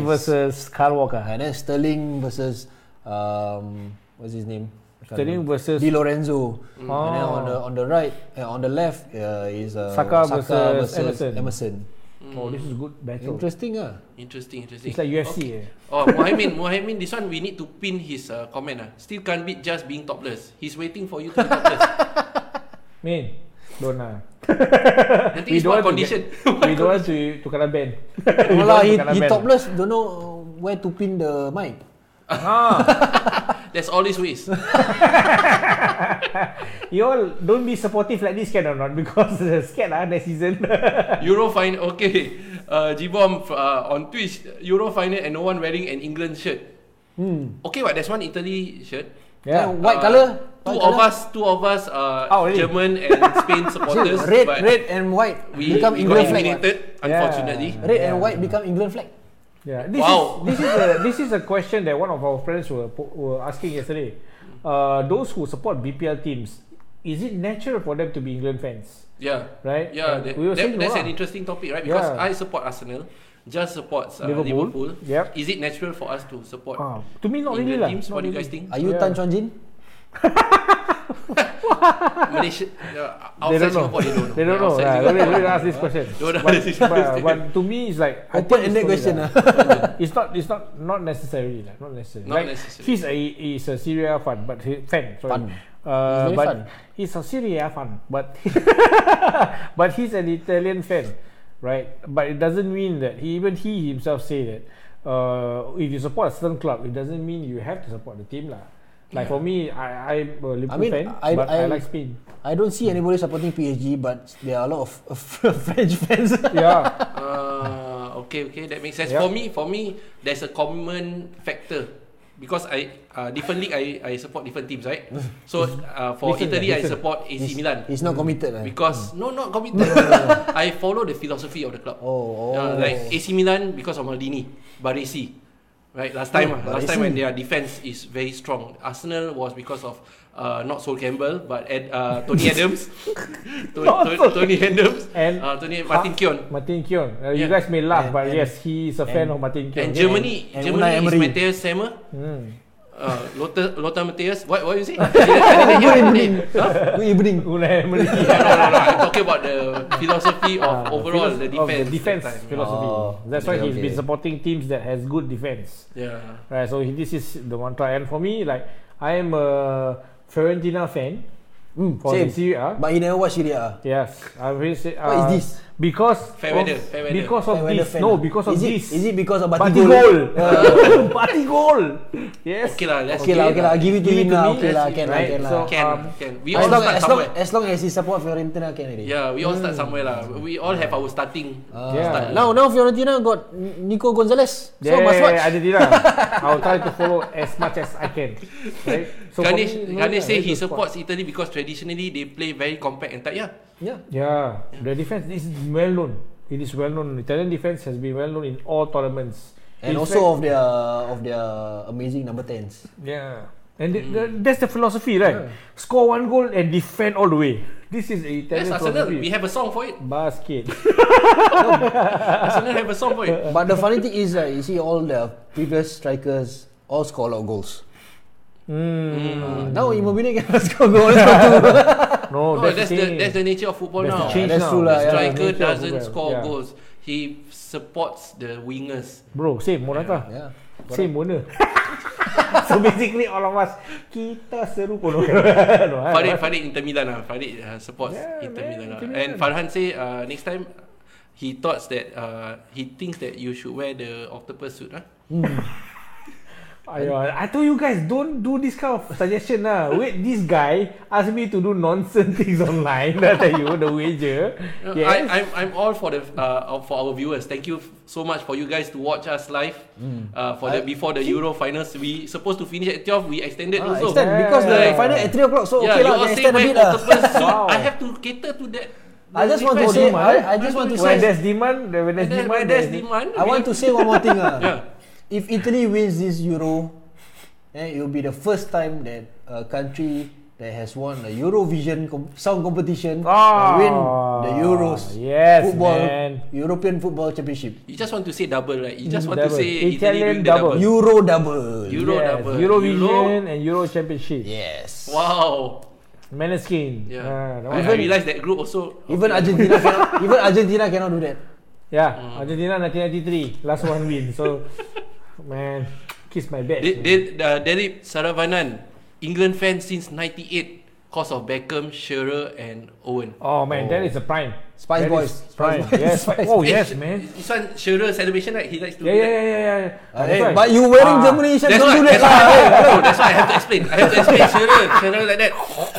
Speaker 3: uh,
Speaker 2: versus Kyle Walker.
Speaker 3: and then Sterling versus um, what's his name? I can't
Speaker 2: Sterling
Speaker 3: remember.
Speaker 2: versus
Speaker 3: Di Lorenzo. And then on
Speaker 2: Oh.
Speaker 3: the on the right, uh, on the left uh, is uh,
Speaker 2: Saka versus Emerson.
Speaker 3: Emerson.
Speaker 2: Oh, this is good battle.
Speaker 3: Interesting
Speaker 2: <laughs>
Speaker 3: ah.
Speaker 1: Interesting, interesting.
Speaker 2: It's like UFC.
Speaker 1: Okay.
Speaker 2: Eh.
Speaker 1: Oh, Mohamed, Mohamed, this one we need to pin his uh, comment. Ah, Still can't beat just being topless. He's waiting for you to be
Speaker 3: <laughs>
Speaker 1: topless.
Speaker 2: Man, don't lah.
Speaker 1: Nanti it's what condition.
Speaker 2: To get, <laughs> we don't want to to kena
Speaker 3: <laughs>
Speaker 2: ban. We
Speaker 3: No
Speaker 2: don't
Speaker 3: lah,
Speaker 2: want to
Speaker 3: he,
Speaker 2: kena
Speaker 3: he
Speaker 2: ban.
Speaker 3: topless. Don't know where to pin the mic.
Speaker 2: Ah,
Speaker 1: There's always ways.
Speaker 2: you all don't be supportive like this can or not <laughs> because uh, scared lah next season. <laughs>
Speaker 1: Euro final. Okay, uh, Jibom uh, on Twitch. Euro final and no one wearing an England shirt. Hmm. Okay, but there's one Italy shirt. Uh,
Speaker 3: Yeah.
Speaker 2: yeah.
Speaker 3: white colour.
Speaker 1: Two
Speaker 3: White
Speaker 1: of
Speaker 3: colour.
Speaker 1: us, two of us are
Speaker 2: Oh, really?
Speaker 1: German and
Speaker 3: <laughs>
Speaker 1: Spain supporters.
Speaker 3: red,
Speaker 1: but
Speaker 3: red and white
Speaker 1: We,
Speaker 3: become
Speaker 1: we got
Speaker 3: England flag. what?
Speaker 1: eliminated, unfortunately.
Speaker 3: Red and white become England flag.
Speaker 2: Yeah, this
Speaker 1: Wow.
Speaker 2: is this is a this is a question that one of our friends were po- were asking yesterday. Uh, those who support BPL teams, is it natural for them to be England fans,
Speaker 1: Yeah.
Speaker 2: right?
Speaker 1: Yeah,
Speaker 2: And
Speaker 1: that,
Speaker 2: we were
Speaker 1: that,
Speaker 2: saying
Speaker 1: that's
Speaker 2: no
Speaker 1: an
Speaker 2: lah.
Speaker 1: interesting topic, right? Because
Speaker 2: Yeah.
Speaker 1: I support Arsenal, just supports uh,
Speaker 2: Liverpool.
Speaker 1: Liverpool.
Speaker 2: Yep.
Speaker 1: Is it natural for us to support
Speaker 2: Ah, to me, not
Speaker 1: England
Speaker 2: really lah.
Speaker 1: teams?
Speaker 2: Not
Speaker 1: What do you
Speaker 2: really.
Speaker 1: guys think?
Speaker 3: Are you
Speaker 2: Yeah.
Speaker 3: Tan Chuan Jin?
Speaker 2: <laughs>
Speaker 1: Malaysia, uh,
Speaker 2: They
Speaker 1: outside
Speaker 2: don't know.
Speaker 1: Singapore, they don't know.
Speaker 2: They don't know. Ah,
Speaker 1: Outside
Speaker 2: Yeah,
Speaker 1: Singapore.
Speaker 2: don't, don't ask this
Speaker 1: <laughs>
Speaker 2: question.
Speaker 1: Don't
Speaker 2: but,
Speaker 1: ask this
Speaker 2: but,
Speaker 1: question.
Speaker 2: but to me, it's like I think
Speaker 3: Open ended
Speaker 2: it's
Speaker 3: question
Speaker 2: only
Speaker 3: ah.
Speaker 2: <laughs> lah. It's not. It's not. Not necessarily lah. Not necessarily.
Speaker 1: Not
Speaker 2: like,
Speaker 1: necessary.
Speaker 2: He's a he's a Syria fan, but he, fan. Sorry.
Speaker 3: Fan.
Speaker 2: Uh,
Speaker 3: He's very
Speaker 2: but
Speaker 3: fan.
Speaker 2: he's a Syria fan, but <laughs> but he's an Italian fan, right? But it doesn't mean that he even he himself say that uh, if you support a certain club, it doesn't mean you have to support the team lah. Like for me, I I'm a Liverpool
Speaker 3: mean,
Speaker 2: fan,
Speaker 3: I-
Speaker 2: but I,
Speaker 3: I-
Speaker 2: like Spain.
Speaker 3: I don't see anybody supporting PSG, but there are a lot of <laughs> French
Speaker 1: <laughs>
Speaker 3: fans.
Speaker 2: Yeah.
Speaker 1: Ah, okay, okay, that makes sense.
Speaker 2: Yeah.
Speaker 1: For me, for me, there's a common factor because I uh, different league I, I support different teams,
Speaker 2: <laughs>
Speaker 1: right? So uh, for
Speaker 2: Listen,
Speaker 1: Italy, I
Speaker 2: listen.
Speaker 1: support AC
Speaker 3: He's-
Speaker 1: Milan
Speaker 3: He's not committed. lah.
Speaker 1: because no, not committed. <laughs> I follow the philosophy of the club.
Speaker 3: Oh, oh.
Speaker 1: Uh, like AC Milan because of Maldini, Baresi, right? Last time,
Speaker 3: Oh,
Speaker 1: last time when
Speaker 3: Baresi.
Speaker 1: their defense is very strong. Arsenal was because of uh, not Sol Campbell but Ed, uh,
Speaker 3: <laughs>
Speaker 1: Tony Adams, Tony,
Speaker 2: Not Sol-
Speaker 1: Tony Adams,
Speaker 2: And-
Speaker 1: uh, Tony Martin Keown.
Speaker 2: Martin Keown. Uh, You
Speaker 1: Yeah.
Speaker 2: guys may
Speaker 3: And-
Speaker 2: laugh, but
Speaker 3: and-
Speaker 2: yes, he is a fan
Speaker 3: and-
Speaker 2: of Martin Keown.
Speaker 1: And Germany,
Speaker 3: and
Speaker 1: Germany
Speaker 3: Unai
Speaker 1: is
Speaker 3: Emery.
Speaker 1: Matthias Sammer.
Speaker 2: Hmm.
Speaker 1: Uh, Lothar, Lothar Matthias. What, what you
Speaker 3: <laughs>
Speaker 1: say? I didn't hear, I didn't hear. Huh?
Speaker 3: <laughs> Good evening.
Speaker 2: Unai Emery.
Speaker 1: No, no, no, no. I'm talking about the philosophy
Speaker 3: Ah,
Speaker 1: of overall the
Speaker 2: Of
Speaker 1: defense.
Speaker 2: the defense
Speaker 1: that time.
Speaker 2: philosophy.
Speaker 3: Oh,
Speaker 2: That's why
Speaker 3: okay,
Speaker 2: he's been
Speaker 3: okay.
Speaker 2: supporting teams that has good defense.
Speaker 1: Yeah.
Speaker 2: Right. So he, this is the one try. And for me, like I am a Fiorentina fan
Speaker 3: Mm,
Speaker 2: for
Speaker 3: same.
Speaker 2: the Serie A.
Speaker 3: But he never watched Serie A.
Speaker 2: Yes, I will say. Uh,
Speaker 3: What is this?
Speaker 2: Because
Speaker 1: Fair
Speaker 2: of,
Speaker 1: weather, fair weather.
Speaker 2: because of
Speaker 3: Fan whether
Speaker 2: this.
Speaker 3: fan
Speaker 2: No,
Speaker 3: ah.
Speaker 2: because of
Speaker 3: is it,
Speaker 2: this. <coughs>
Speaker 3: Is it because of
Speaker 2: Party
Speaker 3: Batigol?
Speaker 2: goal. Party goal. Yes.
Speaker 1: Okay lah. Let's
Speaker 3: <laughs> Okay lah,
Speaker 2: <laughs>
Speaker 3: okay lah. Give it to
Speaker 2: Give it
Speaker 3: him
Speaker 2: to
Speaker 3: lah.
Speaker 2: me,
Speaker 3: Okay
Speaker 1: let's
Speaker 3: lah,
Speaker 1: give
Speaker 3: can
Speaker 1: it,
Speaker 3: lah,
Speaker 2: right?
Speaker 3: can
Speaker 2: So,
Speaker 3: lah.
Speaker 1: Can,
Speaker 2: um,
Speaker 1: can. We all
Speaker 3: As long
Speaker 1: start
Speaker 3: as long
Speaker 1: somewhere.
Speaker 3: as long as he support Fiorentina, can already.
Speaker 1: Yeah, we all start
Speaker 2: Hmm.
Speaker 1: somewhere lah. We all have our starting.
Speaker 2: Yeah.
Speaker 1: start.
Speaker 3: Ah. Now, now Fiorentina got Nico Gonzalez. So
Speaker 2: yeah,
Speaker 3: must watch.
Speaker 2: I did it lah. I'll try to follow as much as I can. Right? So for
Speaker 1: Ganesh,
Speaker 2: me, no
Speaker 1: Ganesh
Speaker 2: lah,
Speaker 1: say
Speaker 2: need
Speaker 1: he
Speaker 2: to
Speaker 1: supports Italy because traditionally they play very compact and tight. Yeah.
Speaker 3: Yeah.
Speaker 2: Yeah, the defense is well known. It is well known. Italian defense has been well known in all tournaments.
Speaker 3: And
Speaker 2: In
Speaker 3: also
Speaker 2: fact-
Speaker 3: of their of their amazing number tens.
Speaker 2: yeah. And the, the,
Speaker 1: Hmm.
Speaker 2: that's the philosophy, right? Score one goal and defend all the way. This is
Speaker 1: Yes,
Speaker 2: Italian
Speaker 1: Arsenal.
Speaker 2: philosophy.
Speaker 1: We have a song
Speaker 2: <laughs>
Speaker 1: for it. <laughs>
Speaker 2: Basket.
Speaker 1: Arsenal have a song for it.
Speaker 3: But the funny thing is, uh, you see all the previous strikers all score a lot of goals.
Speaker 2: Mm.
Speaker 3: Uh, now Immobile <laughs> can let's go, go let's go.
Speaker 2: No,
Speaker 1: No,
Speaker 2: Oh, that's,
Speaker 1: that's the
Speaker 2: thing.
Speaker 1: that's the nature of football
Speaker 2: That's the
Speaker 1: now.
Speaker 2: change
Speaker 3: That's
Speaker 2: now.
Speaker 3: true lah,
Speaker 1: The
Speaker 3: yeah,
Speaker 1: striker
Speaker 2: nature of
Speaker 1: doesn't
Speaker 2: football,
Speaker 1: score
Speaker 2: yeah.
Speaker 1: goals. He supports the wingers.
Speaker 2: Bro, same Morata.
Speaker 3: yeah.
Speaker 2: Same owner. <laughs> so basically all of us kita serupa
Speaker 1: <laughs>
Speaker 2: no. no eh?
Speaker 1: Farid, Farid Inter Milan lah. Farid uh, supports
Speaker 2: Yeah,
Speaker 1: Inter
Speaker 2: man,
Speaker 1: Milan lah.
Speaker 2: Inter
Speaker 1: And
Speaker 2: Milan.
Speaker 1: Farhan say uh, next time he thoughts that uh, he thinks that you should wear the octopus suit. Huh?
Speaker 2: Ayo, I told you guys don't do this kind of suggestion lah. Wait, this guy asked me to do nonsense <laughs> things online. I tell you the wager.
Speaker 1: No, I,
Speaker 2: Yes.
Speaker 1: I'm, I'm all for the uh, for our viewers. Thank you f- so much for you guys to watch us live uh, for the
Speaker 3: Mm. I-
Speaker 1: before the Euro finals. We supposed to finish at 12. We extended
Speaker 3: Ah,
Speaker 1: also.
Speaker 3: extend because the
Speaker 1: Yeah.
Speaker 3: final at 3 o'clock, so
Speaker 1: yeah,
Speaker 3: okay
Speaker 1: you
Speaker 3: lah,
Speaker 1: all
Speaker 3: can
Speaker 1: say
Speaker 3: extend a
Speaker 1: wear
Speaker 3: bit lah.
Speaker 1: octopus suit.
Speaker 2: Wow.
Speaker 1: I have to cater to that.
Speaker 3: I just want to
Speaker 1: request.
Speaker 3: say, I,
Speaker 2: demand,
Speaker 3: I just want to
Speaker 2: when
Speaker 3: say,
Speaker 2: there's demand, then when there's
Speaker 1: When
Speaker 2: demand,
Speaker 1: there's
Speaker 2: then-
Speaker 1: demand,
Speaker 3: <laughs> I want to say one more thing ah.
Speaker 1: Yeah.
Speaker 3: If Italy wins this Euro, eh, it will be the first time that a country that has won a Eurovision com- song competition
Speaker 2: Ah,
Speaker 3: will win the Euros
Speaker 2: yes,
Speaker 3: football
Speaker 2: man.
Speaker 3: European Football Championship.
Speaker 1: You just want to say double, right? You
Speaker 3: Mm,
Speaker 1: just want to
Speaker 2: Double.
Speaker 1: say Italy
Speaker 2: Italian
Speaker 1: doing the double.
Speaker 2: double.
Speaker 3: Euro double.
Speaker 1: Euro
Speaker 2: Yes,
Speaker 1: double.
Speaker 2: Eurovision
Speaker 1: Euro.
Speaker 2: and Euro Championship.
Speaker 3: yes.
Speaker 1: Wow.
Speaker 2: Maneskin.
Speaker 1: Yeah.
Speaker 2: Ah, that
Speaker 1: I,
Speaker 2: one.
Speaker 1: I realised that group also.
Speaker 3: Even Argentina cannot, even Argentina cannot do that.
Speaker 2: yeah. Ya,
Speaker 1: Hmm.
Speaker 2: Argentina 1993. Last one win. So,
Speaker 1: <laughs>
Speaker 2: man, kiss my back.
Speaker 1: They, they, uh, Derip Saravanan, England fan since 98 cause of Beckham, Shearer and Owen.
Speaker 2: Oh man, that is a prime.
Speaker 3: Spice
Speaker 2: That
Speaker 3: Boys.
Speaker 2: is
Speaker 3: Spice
Speaker 2: Prime.
Speaker 3: Boys.
Speaker 2: Yes.
Speaker 3: <laughs> Spice
Speaker 2: Oh
Speaker 1: Eh,
Speaker 2: yes,
Speaker 1: Sh-
Speaker 2: man.
Speaker 1: This one Shearer celebration, right? He likes to
Speaker 2: Yeah,
Speaker 1: do
Speaker 2: yeah,
Speaker 1: that.
Speaker 2: yeah, yeah. yeah.
Speaker 3: Ah,
Speaker 2: That's
Speaker 3: eh,
Speaker 2: right.
Speaker 3: but you wearing
Speaker 2: Ah,
Speaker 3: Germany, you
Speaker 1: That's
Speaker 3: don't
Speaker 1: why,
Speaker 3: do that
Speaker 1: that's why,
Speaker 3: lah.
Speaker 1: no, that's why I have to explain. I have to explain Shearer, Shearer like that.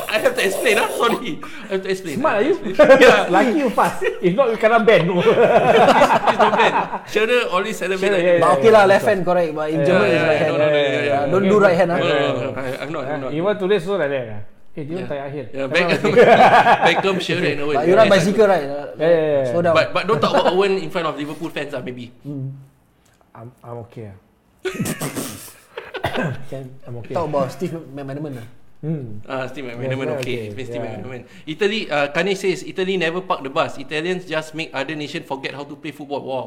Speaker 1: I have to explain. Huh? Sorry, I have to explain.
Speaker 2: Smart
Speaker 3: <laughs>
Speaker 2: are you? <laughs>
Speaker 1: Yeah.
Speaker 2: Lucky you fast. If not, you cannot ban.
Speaker 1: Please don't ban. Shearer always celebrate.
Speaker 2: Shearer,
Speaker 1: like
Speaker 2: yeah,
Speaker 1: that.
Speaker 3: But okay lah, left hand correct. But in
Speaker 2: Yeah,
Speaker 3: Germany,
Speaker 1: yeah,
Speaker 3: it's right
Speaker 1: yeah,
Speaker 3: hand.
Speaker 1: no, no, no, yeah, yeah.
Speaker 3: Ah, Don't do right hand. ah.
Speaker 1: No, no, no, no, no, I, I'm not. I'm not.
Speaker 2: You want to race so like that. ah? Eh, dia
Speaker 1: Yeah.
Speaker 2: tak akhir.
Speaker 1: Yeah,
Speaker 2: Kenapa?
Speaker 1: Beckham, Beckham Shearer and Owen.
Speaker 3: But
Speaker 1: Yeah,
Speaker 3: you ride
Speaker 1: yeah.
Speaker 3: bicycle, right? Uh,
Speaker 2: Yeah, yeah, yeah.
Speaker 3: Slow down.
Speaker 1: But but don't talk about Owen in front of Liverpool fans lah maybe.
Speaker 2: <laughs> I'm, I'm
Speaker 1: <laughs>
Speaker 2: okay. ah. <coughs> Can- I'm okay.
Speaker 3: Talk about Steve McManaman lah.
Speaker 2: Hmm.
Speaker 1: Ah, uh, Steve McManaman
Speaker 2: Yeah, yeah,
Speaker 1: okay.
Speaker 2: okay.
Speaker 1: It's Steve
Speaker 2: Yeah.
Speaker 1: McManaman. Italy, uh, Kane says Italy never park the bus. Italians just make other nation forget how to play football. Wow,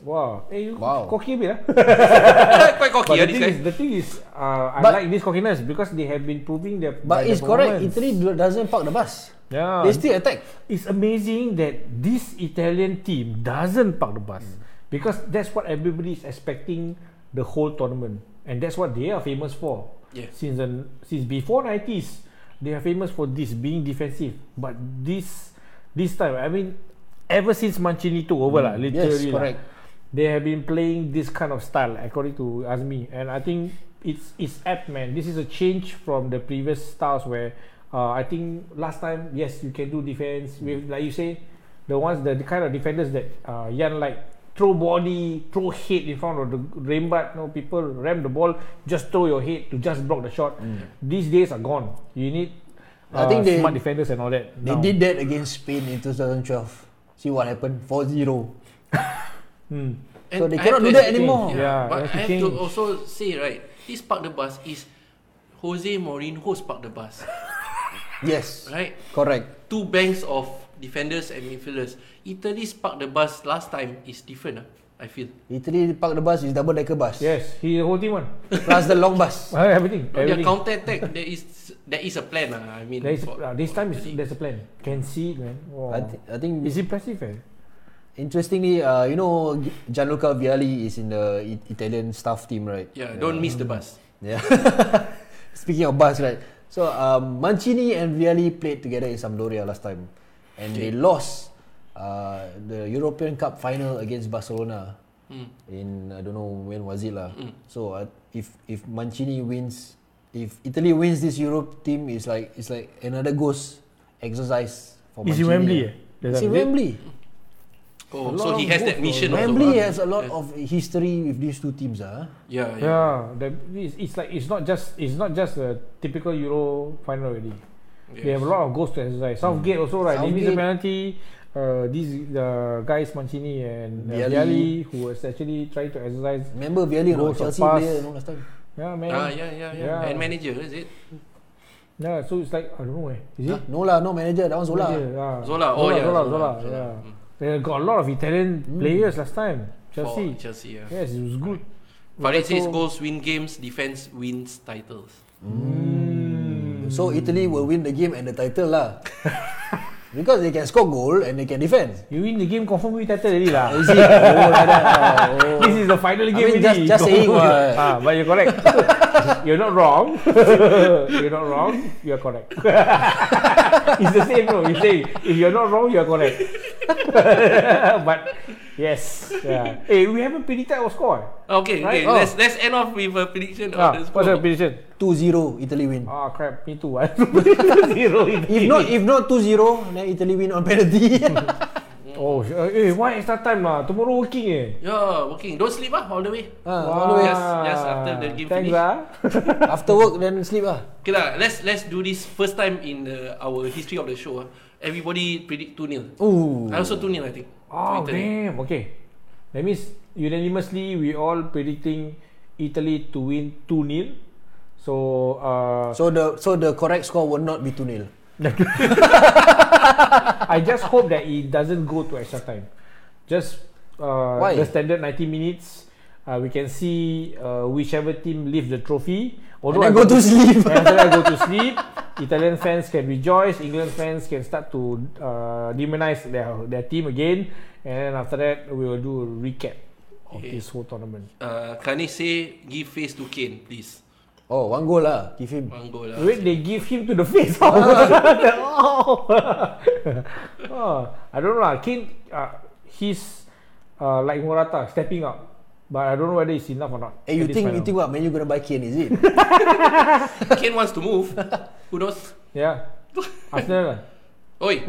Speaker 1: <laughs>
Speaker 2: Wow. Eh, you
Speaker 3: Wow.
Speaker 2: cocky a bit. ah. <laughs>
Speaker 1: quite cocky ah
Speaker 2: But the
Speaker 1: this
Speaker 2: thing
Speaker 1: guy.
Speaker 2: is, the thing is, uh, I
Speaker 3: But-
Speaker 2: like this cockiness because they have been proving their. by
Speaker 3: But
Speaker 2: their
Speaker 3: it's correct.
Speaker 2: performance. Ah.
Speaker 3: Italy do- doesn't park the bus.
Speaker 2: Yeah.
Speaker 3: They still attack.
Speaker 2: It's amazing that this Italian team doesn't park the bus
Speaker 3: Mm.
Speaker 2: because that's what everybody is expecting the whole tournament, and that's what they are famous for.
Speaker 1: Yeah.
Speaker 2: Since the, since before nineties, they are famous for this being defensive. But this this time, I mean, ever since Mancini took over, lah, literally, lah,
Speaker 3: Mm. correct.
Speaker 2: they have been playing this kind of style, according to Azmi, and I think it's it's apt, man. This is a change from the previous styles where uh, I think last time, yes, you can do defense with like you say, the ones the, the kind of defenders that uh, Yan like throw body, throw head in front of the rim, but no people ram the ball, just throw your head to just block the shot. These days are gone. You need.
Speaker 3: I
Speaker 2: Uh,
Speaker 3: think they-
Speaker 2: smart defenders and all that.
Speaker 3: They
Speaker 2: now.
Speaker 3: did that against Spain in 2012. See what happened? 4-0.
Speaker 2: Hmm.
Speaker 3: So they
Speaker 1: I
Speaker 3: cannot
Speaker 1: have to
Speaker 3: do that
Speaker 1: explain-
Speaker 3: anymore.
Speaker 1: Yeah,
Speaker 2: Yeah,
Speaker 1: but I
Speaker 2: that's the
Speaker 1: have
Speaker 2: thing.
Speaker 1: to also say right, this park the bus is Jose Mourinho's park the bus,
Speaker 3: Yes.
Speaker 1: right?
Speaker 3: Correct.
Speaker 1: Two banks of defenders and midfielders. Italy's park the bus last time is different. Ah, I feel.
Speaker 3: Italy park the bus is double decker bus.
Speaker 2: Yes, he the whole team one.
Speaker 3: Plus the long bus.
Speaker 2: Uh, <laughs> everything.
Speaker 1: Their
Speaker 2: everything.
Speaker 1: counter attack there is there is a plan ah. I mean
Speaker 2: There is,
Speaker 1: for-
Speaker 2: uh, this time is,
Speaker 1: Italy.
Speaker 2: there's a plan. Can see it, man. Wow.
Speaker 3: I, th- I think
Speaker 2: it's impressive, eh?
Speaker 3: interestingly, uh, you know G- Gianluca Vialli is in the I- Italian staff team, right?
Speaker 1: Yeah, don't miss the
Speaker 2: Mm.
Speaker 1: bus.
Speaker 3: Yeah. <laughs> Speaking of bus, right? So um, Mancini and Vialli played together in Sampdoria last time, and they lost uh, the European Cup final against Barcelona.
Speaker 1: Hmm.
Speaker 3: In I don't know when was it lah. So uh, if if Mancini wins, if Italy wins this Europe team, it's like it's like another ghost exercise for
Speaker 2: Is
Speaker 3: Mancini.
Speaker 2: in Wembley, eh?
Speaker 3: It's in Wembley.
Speaker 1: Oh,
Speaker 2: A lot
Speaker 1: so he
Speaker 2: of
Speaker 1: has that
Speaker 2: goals,
Speaker 1: mission
Speaker 2: though.
Speaker 1: also.
Speaker 3: Wembley
Speaker 1: ah.
Speaker 3: has a lot
Speaker 1: Yeah.
Speaker 3: of history with these two teams,
Speaker 1: Oh,
Speaker 3: ah.
Speaker 1: Yeah, yeah.
Speaker 2: Yeah, the, it's, it's like it's not just it's not just a typical Euro final already. They have a lot of goals to exercise. Southgate also right. They missed a
Speaker 3: Hmm. Southgate.
Speaker 2: penalty. Uh, these uh, guys Mancini and uh,
Speaker 3: Vialli.
Speaker 2: Vialli, who was actually trying to exercise.
Speaker 3: Remember Vialli, you know,
Speaker 2: Goals of
Speaker 3: Chelsea
Speaker 2: pass.
Speaker 3: player, you know, last time.
Speaker 2: Yeah, man.
Speaker 1: Ah, yeah, yeah, yeah,
Speaker 2: Yeah.
Speaker 1: And manager, is it?
Speaker 2: yeah, so it's like I don't know, eh. is it?
Speaker 3: No lah, no manager. That one Zola.
Speaker 2: Yeah.
Speaker 1: Zola. Oh,
Speaker 2: Zola,
Speaker 1: yeah.
Speaker 2: Zola, Zola, yeah.
Speaker 1: Mm.
Speaker 3: Hmm.
Speaker 2: They got a lot of Italian players last time.
Speaker 1: For
Speaker 2: Chelsea.
Speaker 1: Chelsea, yeah.
Speaker 2: Yes, it was good.
Speaker 1: Farid says goals win games, defense wins titles.
Speaker 2: Mm.
Speaker 3: So Italy will win the game and the title <laughs> lah. Because they can score goal and they can defend.
Speaker 2: You win the game, confirm win title already lah.
Speaker 3: <laughs> Is it? Oh, like that. lah. Oh.
Speaker 2: This is the final game
Speaker 3: mean, just-
Speaker 2: already.
Speaker 3: just
Speaker 2: <laughs>
Speaker 3: saying what.
Speaker 2: ah, but you're correct. <laughs> you're not wrong. <laughs> you're not wrong. You're correct. <laughs> it's the same, bro. You say if you're not wrong, you're correct. <laughs> but yes, yeah. Hey, we haven't predicted our score.
Speaker 1: Okay, okay.
Speaker 2: Right?
Speaker 3: Oh.
Speaker 1: Let's let's end off with a prediction
Speaker 2: Ah,
Speaker 1: of the
Speaker 2: what's
Speaker 1: score.
Speaker 2: your prediction?
Speaker 3: 2-0 Italy win.
Speaker 2: Ah, crap. Me too. <laughs> I zero.
Speaker 3: If not if not 2-0, then Italy win on <laughs> penalty.
Speaker 2: Oh, sh- uh, eh, why extra time lah? Tomorrow working eh.
Speaker 1: yeah, working. Don't sleep ah, all the way.
Speaker 3: ah, all the way.
Speaker 1: Yes, yes, after the game
Speaker 2: Thanks,
Speaker 1: finish.
Speaker 2: ah. <laughs>
Speaker 3: After work then sleep ah.
Speaker 1: Okay lah, let's let's do this first time in uh, our history of the show. ah. Everybody predict 2-0.
Speaker 3: Ooh.
Speaker 1: I also 2-0 I think.
Speaker 2: Oh,
Speaker 1: Italy.
Speaker 2: damn. Okay. That means unanimously we all predicting Italy to win 2 0. So, uh,
Speaker 3: So the so the correct score will not be 2-0.
Speaker 2: I just hope that it doesn't go to extra time. Just uh,
Speaker 3: Why?
Speaker 2: the standard 90 minutes. Uh, we can see uh, whichever team lift the trophy.
Speaker 3: And
Speaker 2: Although
Speaker 3: then
Speaker 2: I
Speaker 3: go
Speaker 2: don't-
Speaker 3: to sleep.
Speaker 2: <laughs> And after I go to sleep, Italian fans can rejoice. England fans can start to uh, demonize their their team again. And then after that, we will do a recap of
Speaker 1: Okay.
Speaker 2: this whole tournament.
Speaker 1: Uh, Kane say give face to Kane, please.
Speaker 3: Oh, one goal lah. Give him.
Speaker 1: One goal lah.
Speaker 2: Wait, they give him to the face.
Speaker 3: <laughs>
Speaker 2: oh. <laughs> Oh, I don't know. lah. Kane, uh, he's uh, like Morata, stepping up. But I don't know whether it's enough or not.
Speaker 3: Eh, you
Speaker 2: at this
Speaker 3: think you
Speaker 2: final.
Speaker 3: think what? Man, you gonna buy Kane, is it?
Speaker 1: Kane wants to move. Who knows?
Speaker 3: <laughs>
Speaker 2: Yeah. Arsenal lah.
Speaker 1: Oi.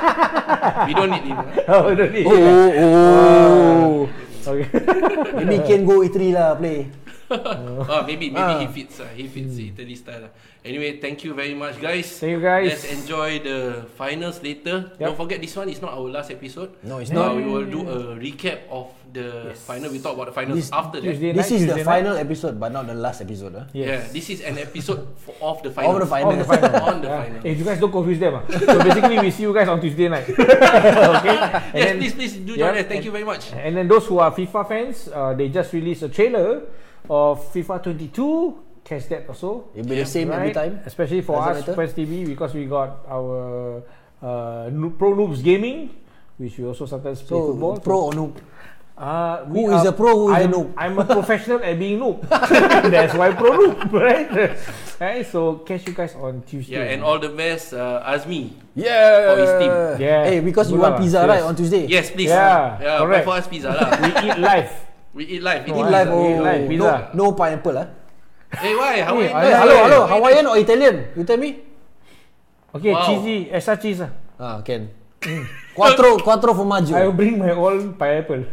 Speaker 2: <laughs>
Speaker 1: we don't need him. ah.
Speaker 2: Oh, <laughs> don't need.
Speaker 3: oh, oh, oh. <laughs>
Speaker 2: Okay.
Speaker 3: Ah. Maybe Kane go Italy lah play.
Speaker 2: Oh.
Speaker 1: Ah, maybe maybe
Speaker 3: Ah.
Speaker 1: he fits. ah. he fits the Italy style. ah. Anyway, thank you very much, guys.
Speaker 2: Hmm. Thank you, guys.
Speaker 1: Let's enjoy the finals later. Don't forget this one is not our last episode.
Speaker 3: No, it's
Speaker 1: Uh,
Speaker 3: not.
Speaker 1: we will do a recap of the final. We talk about the finals
Speaker 3: This
Speaker 1: after that.
Speaker 2: Tuesday
Speaker 3: This
Speaker 2: night,
Speaker 3: is the
Speaker 2: Tuesday night.
Speaker 3: final episode, but not the last episode. Huh?
Speaker 2: Yes.
Speaker 1: Yeah, this is an episode for, of the
Speaker 3: Of
Speaker 1: finals.
Speaker 3: the
Speaker 2: On
Speaker 3: final.
Speaker 2: the <laughs> final.
Speaker 1: On the
Speaker 2: Yeah.
Speaker 1: final.
Speaker 2: If you guys don't confuse them. ah. So basically, we see you guys on Tuesday night. <laughs> okay? And
Speaker 1: Yes,
Speaker 2: then,
Speaker 1: please, please do
Speaker 2: Yeah,
Speaker 1: join us. Thank
Speaker 2: and-
Speaker 1: you very much.
Speaker 2: and then those who are FIFA fans, uh, they just released a trailer of FIFA 22. Catch that also.
Speaker 3: It'll be the same
Speaker 2: right?
Speaker 3: every time.
Speaker 2: Especially for
Speaker 3: Doesn't
Speaker 2: us,
Speaker 3: matter.
Speaker 2: Press TV, because we got our uh, no- Pro Noobs Gaming, which we also sometimes play
Speaker 3: So
Speaker 2: football.
Speaker 3: pro or noob?
Speaker 2: Uh,
Speaker 3: Who is a pro, who is a
Speaker 2: I'm,
Speaker 3: noob?
Speaker 2: I'm
Speaker 3: <laughs>
Speaker 2: a professional at being noob. <laughs> That's why pro noob, <laughs> right? right? So catch you guys on Tuesday.
Speaker 1: Yeah, and all the best, uh, Azmi.
Speaker 3: Yeah.
Speaker 1: Or his team.
Speaker 2: Yeah.
Speaker 3: Hey, because you
Speaker 2: Good
Speaker 3: want
Speaker 2: lah.
Speaker 3: pizza
Speaker 2: Oh, Yes.
Speaker 3: right on Tuesday?
Speaker 1: Yes, please.
Speaker 2: Yeah,
Speaker 1: yeah buy
Speaker 2: correct.
Speaker 1: for us pizza lah.
Speaker 2: <laughs> we eat live.
Speaker 1: we eat live. eat
Speaker 3: Eat live.
Speaker 1: pizza.
Speaker 3: Oh,
Speaker 2: live pizza.
Speaker 3: no, no pineapple lah.
Speaker 1: Hey, why? How are you?
Speaker 2: Hey, I-
Speaker 3: Hey,
Speaker 2: Yeah,
Speaker 3: hello,
Speaker 2: yeah.
Speaker 3: hello. Hawaiian or Italian? You tell me.
Speaker 2: Okay,
Speaker 1: Wow.
Speaker 2: cheesy, extra cheese. ah.
Speaker 3: Ah, can. Quattro, quattro formaggio.
Speaker 2: I will bring my own pineapple.